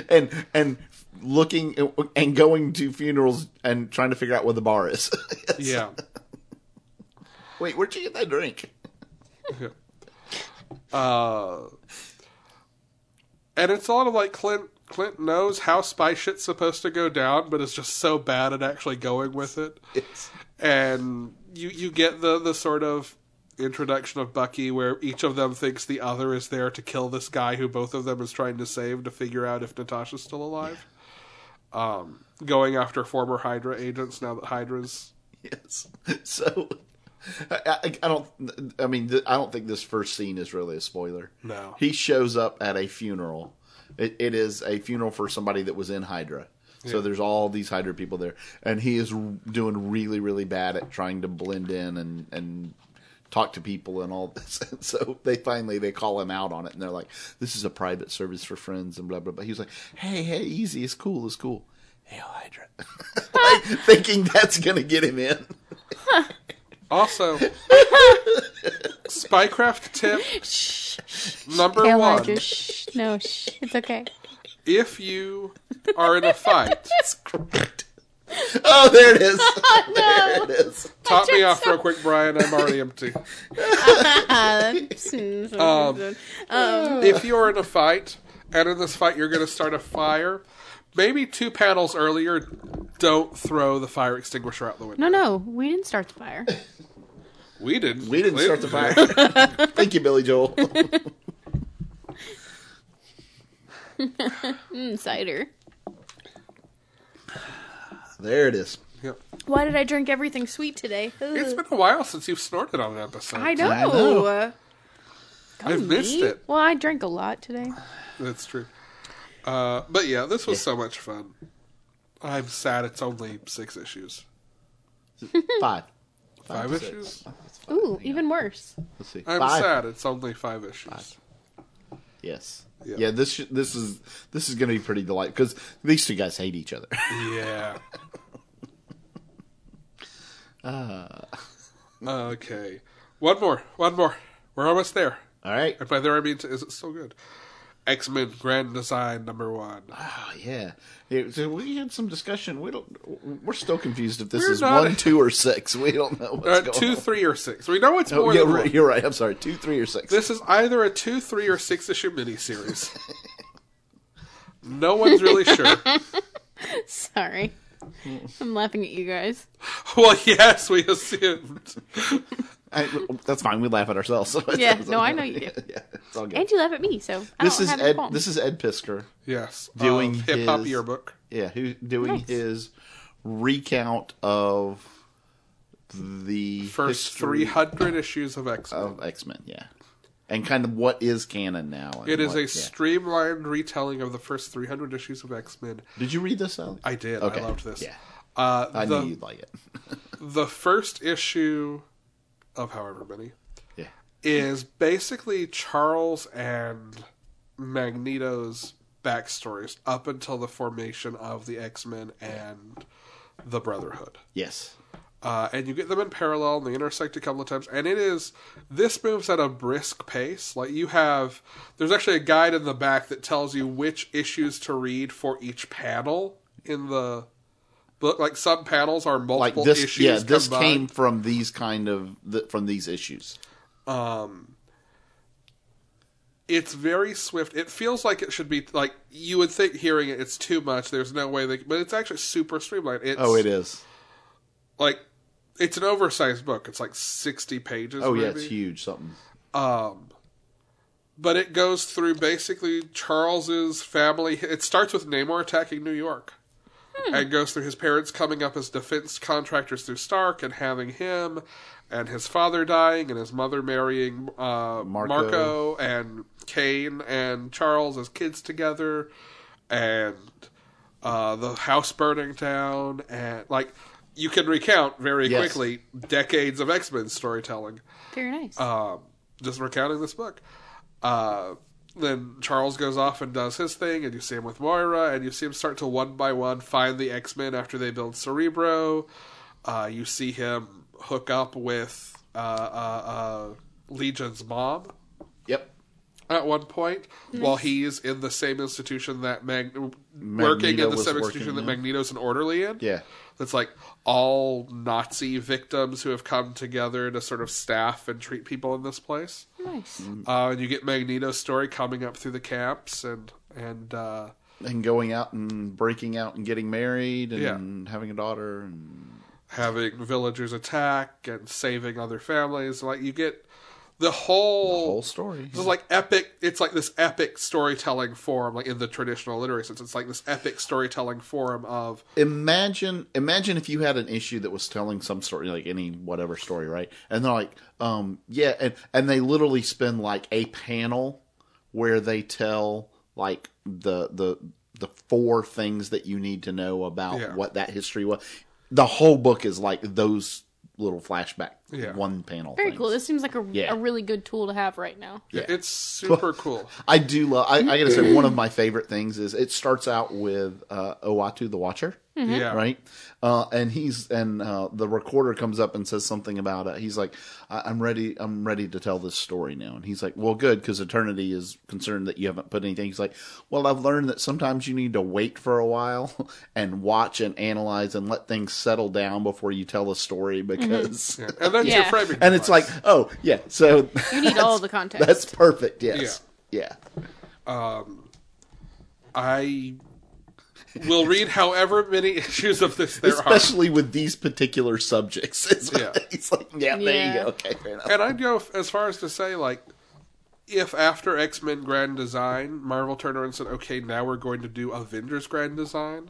S3: And and looking and going to funerals and trying to figure out where the bar is.
S2: yeah.
S3: Wait, where'd you get that drink?
S2: Uh, and it's a lot of like Clint. Clint knows how spy shit's supposed to go down, but is just so bad at actually going with it.
S3: It's
S2: And you you get the the sort of introduction of Bucky where each of them thinks the other is there to kill this guy who both of them is trying to save to figure out if Natasha's still alive. Um, going after former Hydra agents now that Hydra's
S3: Yes. So I, I, I don't. I mean, th- I don't think this first scene is really a spoiler.
S2: No.
S3: He shows up at a funeral. It, it is a funeral for somebody that was in Hydra. So there's all these Hydra people there, and he is r- doing really, really bad at trying to blend in and and talk to people and all this. And so they finally they call him out on it, and they're like, "This is a private service for friends," and blah blah blah. He was like, "Hey, hey, easy, it's cool, it's cool." Hail Hydra, Like, thinking that's gonna get him in.
S2: Also, spycraft tip number
S1: Hail
S2: one:
S1: Hydra. Shh. No, shh. It's okay.
S2: if you are in a fight,
S3: Oh, there it is. There it is.
S2: top me
S1: checked
S2: off real quick, Brian. I'm already empty.
S1: um,
S2: If you are in a fight, and in this fight you're going to start a fire, maybe two panels earlier, don't throw the fire extinguisher out the window.
S1: no, no, we didn't start the fire.
S2: We didn't.
S3: We didn't start the fire. Thank you, Billy Joel.
S1: Mm, Insider.
S3: There it is.
S2: Yep.
S1: Why did I drink everything sweet today?
S2: It's
S1: Ugh.
S2: been a while since you've snorted on an episode.
S1: I know.
S3: know.
S2: I've missed
S1: Me?
S2: it.
S1: Well, I drank a lot today.
S2: That's true. Uh, but yeah, this was so much fun. I'm sad it's only six issues.
S3: Five.
S2: Five,
S3: six.
S2: issues?
S1: Ooh, even worse.
S3: Let's see.
S2: I'm
S3: Five.
S2: sad. It's only five issues.
S3: Yes.
S2: Yeah.
S3: Yeah. This sh- this is this is going to be pretty delightful because these two guys hate each other.
S2: Yeah.
S3: Uh.
S2: Okay. One more. One more. We're almost there.
S3: All right.
S2: And by there I mean, is it still good? X Men Grand Design number one.
S3: Oh yeah. Yeah, so we had some discussion. We don't. We're still confused if this
S2: We're
S3: is
S2: not-
S3: one, two, or six. We don't know what's
S2: Uh,
S3: going
S2: two,
S3: on.
S2: three, or six. We know it's
S3: Oh,
S2: more
S3: yeah,
S2: than
S3: right,
S2: one.
S3: you're right. I'm sorry. Two, three, or six.
S2: This is either a two, three, or six issue miniseries. no one's really sure.
S1: Sorry. I'm laughing at you guys.
S2: Well, yes, we assumed.
S3: I, that's fine. We laugh at ourselves.
S1: Yeah, no, I know you do.
S3: yeah, it's all good.
S1: And you laugh at me, so I
S3: this
S1: don't
S3: is
S1: have
S3: Ed.
S1: a
S3: This is Ed Pisker.
S2: Yes. uh,
S3: Doing
S2: hip hop
S3: his-
S2: yearbook.
S3: Yeah, who's doing
S1: Nice.
S3: his recount of the
S2: First
S3: history Oh,
S2: 300 issues of X Men.
S3: of X Men. Yeah, and kind of what is canon now. and
S2: It is
S3: what-
S2: a
S3: yeah.
S2: streamlined retelling of the first 300 issues of X Men.
S3: Did you read this? Alex?
S2: I did.
S3: Okay.
S2: I loved this.
S3: Yeah.
S2: Uh,
S3: I
S2: the,
S3: knew you'd like it.
S2: the first issue of however many
S3: Yeah.
S2: is basically Charles and Magneto's backstories up until the formation of the X Men and the Brotherhood.
S3: Yes.
S2: Uh, and you get them in parallel and they intersect a couple of times. And it is, this moves at a brisk pace. Like you have, there's actually a guide in the back that tells you which issues to read for each panel in the book. Like some panels are
S3: Like
S2: multiple
S3: this.
S2: issues.
S3: Yeah. This
S2: combined.
S3: came from these kind of th- from these issues.
S2: it's very swift. It feels like it should be like you would think hearing it, it's too much. There's no way they, but it's actually super streamlined. It's,
S3: Oh, it is.
S2: like it's an oversized book. It's like sixty pages.
S3: Oh yeah,
S2: maybe.
S3: it's huge. Something.
S2: But it goes through basically Charles's family. It starts with Namor attacking New York, and goes through his parents coming up as defense contractors through Stark and having him, and his father dying, and his mother marrying uh, Marco. and Kane and Charles as kids together, and uh, the house burning down, and like you can recount very
S3: Yes.
S2: quickly decades of X Men storytelling
S1: Very nice.
S3: uh,
S2: um, just recounting this book. Uh, then Charles goes off and does his thing, and you see him with Moira, and you see him start to one by one find the X Men after they build Cerebro. Uh, you see him hook up with uh, uh, uh, Legion's mom
S3: Yep.
S2: at one point while he's in the same institution that Mag- working in the
S3: was
S2: same
S3: working
S2: institution that
S3: in.
S2: Magneto's an orderly in.
S3: Yeah.
S2: That's like all Nazi victims who have come together to sort of staff and treat people in this place.
S1: nice.
S3: Mm,
S2: Uh, and you get Magneto's story coming up through the camps and and uh,
S3: And going out and breaking out and getting married and having a daughter and
S2: having villagers attack and saving other families. Like you get the whole,
S3: whole story.
S2: This is like epic. It's like this epic storytelling form, like in the traditional literary sense. It's like this epic storytelling form of
S3: imagine imagine if you had an issue that was telling some story like any whatever story right and they're like um yeah and and they literally spend like a panel where they tell like the the the four things that you need to know about
S2: Yeah.
S3: what that history was the whole book is like those little flashback
S2: Yeah.
S3: one panel
S1: Very
S3: things.
S1: cool. This seems like a,
S3: Yeah.
S1: a really good tool to have right now.
S2: it's super cool.
S3: I do love. I, I gotta say, one of my favorite things is it starts out with uh, Owatu the Watcher,
S1: Mm-hmm.
S2: Yeah.
S3: right? Uh, and he's and uh, the recorder comes up and says something about it. He's like, I- "I'm ready. I'm ready to tell this story now." And he's like, "Well, good, because eternity is concerned that you haven't put anything." He's like, "Well, I've learned that sometimes you need to wait for a while and watch and analyze and let things settle down before you tell a story
S1: Mm-hmm.
S3: because."
S2: Yeah. And that's your
S1: Yeah.
S2: framing.
S3: And it's like,
S2: device.
S3: oh yeah, so
S1: You need all the context.
S3: that's perfect. Yes, yeah.
S2: Um, I will read however many issues of this there are.
S3: especially with these particular subjects. It's,
S2: Yeah.
S3: it's like, yeah, there you
S1: Yeah.
S3: go. Okay, fair enough.
S2: And I'd go f- as far as to say, like, if after X Men Grand Design, Marvel turned around and said, okay, now we're going to do Avengers Grand Design,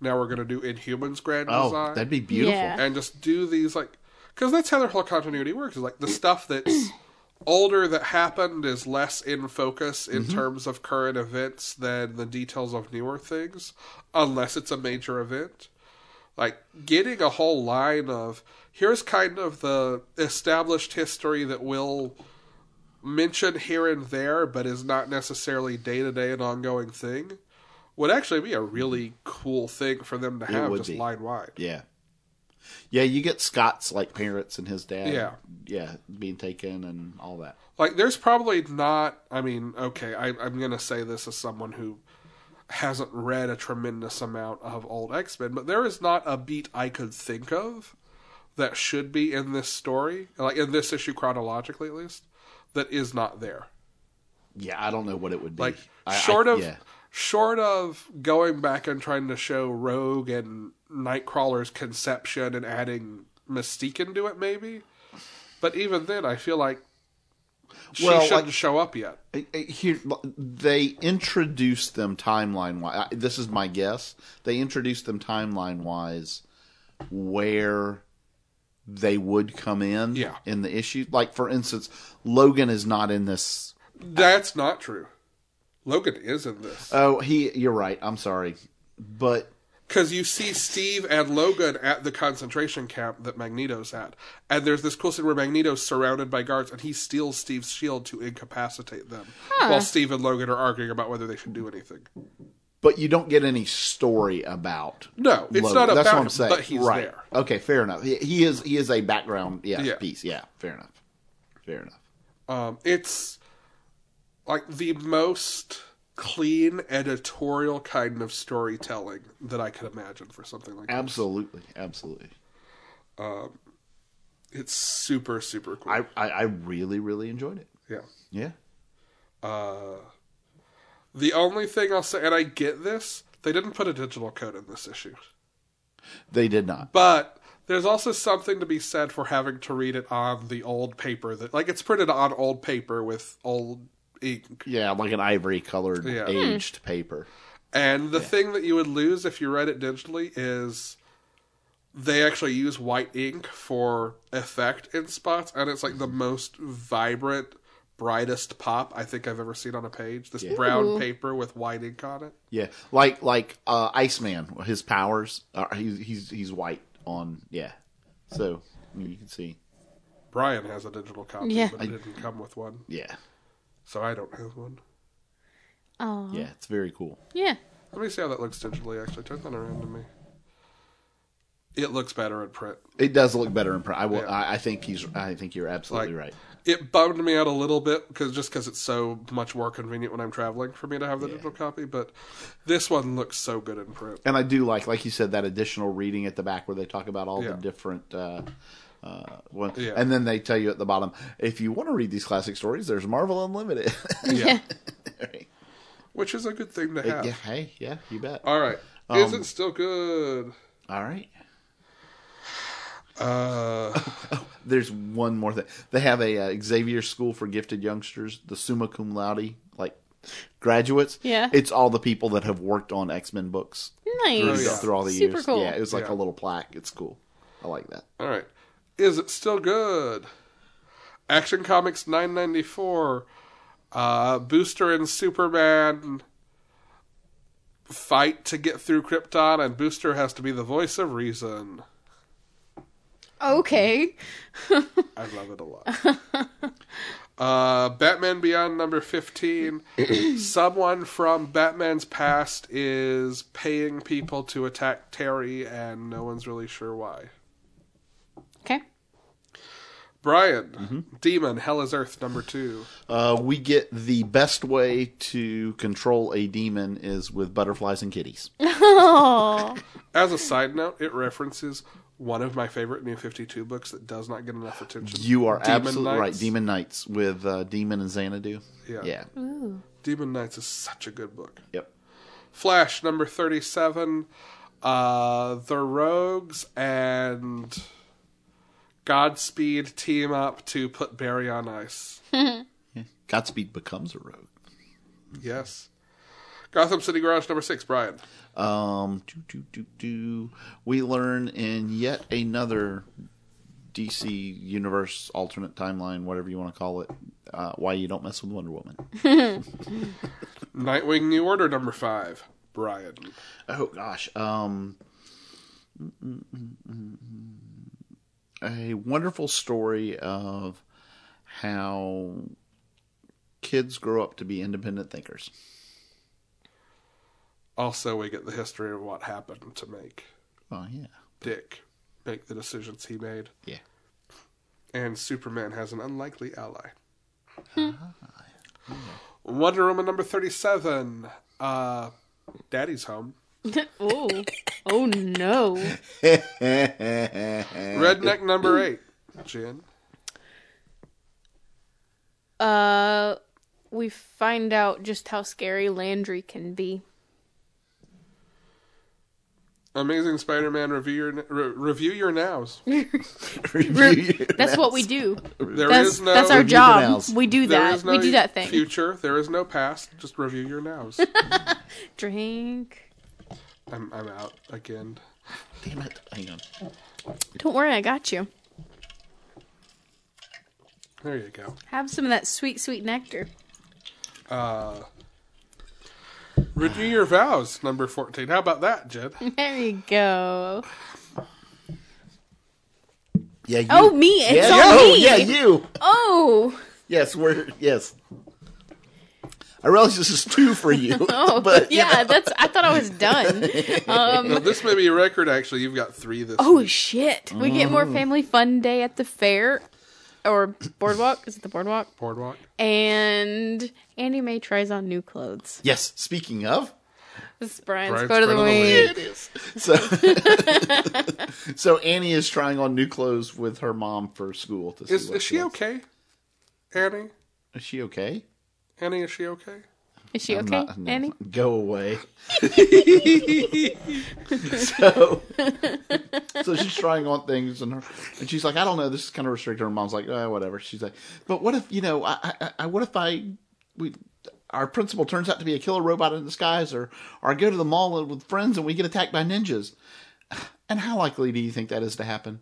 S2: now we're going to do Inhumans Grand Design,
S3: Oh, be
S1: Yeah.
S2: and just do these, like, because that's how their whole continuity works. Is like the stuff that's older that happened is less in focus in
S3: Mm-hmm.
S2: terms of current events than the details of newer things, unless it's a major event like getting a whole line of here's kind of the established history that we'll mention here and there but is not necessarily day to day an ongoing thing would actually be a really cool thing for them to have
S3: would
S2: just
S3: be.
S2: line wide.
S3: Yeah. Yeah, you get Scott's like parents and his dad.
S2: Yeah.
S3: Yeah, being taken and all that.
S2: Like there's probably not I mean, okay, I I'm gonna say this as someone who hasn't read a tremendous amount of old X Men, but there is not a beat I could think of that should be in this story, like in this issue chronologically at least, that is not there.
S3: Yeah, I don't know what it would be.
S2: Like
S3: I- I-
S2: short of
S3: yeah.
S2: short of going back and trying to show Rogue and Nightcrawler's conception and adding Mystique into it maybe. But even then I feel like she
S3: Well,
S2: shouldn't
S3: like-
S2: show up yet.
S3: I- I- here they introduced them timeline wise. This is my guess. They introduced them timeline wise where they would come in
S2: Yeah.
S3: in the issue. Like for instance, Logan is not in this.
S2: That's not true. Logan is in this
S3: Oh, he. You're right. I'm sorry, but
S2: because you see Steve and Logan at the concentration camp that Magneto's at, and there's this cool scene where Magneto's surrounded by guards and he steals Steve's shield to incapacitate them, while Steve and Logan are arguing about whether they should do anything.
S3: but you don't get any story about.
S2: No, it's
S3: Logan.
S2: not about
S3: That's what
S2: him,
S3: I'm saying.
S2: but he's
S3: right.
S2: there.
S3: Okay, fair enough. He, he is he is a background yeah,
S2: Yeah.
S3: piece. Yeah, fair enough. Fair enough.
S2: Um, it's like the most clean editorial kind of storytelling that I could imagine for something like that.
S3: Absolutely, absolutely.
S2: It's super, super cool.
S3: I, I I really really enjoyed it.
S2: yeah.
S3: Yeah.
S2: Uh, The only thing I'll say, and I get this, they didn't put a digital code in this issue.
S3: They did not.
S2: But there's also something to be said for having to read it on the old paper that, like, it's printed on old paper with old ink.
S3: Yeah, like an ivory colored
S2: Yeah.
S3: aged paper.
S2: And the thing that you would lose if you read it digitally is they actually use white ink for effect in spots, and it's like the most vibrant, brightest pop I think I've ever seen on a page. This brown paper with white ink on it.
S3: Yeah, like like uh, Iceman, his powers are he's he's he's white on yeah. So I mean, you can see
S2: Brian has a digital copy,
S1: Yeah.
S2: but it didn't come with one,
S3: yeah
S2: so I don't have one.
S1: Oh.
S3: yeah it's very cool.
S1: Yeah.
S2: Let me see how that looks digitally. Actually, turn that around to me. It looks better in print.
S3: It does look better in print. I will.
S2: Yeah.
S3: I, I think he's. I think you're absolutely
S2: Like-
S3: right.
S2: It bummed me out a little bit because just because it's so much more convenient when I'm traveling for me to have the digital copy, but this one looks so good in print.
S3: And I do like, like you said, that additional reading at the back where they talk about all
S2: Yeah.
S3: the different. Uh, uh, one,
S2: Yeah.
S3: And then they tell you at the bottom, if you want to read these classic stories, there's Marvel Unlimited.
S2: Yeah,
S3: Right.
S2: which is a good thing to
S3: Uh, yeah.
S2: have.
S3: Hey. Yeah. You bet.
S2: All right, is it still good?
S3: All right.
S2: Uh,
S3: There's one more thing. They have a uh, Xavier School for Gifted Youngsters, the summa cum laude, like graduates.
S1: Yeah.
S3: It's all the people that have worked on X Men books through,
S1: Nice.
S2: yeah.
S3: through all the
S1: Super
S3: years.
S1: cool.
S3: Yeah. It was like
S2: Yeah.
S3: a little plaque. It's cool. I like that.
S2: all right, is it still good? Action Comics 994, uh, Booster and Superman fight to get through Krypton, and Booster has to be the voice of reason.
S1: Okay.
S3: Mm-hmm.
S2: I love it a lot. uh, Batman Beyond number 15. Someone from Batman's past is paying people to attack Terry, and no one's really sure why.
S1: Okay.
S2: Brian, Demon, Hell is Earth number two.
S3: Uh, we get the best way to control a demon is with butterflies and kitties.
S1: Oh.
S2: As a side note, it references one of my favorite New 52 books that does not get enough attention.
S3: You are
S2: Demon
S3: absolutely
S2: Knights.
S3: right. Demon Knights with uh, Demon and Xanadu.
S2: Yeah.
S3: Yeah.
S2: Demon Knights is such a good book.
S3: Yep.
S2: Flash number 37, uh, The Rogues and Godspeed team up to put Barry on ice.
S3: Yeah. Godspeed becomes a rogue.
S2: yes. Gotham City Garage number 6, Brian.
S3: Um, do, do, do, do. We learn in yet another DC Universe alternate timeline, whatever you want to call it, uh, why you don't mess with Wonder Woman.
S2: Nightwing New Order number 5, Brian.
S3: Oh gosh. Um mm, mm, mm, mm, mm. a wonderful story of how kids grow up to be independent thinkers.
S2: Also, we get the history of what happened to make
S3: Oh yeah.
S2: Dick make the decisions he made,
S3: Yeah.
S2: and Superman has an unlikely ally.
S1: Hmm.
S2: Wonder Woman number 37, uh, Daddy's Home.
S1: oh. Oh no.
S2: Redneck number eight, Jen.
S1: Uh we find out just how scary Landry can be.
S2: Amazing Spider-Man review your re- review your nows.
S3: Review-
S1: That's what we do.
S2: There
S1: That's
S2: is no
S1: that's our
S3: Review the
S1: job.
S3: nows.
S1: We do
S2: there
S1: that.
S2: is no
S1: we do that thing.
S2: Future. There is no past. Just review your nows.
S1: Drink.
S2: I'm I'm out again.
S3: Damn it. Hang on.
S1: Don't worry, I got you.
S2: There you go.
S1: Have some of that sweet, sweet nectar.
S2: Uh, renew your vows, number 14. How about that, Jed?
S1: There you go.
S3: Yeah. You.
S1: Oh, me. It's
S3: yeah,
S1: on
S3: you.
S1: me.
S3: Yeah, you.
S1: Oh.
S3: Yes, we're yes. I realize this is two for you.
S1: Oh,
S3: but you
S1: yeah.
S3: know.
S1: That's. I thought I was done.
S2: Now, this may be a record, actually. You've got three this
S1: Oh shit! We get
S2: Mm.
S1: more family fun day at the fair, or boardwalk. Is it the boardwalk?
S2: boardwalk.
S1: And Andy May tries on new clothes.
S3: Yes. Speaking of,
S1: This is Brian's,
S2: Brian's
S1: go to
S2: Go
S1: the
S2: to the
S1: week.
S3: it is. So, so Annie is trying on new clothes with her mom for school. To see
S2: Is,
S3: what
S2: is she
S3: likes.
S2: okay? Annie?
S3: Is she okay?
S2: Annie, is she okay?
S1: Is she
S3: I'm
S1: okay,
S3: not- no,
S1: Annie?
S3: Go away. so, so she's trying on things, and her, and she's like, I don't know, this is kind of restricted. Her mom's like, oh, whatever. She's like, but what if you know, I, I, I what if I, we, our principal turns out to be a killer robot in disguise, or, or I go to the mall with friends and we get attacked by ninjas. And how likely do you think that is to happen?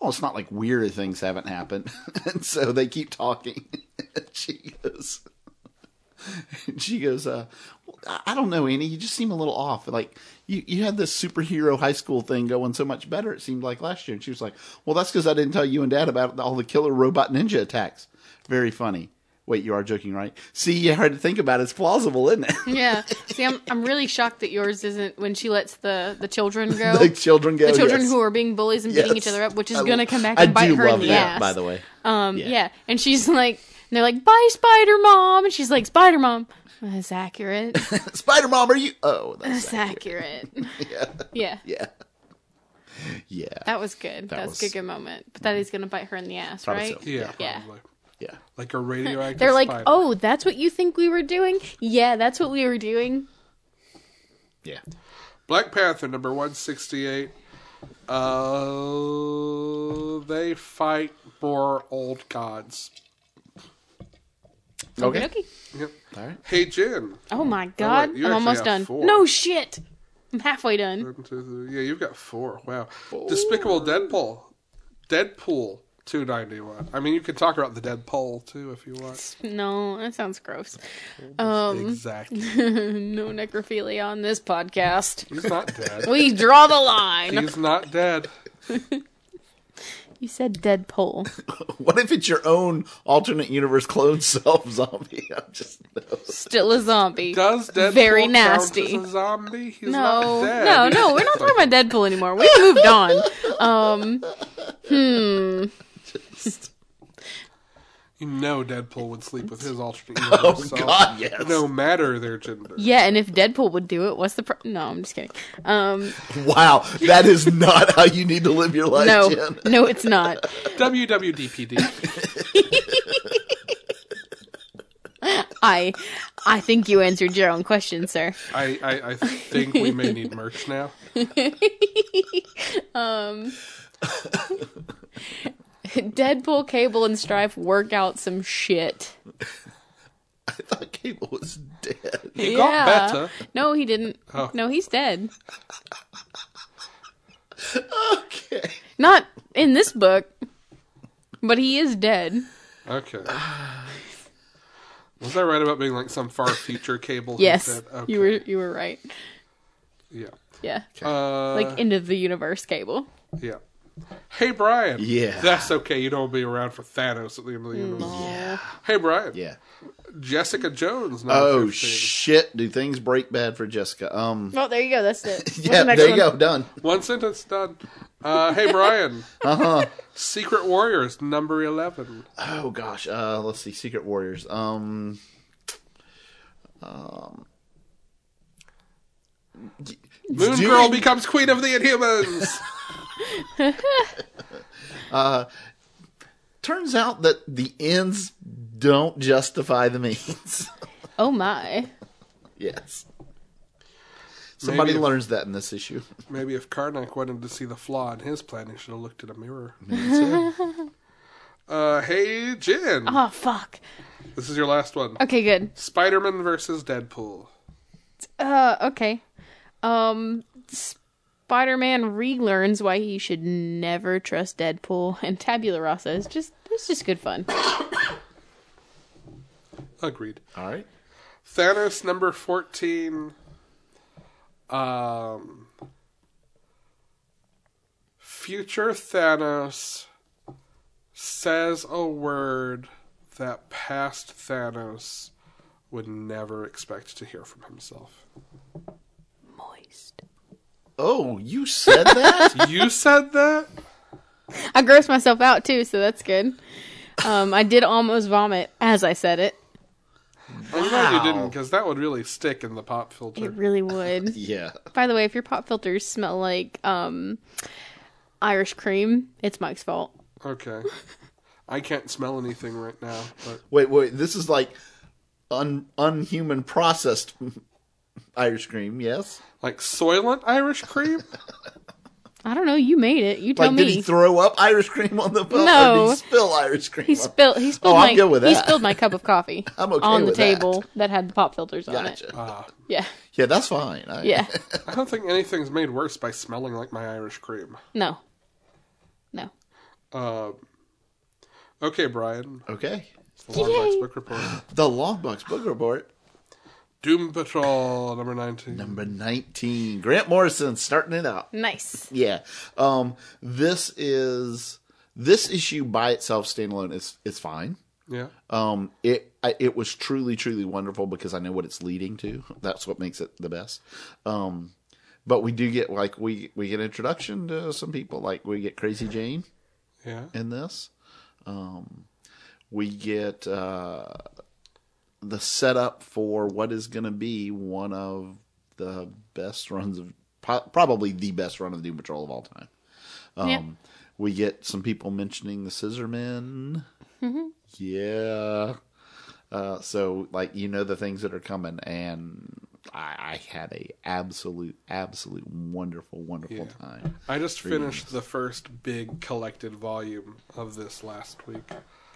S3: Well, it's not like weird things haven't happened, and so they keep talking. she goes. And she goes, uh, "Well, I I don't know, Annie. You just seem a little off. Like you, you had this superhero high school thing going so much better. It seemed like last year." And she was like, "Well, that's because I didn't tell you and Dad about all the killer robot ninja attacks." Very funny. Wait, you are joking, right? See, you had to think about it. It's plausible, isn't it?
S1: Yeah. See, I'm I'm really shocked that yours isn't when she lets the the children go.
S3: the children go.
S1: the children
S3: yes.
S1: who are being bullies and beating
S3: Yes.
S1: each other up, which is
S3: I-
S1: going to come back
S3: I
S1: and bite
S3: do
S1: her in
S3: love
S1: the
S3: that,
S1: ass.
S3: by the way.
S1: Um,
S3: Yeah.
S1: yeah. and she's like, and they're like, "Bye, Spider Mom," and she's like, "Spider Mom." That's accurate.
S3: Spider Mom, are you? Oh, that's
S1: That's accurate. yeah.
S3: yeah, yeah,
S1: That was good. That, was,
S3: was-
S1: a good, good moment. But that is going to bite her in the ass, right?
S3: Probably so.
S2: Yeah,
S1: Yeah.
S2: probably.
S3: yeah.
S2: Like a radioactive
S1: They're like,
S2: spider.
S1: oh, that's what you think we were doing? Yeah, that's what we were doing.
S3: Yeah.
S2: Black Panther number 168. Uh, they fight more old gods.
S3: Okay.
S1: Okey-dokey.
S2: Yep.
S3: All right.
S2: Hey, Jin.
S1: Oh my god.
S2: you actually
S1: I'm almost
S2: have
S1: done.
S2: four.
S1: No shit. I'm halfway done.
S2: One, two, three. Yeah, you've got four. Wow. Despicable Deadpool. Deadpool 291. I mean, you could talk about the Deadpool, too, if you want.
S1: No, that sounds gross. Um,
S2: Exactly.
S1: no necrophilia on this podcast.
S2: He's not dead.
S1: We draw the line.
S2: He's not dead.
S1: You said Deadpool.
S3: What if it's your own alternate universe clone self zombie? I'm just no.
S1: Still a zombie.
S2: Does Deadpool
S1: Very
S2: count
S1: nasty.
S2: as a zombie? He's
S1: No,
S2: not dead.
S1: no, no. We're not talking about Deadpool anymore. We moved on. Um,
S2: You know Deadpool would sleep with his alternate universe.
S3: Oh
S2: self,
S3: God, yes.
S2: No matter their gender.
S1: yeah, and if Deadpool would do it, what's the pro- no? I'm just kidding. Um,
S3: Wow, that is not how you need to live your life,
S1: no,
S3: Jen.
S1: no, it's not.
S2: WWDPD.
S1: I, I think you answered your own question, sir.
S2: I, I, I think we may need merch now.
S1: Deadpool, Cable, and Strife work out some shit.
S3: I thought Cable was dead.
S2: He got better.
S1: No, he didn't. No, he's dead.
S3: Okay.
S1: Not in this book, but he is dead.
S2: Okay. Was I right about being like some far future cable? who
S1: Yes,
S2: said- okay.
S1: you were. You were right.
S2: Yeah.
S1: Yeah,
S2: Uh,
S1: like end of the universe, Cable.
S2: yeah. Hey Brian.
S3: Yeah.
S2: That's okay. You don't be around for Thanos at the end of the
S1: Mm.
S2: universe. Hey Brian.
S3: Yeah.
S2: Jessica Jones. number
S3: Oh
S2: 15.
S3: shit! Do things break bad for Jessica? Um.
S1: Well, there you go. That's it. What's
S3: Yeah.
S1: the next
S3: there you
S1: one?
S3: go. Done.
S2: One sentence done. Uh, hey Brian. uh huh. Secret Warriors number eleven.
S3: Oh gosh. Uh, let's see. Secret Warriors. Um.
S2: Moon
S3: Do
S2: Girl
S3: it.
S2: becomes Queen of the Inhumans.
S3: Turns out that the ends don't justify the means.
S1: Oh my.
S3: yes. Somebody
S2: Maybe if-
S3: learns that in this issue.
S2: Maybe if Karnak wanted to see the flaw in his plan, he should have looked in a mirror. Uh, hey Jin.
S1: Oh fuck.
S2: This is your last one.
S1: Okay, good.
S2: Spider Man versus Deadpool.
S1: Uh, okay. Um, Spider Man relearns why he should never trust Deadpool, and Tabula Rasa is just it's just good fun.
S2: Agreed.
S3: All right.
S2: Thanos number 14. Um, future Thanos says a word that past Thanos would never expect to hear from himself.
S1: Moist.
S3: Oh, you said that?
S2: you said that?
S1: I grossed myself out too, so that's good. Um, I did almost vomit as I said it.
S2: I'm glad you
S3: Wow.
S2: didn't, because that would really stick in the pop filter.
S1: It really would.
S3: yeah.
S1: By the way, if your pop filters smell like um, Irish cream, it's Mike's fault.
S2: Okay. I can't smell anything right now, but
S3: Wait, wait. This is like un unhuman processed Irish cream. Yes.
S2: like Soylent Irish cream?
S1: I don't know. You made it. You tell
S3: like,
S1: me.
S3: did he throw up Irish cream on the boat? Or
S1: No.
S3: did he spill Irish cream?
S1: He
S3: on-
S1: spilled. He spilled
S3: Oh,
S1: my.
S3: I'm good with
S1: He
S3: that.
S1: spilled my cup of coffee
S3: I'm okay
S1: on the
S3: with that.
S1: table that. had the pop filters on it.
S3: Gotcha.
S2: Ah,
S1: Yeah,
S3: Yeah, that's fine. I,
S1: yeah.
S2: I don't think anything's made worse by smelling like my Irish cream.
S1: No, no.
S2: Um, okay, Brian.
S3: Okay.
S2: It's the Long
S1: Yay.
S2: Box Book Report.
S3: The Longbox Book Report,
S2: Doom Patrol number 19.
S3: number 19. Grant Morrison starting it out.
S1: Nice.
S3: Yeah. Um, this is this issue by itself standalone is is fine.
S2: Yeah.
S3: Um, it I, it was truly truly wonderful because I know what it's leading to. That's what makes it the best. Um, but we do get like we we get introduction to some people like we get Crazy Jane
S2: Yeah.
S3: in this. Um, we get uh, the setup for what is going to be one of the best runs of pro- probably the best run of Doom Patrol of all time. Um,
S1: Yeah.
S3: We get some people mentioning the Scissor Men. Yeah. Uh, so like you know the things that are coming and I, I had a absolute absolute wonderful wonderful time
S2: I just finished the first big collected volume of this last week.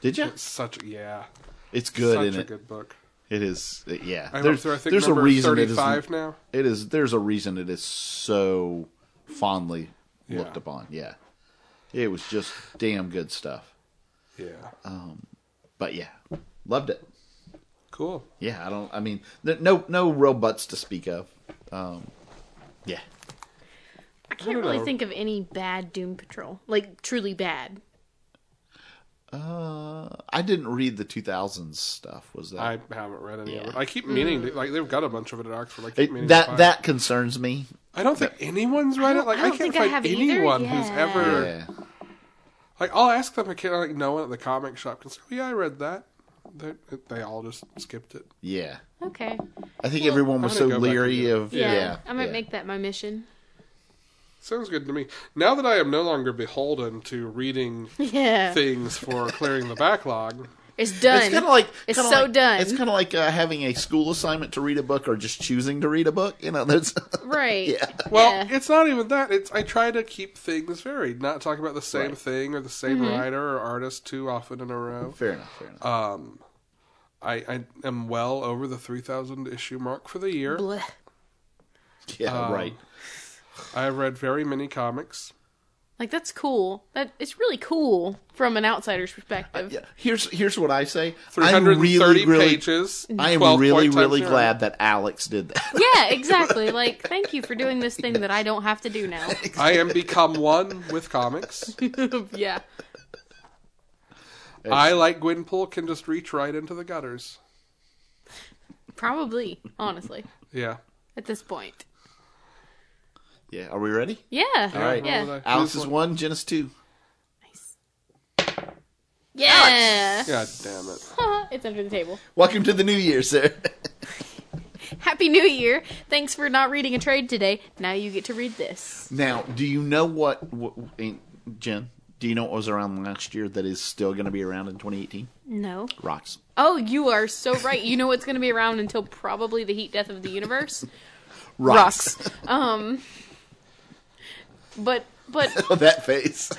S3: did you
S2: It's such, yeah.
S3: it's good
S2: such
S3: in
S2: a
S3: it
S2: good book.
S3: It is, yeah.
S2: I'm
S3: there's
S2: up to, I think,
S3: there's a
S2: number
S3: reason it is.
S2: 35 now.
S3: It is there's a reason it is so fondly looked
S2: Yeah.
S3: upon. Yeah, it was just damn good stuff.
S2: Yeah.
S3: Uh, But yeah, loved it.
S2: cool.
S3: Yeah, I don't. I mean, there, no no real butts to speak of. Um, yeah,
S1: I can't
S2: don't
S1: really
S2: know.
S1: think of any bad Doom Patrol, like truly bad.
S3: uh, I didn't read the 2000s stuff. Was that
S2: I haven't read any of it.
S3: Yeah.
S2: I keep
S1: Mm.
S2: meaning to, like they've got a bunch of it at Oxford. I keep
S3: It-
S2: meaning to
S3: that
S2: find
S3: that concerns me?
S2: I don't think anyone's read
S1: I
S2: it.
S1: don't-
S2: Like
S1: I
S2: I,
S1: don't
S2: can't
S1: think I
S2: find
S1: have either,
S2: anyone who's
S1: yeah.
S2: ever
S3: Yeah,
S2: like. I'll ask them a kid like no one at the comic shop can say, "Oh, "Yeah, I read that." They, they all just skipped it.
S3: yeah.
S1: Okay.
S3: I think everyone was so
S2: I'm gonna go back and
S3: leery
S2: get
S3: of yeah.
S1: Yeah. I might
S3: yeah.
S1: make that my mission.
S2: Sounds good to me. Now that I am no longer beholden to reading
S1: Yeah.
S2: things for clearing the backlog,
S1: It's done.
S3: It's kind of like
S1: It's
S3: kinda
S1: so
S3: like-
S1: done.
S3: It's kind of like uh, having a school assignment to read a book or just choosing to read a book. You know, that's
S1: right.
S3: yeah,
S2: well,
S1: Yeah.
S2: it's not even that. It's I try to keep things varied, not talk about the same thing or the same
S1: Mm-hmm.
S2: writer or artist too often in a row.
S3: fair enough, fair enough.
S2: Um, I, I am well over the three thousand issue mark for the year.
S1: Blech.
S3: yeah,
S2: um,
S3: right.
S2: I have read very many comics.
S1: Like that's cool. That it's really cool from an outsider's perspective.
S3: Yeah, here's here's what I say. I'm
S2: 330
S3: really, really,
S2: pages.
S1: Mm-hmm.
S3: I am
S2: 12
S3: really,
S2: point times
S3: really
S2: zero.
S3: glad that Alex did that.
S1: Yeah, exactly. Like, thank you for doing this thing that I don't have to do now.
S2: I am become one with comics.
S1: yeah.
S2: I, like Gwynpool, can just reach right into the gutters.
S1: Probably, honestly,
S2: Yeah.
S1: at this point.
S3: yeah, are we ready?
S1: Yeah.
S3: All right.
S1: Yeah.
S2: Well, I-
S3: Alex is one, Jenna's two.
S1: Yeah.
S2: God damn it.
S1: it's under the table.
S3: Welcome to the new year, sir.
S1: Happy New Year. Thanks for not reading a trade today. Now you get to read this.
S3: now, do you know what, what ain't- Jen? Do you know what was around last year that is still going to be around in 2018?
S1: No.
S3: Rocks.
S1: Oh, you are so right. You know what's going to be around until probably the heat death of the universe?
S3: Rocks.
S1: Um but but
S3: that face.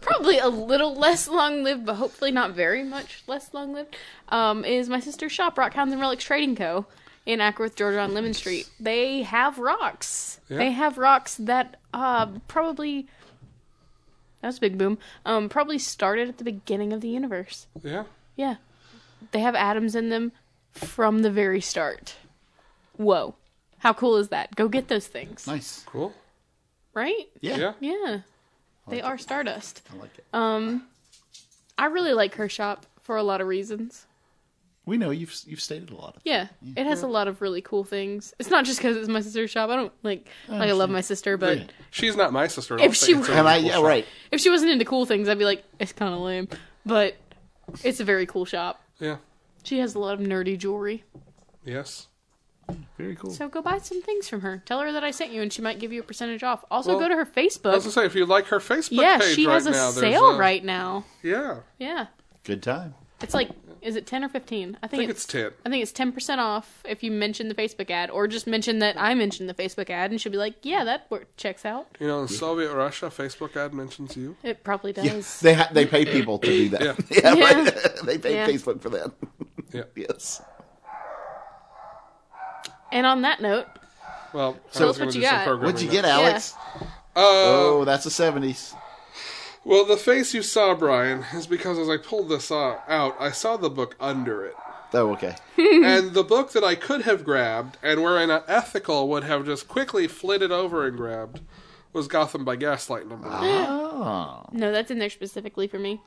S1: probably a little less long lived, but hopefully not very much less long lived, um, is my sister's shop, Rock Hounds and Relics Trading Co. in Ackworth, Georgia, on Lemon Street, they have rocks.
S2: Yeah.
S1: They have rocks that uh, probably that was a big boom. Um, probably started at the beginning of the universe.
S2: Yeah.
S1: Yeah, they have atoms in them from the very start. Whoa, how cool is that? Go get those things,
S3: Nice.
S2: Cool.
S1: right?
S3: Yeah.
S2: Yeah.
S1: Yeah, they are stardust.
S3: I like it.
S1: I really like her shop for a lot of reasons.
S3: we know you've you've stated a lot of
S1: Yeah, it has a lot of really cool things. It's not just because it's my sister's shop. I don't like like I love my sister, but
S3: Right.
S2: She's not my sister.
S1: If she were-
S3: And I yeah, right.
S1: if she wasn't into cool things, I'd be like, it's kind of lame. But it's a very cool shop.
S2: Yeah.
S1: She has a lot of nerdy jewelry,
S2: Yes.
S3: Very cool.
S1: so go buy some things from her. Tell her that I sent you, and she might give you a percentage off. Also,
S2: Well,
S1: go to her
S2: I was
S1: Facebook.
S2: gonna say if you like her Facebook
S1: Yeah,
S2: page
S1: she
S2: right
S1: has a
S2: now, there's
S1: sale
S2: a-
S1: right now.
S2: Yeah.
S1: Yeah,
S3: Good time.
S1: it's like is it ten or fifteen? I
S2: I
S1: think
S2: think
S1: it's
S2: it's ten.
S1: I think it's ten percent off if you mention the Facebook ad, or just mention that I mentioned the Facebook ad, and she'll be like, "Yeah, that work checks out."
S2: You know, in Soviet Russia, Facebook ad mentions you.
S1: It probably does.
S3: They ha- they pay people to do that.
S2: Yeah.
S3: Yeah,
S1: Yeah.
S3: right. they pay
S1: Yeah.
S3: Facebook for that.
S2: Yeah.
S3: yes.
S1: And on that note,
S2: Well,
S3: So-
S2: I was
S1: Tell us
S2: gonna
S1: what
S2: do
S1: you
S2: some
S1: got.
S2: programming
S3: What'd you
S2: now.
S3: get, Alex?
S2: Uh,
S3: Oh, that's the seventies.
S2: well, the face you saw, Brian, is because as I pulled this uh, out, I saw the book under it.
S3: Oh, okay.
S2: and the book that I could have grabbed, and where I not ethical would have just quickly flitted over and grabbed, was Gotham by Gaslight number one.
S3: oh.
S1: no, that's in there specifically for me.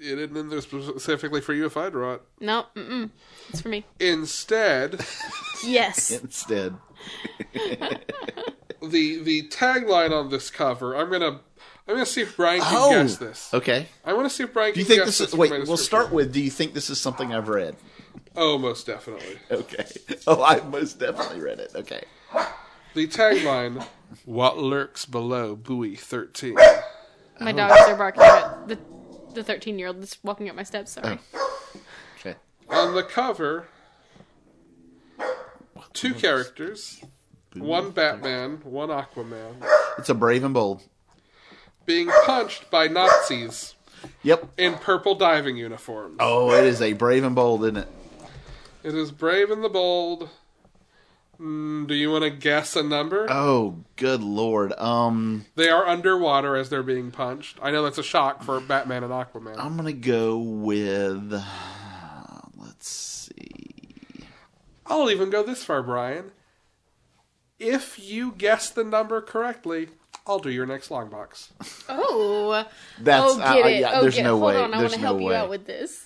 S2: It didn't in there specifically for you if I draw it.
S1: No, mm-mm. it's for me.
S2: Instead,
S1: Yes.
S3: Instead.
S2: the the tagline on this cover, I'm gonna I'm gonna see if Brian can
S3: Oh.
S2: guess this.
S3: Okay.
S2: I want to see if Brian
S3: Do
S2: can
S3: you think
S2: guess
S3: this
S2: this.
S3: is
S2: from
S3: wait,
S2: my
S3: we'll
S2: description.
S3: start with do you think this is something I've read?
S2: Oh, most definitely.
S3: Okay. Oh, I most definitely read it. Okay.
S2: The tagline: "What lurks below buoy 13."
S3: Oh.
S1: My dogs are barking at the the thirteen year old that's walking up my steps. Sorry.
S3: Okay.
S2: on the cover, two characters, one Batman, one Aquaman,
S3: It's a brave and bold.
S2: being punched by Nazis
S3: Yep.
S2: in purple diving uniforms.
S3: Oh, it is a brave and bold, isn't it?
S2: It is Brave and the Bold. Mm, do you want to guess a number?
S3: Oh, good lord. Um,
S2: they are underwater as they're being punched. I know that's a shock for Batman and Aquaman.
S3: I'm gonna go with. Let's see.
S2: I'll even go this far, Brian. If you guess the number correctly, I'll do your next long box.
S1: Oh.
S3: That's
S1: oh,
S3: uh,
S1: get
S3: uh,
S1: it.
S3: yeah.
S1: oh,
S3: there's
S1: get
S3: no
S1: it.
S3: way.
S1: Hold on, I
S3: there's
S1: want to
S3: no
S1: help
S3: way.
S1: you out with this.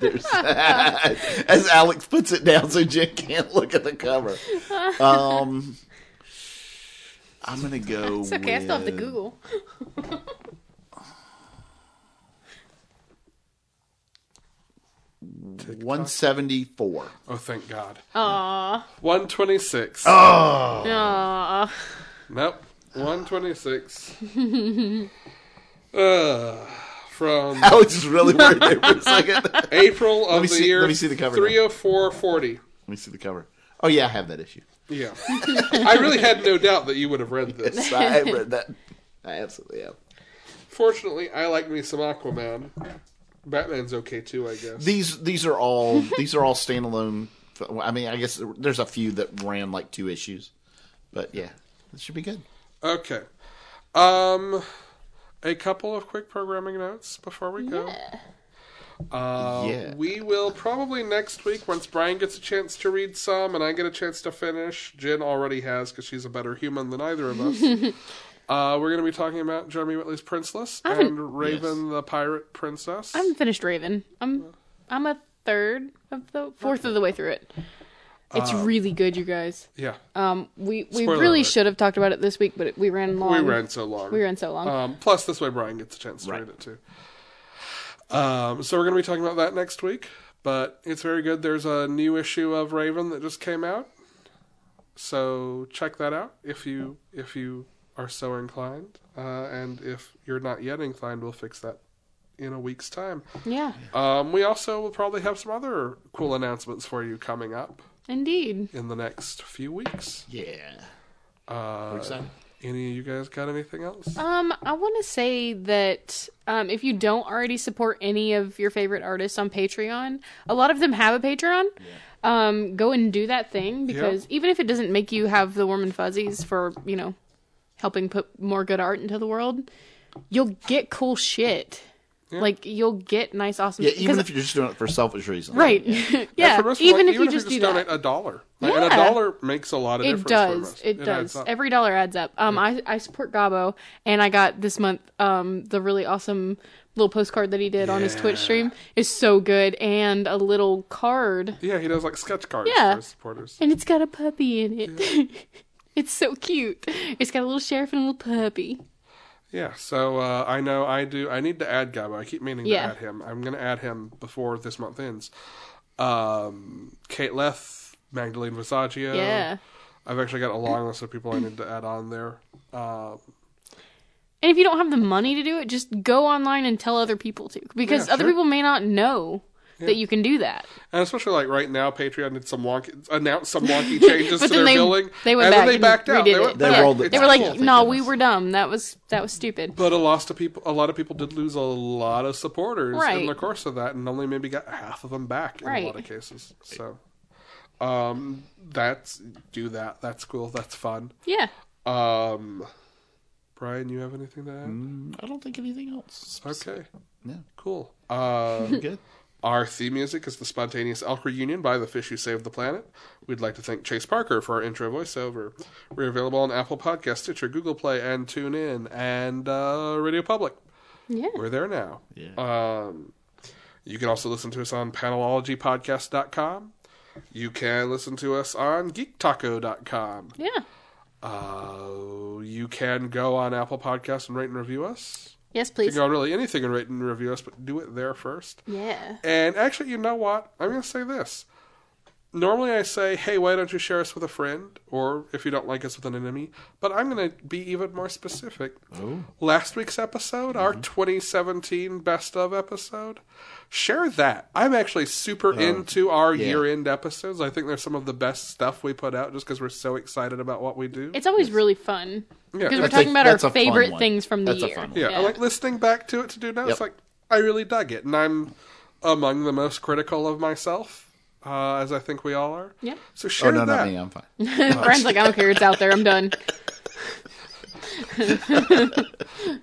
S3: There's- as Alex puts it down, so Jen can't look at the cover. Um, I'm gonna go.
S1: It's okay. I still have the
S3: with-
S1: Google.
S3: One seventy four.
S2: Oh, thank God.
S1: Aww.
S2: 126.
S1: Aww.
S2: Nope. 126. uh, from
S3: Alex is really worried there for a second. let
S2: April of
S3: me
S2: the
S3: see-
S2: year
S3: let me see the cover now.
S2: 30440.
S3: me see the cover. Oh yeah, I have that issue.
S2: Yeah. I really had no doubt that you would have read this.
S3: So I read that. I absolutely have.
S2: Fortunately, I like me some Aquaman. Batman's okay too, I guess.
S3: These these are all these are all standalone. I mean, I guess there's a few that ran like two issues, but yeah, this should be good.
S2: Okay. Um a couple of quick programming notes before we go. Uh,
S3: Yeah.
S2: We will probably next week, once Brian gets a chance to read some and I get a chance to finish. Jen already has because she's a better human than either of us. uh, we're going to be talking about Jeremy Whitley's Princeless and Raven the Pirate Princess.
S1: I haven't finished Raven. I'm I'm a third of the fourth of the way through it. It's
S3: Uh.
S1: really good, you guys.
S2: yeah.
S1: Um, we we
S2: Spoiler
S1: really
S2: alert.
S1: should have talked about it this week, but it, we ran long.
S2: we ran so long.
S1: Um, We ran so long.
S2: Um, plus, this way Brian gets a chance to read it too. Um, so we're going to be talking about that next week. But it's very good. There's a new issue of Raven that just came out, so check that out if you if you are so inclined. Uh, and if you're not yet inclined, we'll fix that in a week's time.
S1: yeah,
S2: Um, we also will probably have some other cool announcements for you coming up
S1: indeed.
S2: in the next few weeks.
S3: Yeah.
S2: Uh,
S3: Excited.
S2: Any of you guys got anything else?
S1: Um, I want to say that um, if you don't already support any of your favorite artists on Patreon, a lot of them have a Patreon. Um, go and do that thing because even if it doesn't make you have the warm and fuzzies for you know helping put more good art into the world, you'll get cool shit. Like you'll get nice, awesome.
S3: Yeah,
S1: shit.
S3: even
S1: Because-
S3: if you're just doing it for selfish reasons.
S1: right, yeah,
S2: For most of
S1: even
S2: it,
S1: if you just do that,
S2: donate a dollar, Like, and a
S1: Yeah.
S2: dollar makes a lot of
S1: it
S2: difference. for
S1: does
S2: most.
S1: it
S2: adds
S1: does
S2: up.
S1: every dollar adds up um I, I support gabo and i got this month um the really awesome little postcard that he did on his twitch
S2: Yeah.
S1: stream is so good and a little card
S2: yeah, he does like sketch cards
S1: Yeah.
S2: for his supporters.
S1: and it's got a puppy in it it's so cute it's got a little sheriff and a little puppy
S2: Yeah, so uh, I know I do. I need to add Gabo. I keep meaning
S1: Yeah.
S2: to add him. I'm going to add him before this month ends. Um, Kate Leth, Magdalene Visaggio.
S1: yeah
S2: I've actually got a long list of people I need to add on there. Uh,
S1: and if you don't have the money to do it just go online and tell other people to because
S2: Yeah,
S1: other
S2: sure.
S1: people may not know that you can do that
S2: and especially like right now, Patreon did some wonky, announced some wonky changes to
S1: But
S2: their
S1: then they,
S2: billing.
S1: they
S2: and
S1: went back
S2: then they
S1: and
S2: backed out.
S1: redid
S2: They,
S1: it.
S2: went
S3: They
S2: back.
S1: Yeah.
S3: rolled it
S1: They were
S3: back.
S1: like,
S3: Yeah, thank
S1: "No, we
S3: goodness."
S1: were dumb. That was that was stupid."
S2: But a lot of people, a lot of people did lose a lot of supporters in
S1: Right.
S2: the course of that, and only maybe got half of them back in a lot
S1: Right.
S2: of cases. So, um, that's do that. That's cool. That's fun.
S1: Yeah.
S2: Um, Brian, you have anything to add?
S3: I don't think anything else.
S2: Okay,
S3: Yeah.
S2: cool. Um,
S3: Good.
S2: Our theme music is the spontaneous elk reunion by the fish who saved the planet. We'd like to thank Chase Parker for our intro voiceover. We're available on Apple Podcast, Stitcher, Google Play, and TuneIn, and uh, Radio Public.
S1: Yeah.
S2: We're there now.
S3: Yeah.
S2: Um, you can also listen to us on panelologypodcast.com. You can listen to us on geektaco.com.
S1: Yeah.
S2: Uh, you can go on Apple Podcasts and rate and review us.
S1: Yes,
S2: You
S1: please.
S2: can go on really anything and rate and review us, but do it there first.
S1: Yeah.
S2: And actually, you know what? I'm going to say this. Normally, I say, hey, why don't you share us with a friend? Or if you don't like us with an enemy. But I'm going to be even more specific.
S3: Oh,
S2: Last week's episode, our
S3: Mm-hmm.
S2: 2017 best of episode, share that. I'm actually super into our
S3: Oh, yeah.
S2: year end episodes. I think they're some of the best stuff we put out just because we're so excited about what we do.
S1: It's always really fun because we're
S2: That's
S1: talking
S3: a-
S1: about
S3: that's a
S1: our
S3: fun
S1: favorite
S3: one.
S1: things from the
S3: That's a
S1: year.
S3: fun one.
S2: Yeah, I like listening back to it to do notes.
S3: Yep.
S2: Like, I really dug it, and I'm among the most critical of myself, uh, as I think we all are.
S1: Yeah.
S2: So share
S3: Oh no,
S2: that.
S3: not me. I'm fine.
S1: Brian's like, I don't care. It's out there. I'm done.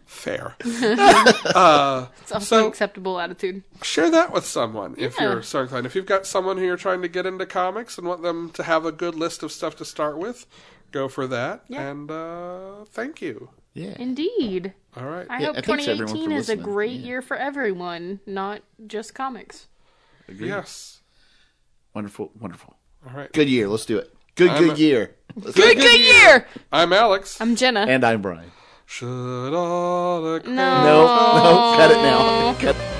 S2: Fair.
S1: It's also
S2: So-
S1: an acceptable attitude.
S2: share that with someone if
S1: Yeah.
S2: you're so inclined. If you've got someone who you're trying to get into comics and want them to have a good list of stuff to start with, go for that.
S1: Yeah.
S2: And uh, thank you.
S3: Yeah.
S1: Indeed.
S2: All right.
S1: I
S3: Yeah,
S1: hope
S3: and thanks, everyone,
S1: 2018
S3: for
S1: is a
S3: listening.
S1: great
S3: Yeah.
S1: year for everyone, not just comics.
S2: yes.
S3: Wonderful. Wonderful.
S2: All right.
S3: Good year. Let's do it. Good.
S2: I'm
S3: good
S2: a-
S3: year. Let's do it.
S1: Good, good year.
S2: I'm Alex.
S1: I'm Jenna.
S3: And I'm Brian.
S2: Should all the
S1: no.
S3: No. No. Cut it now. Cut.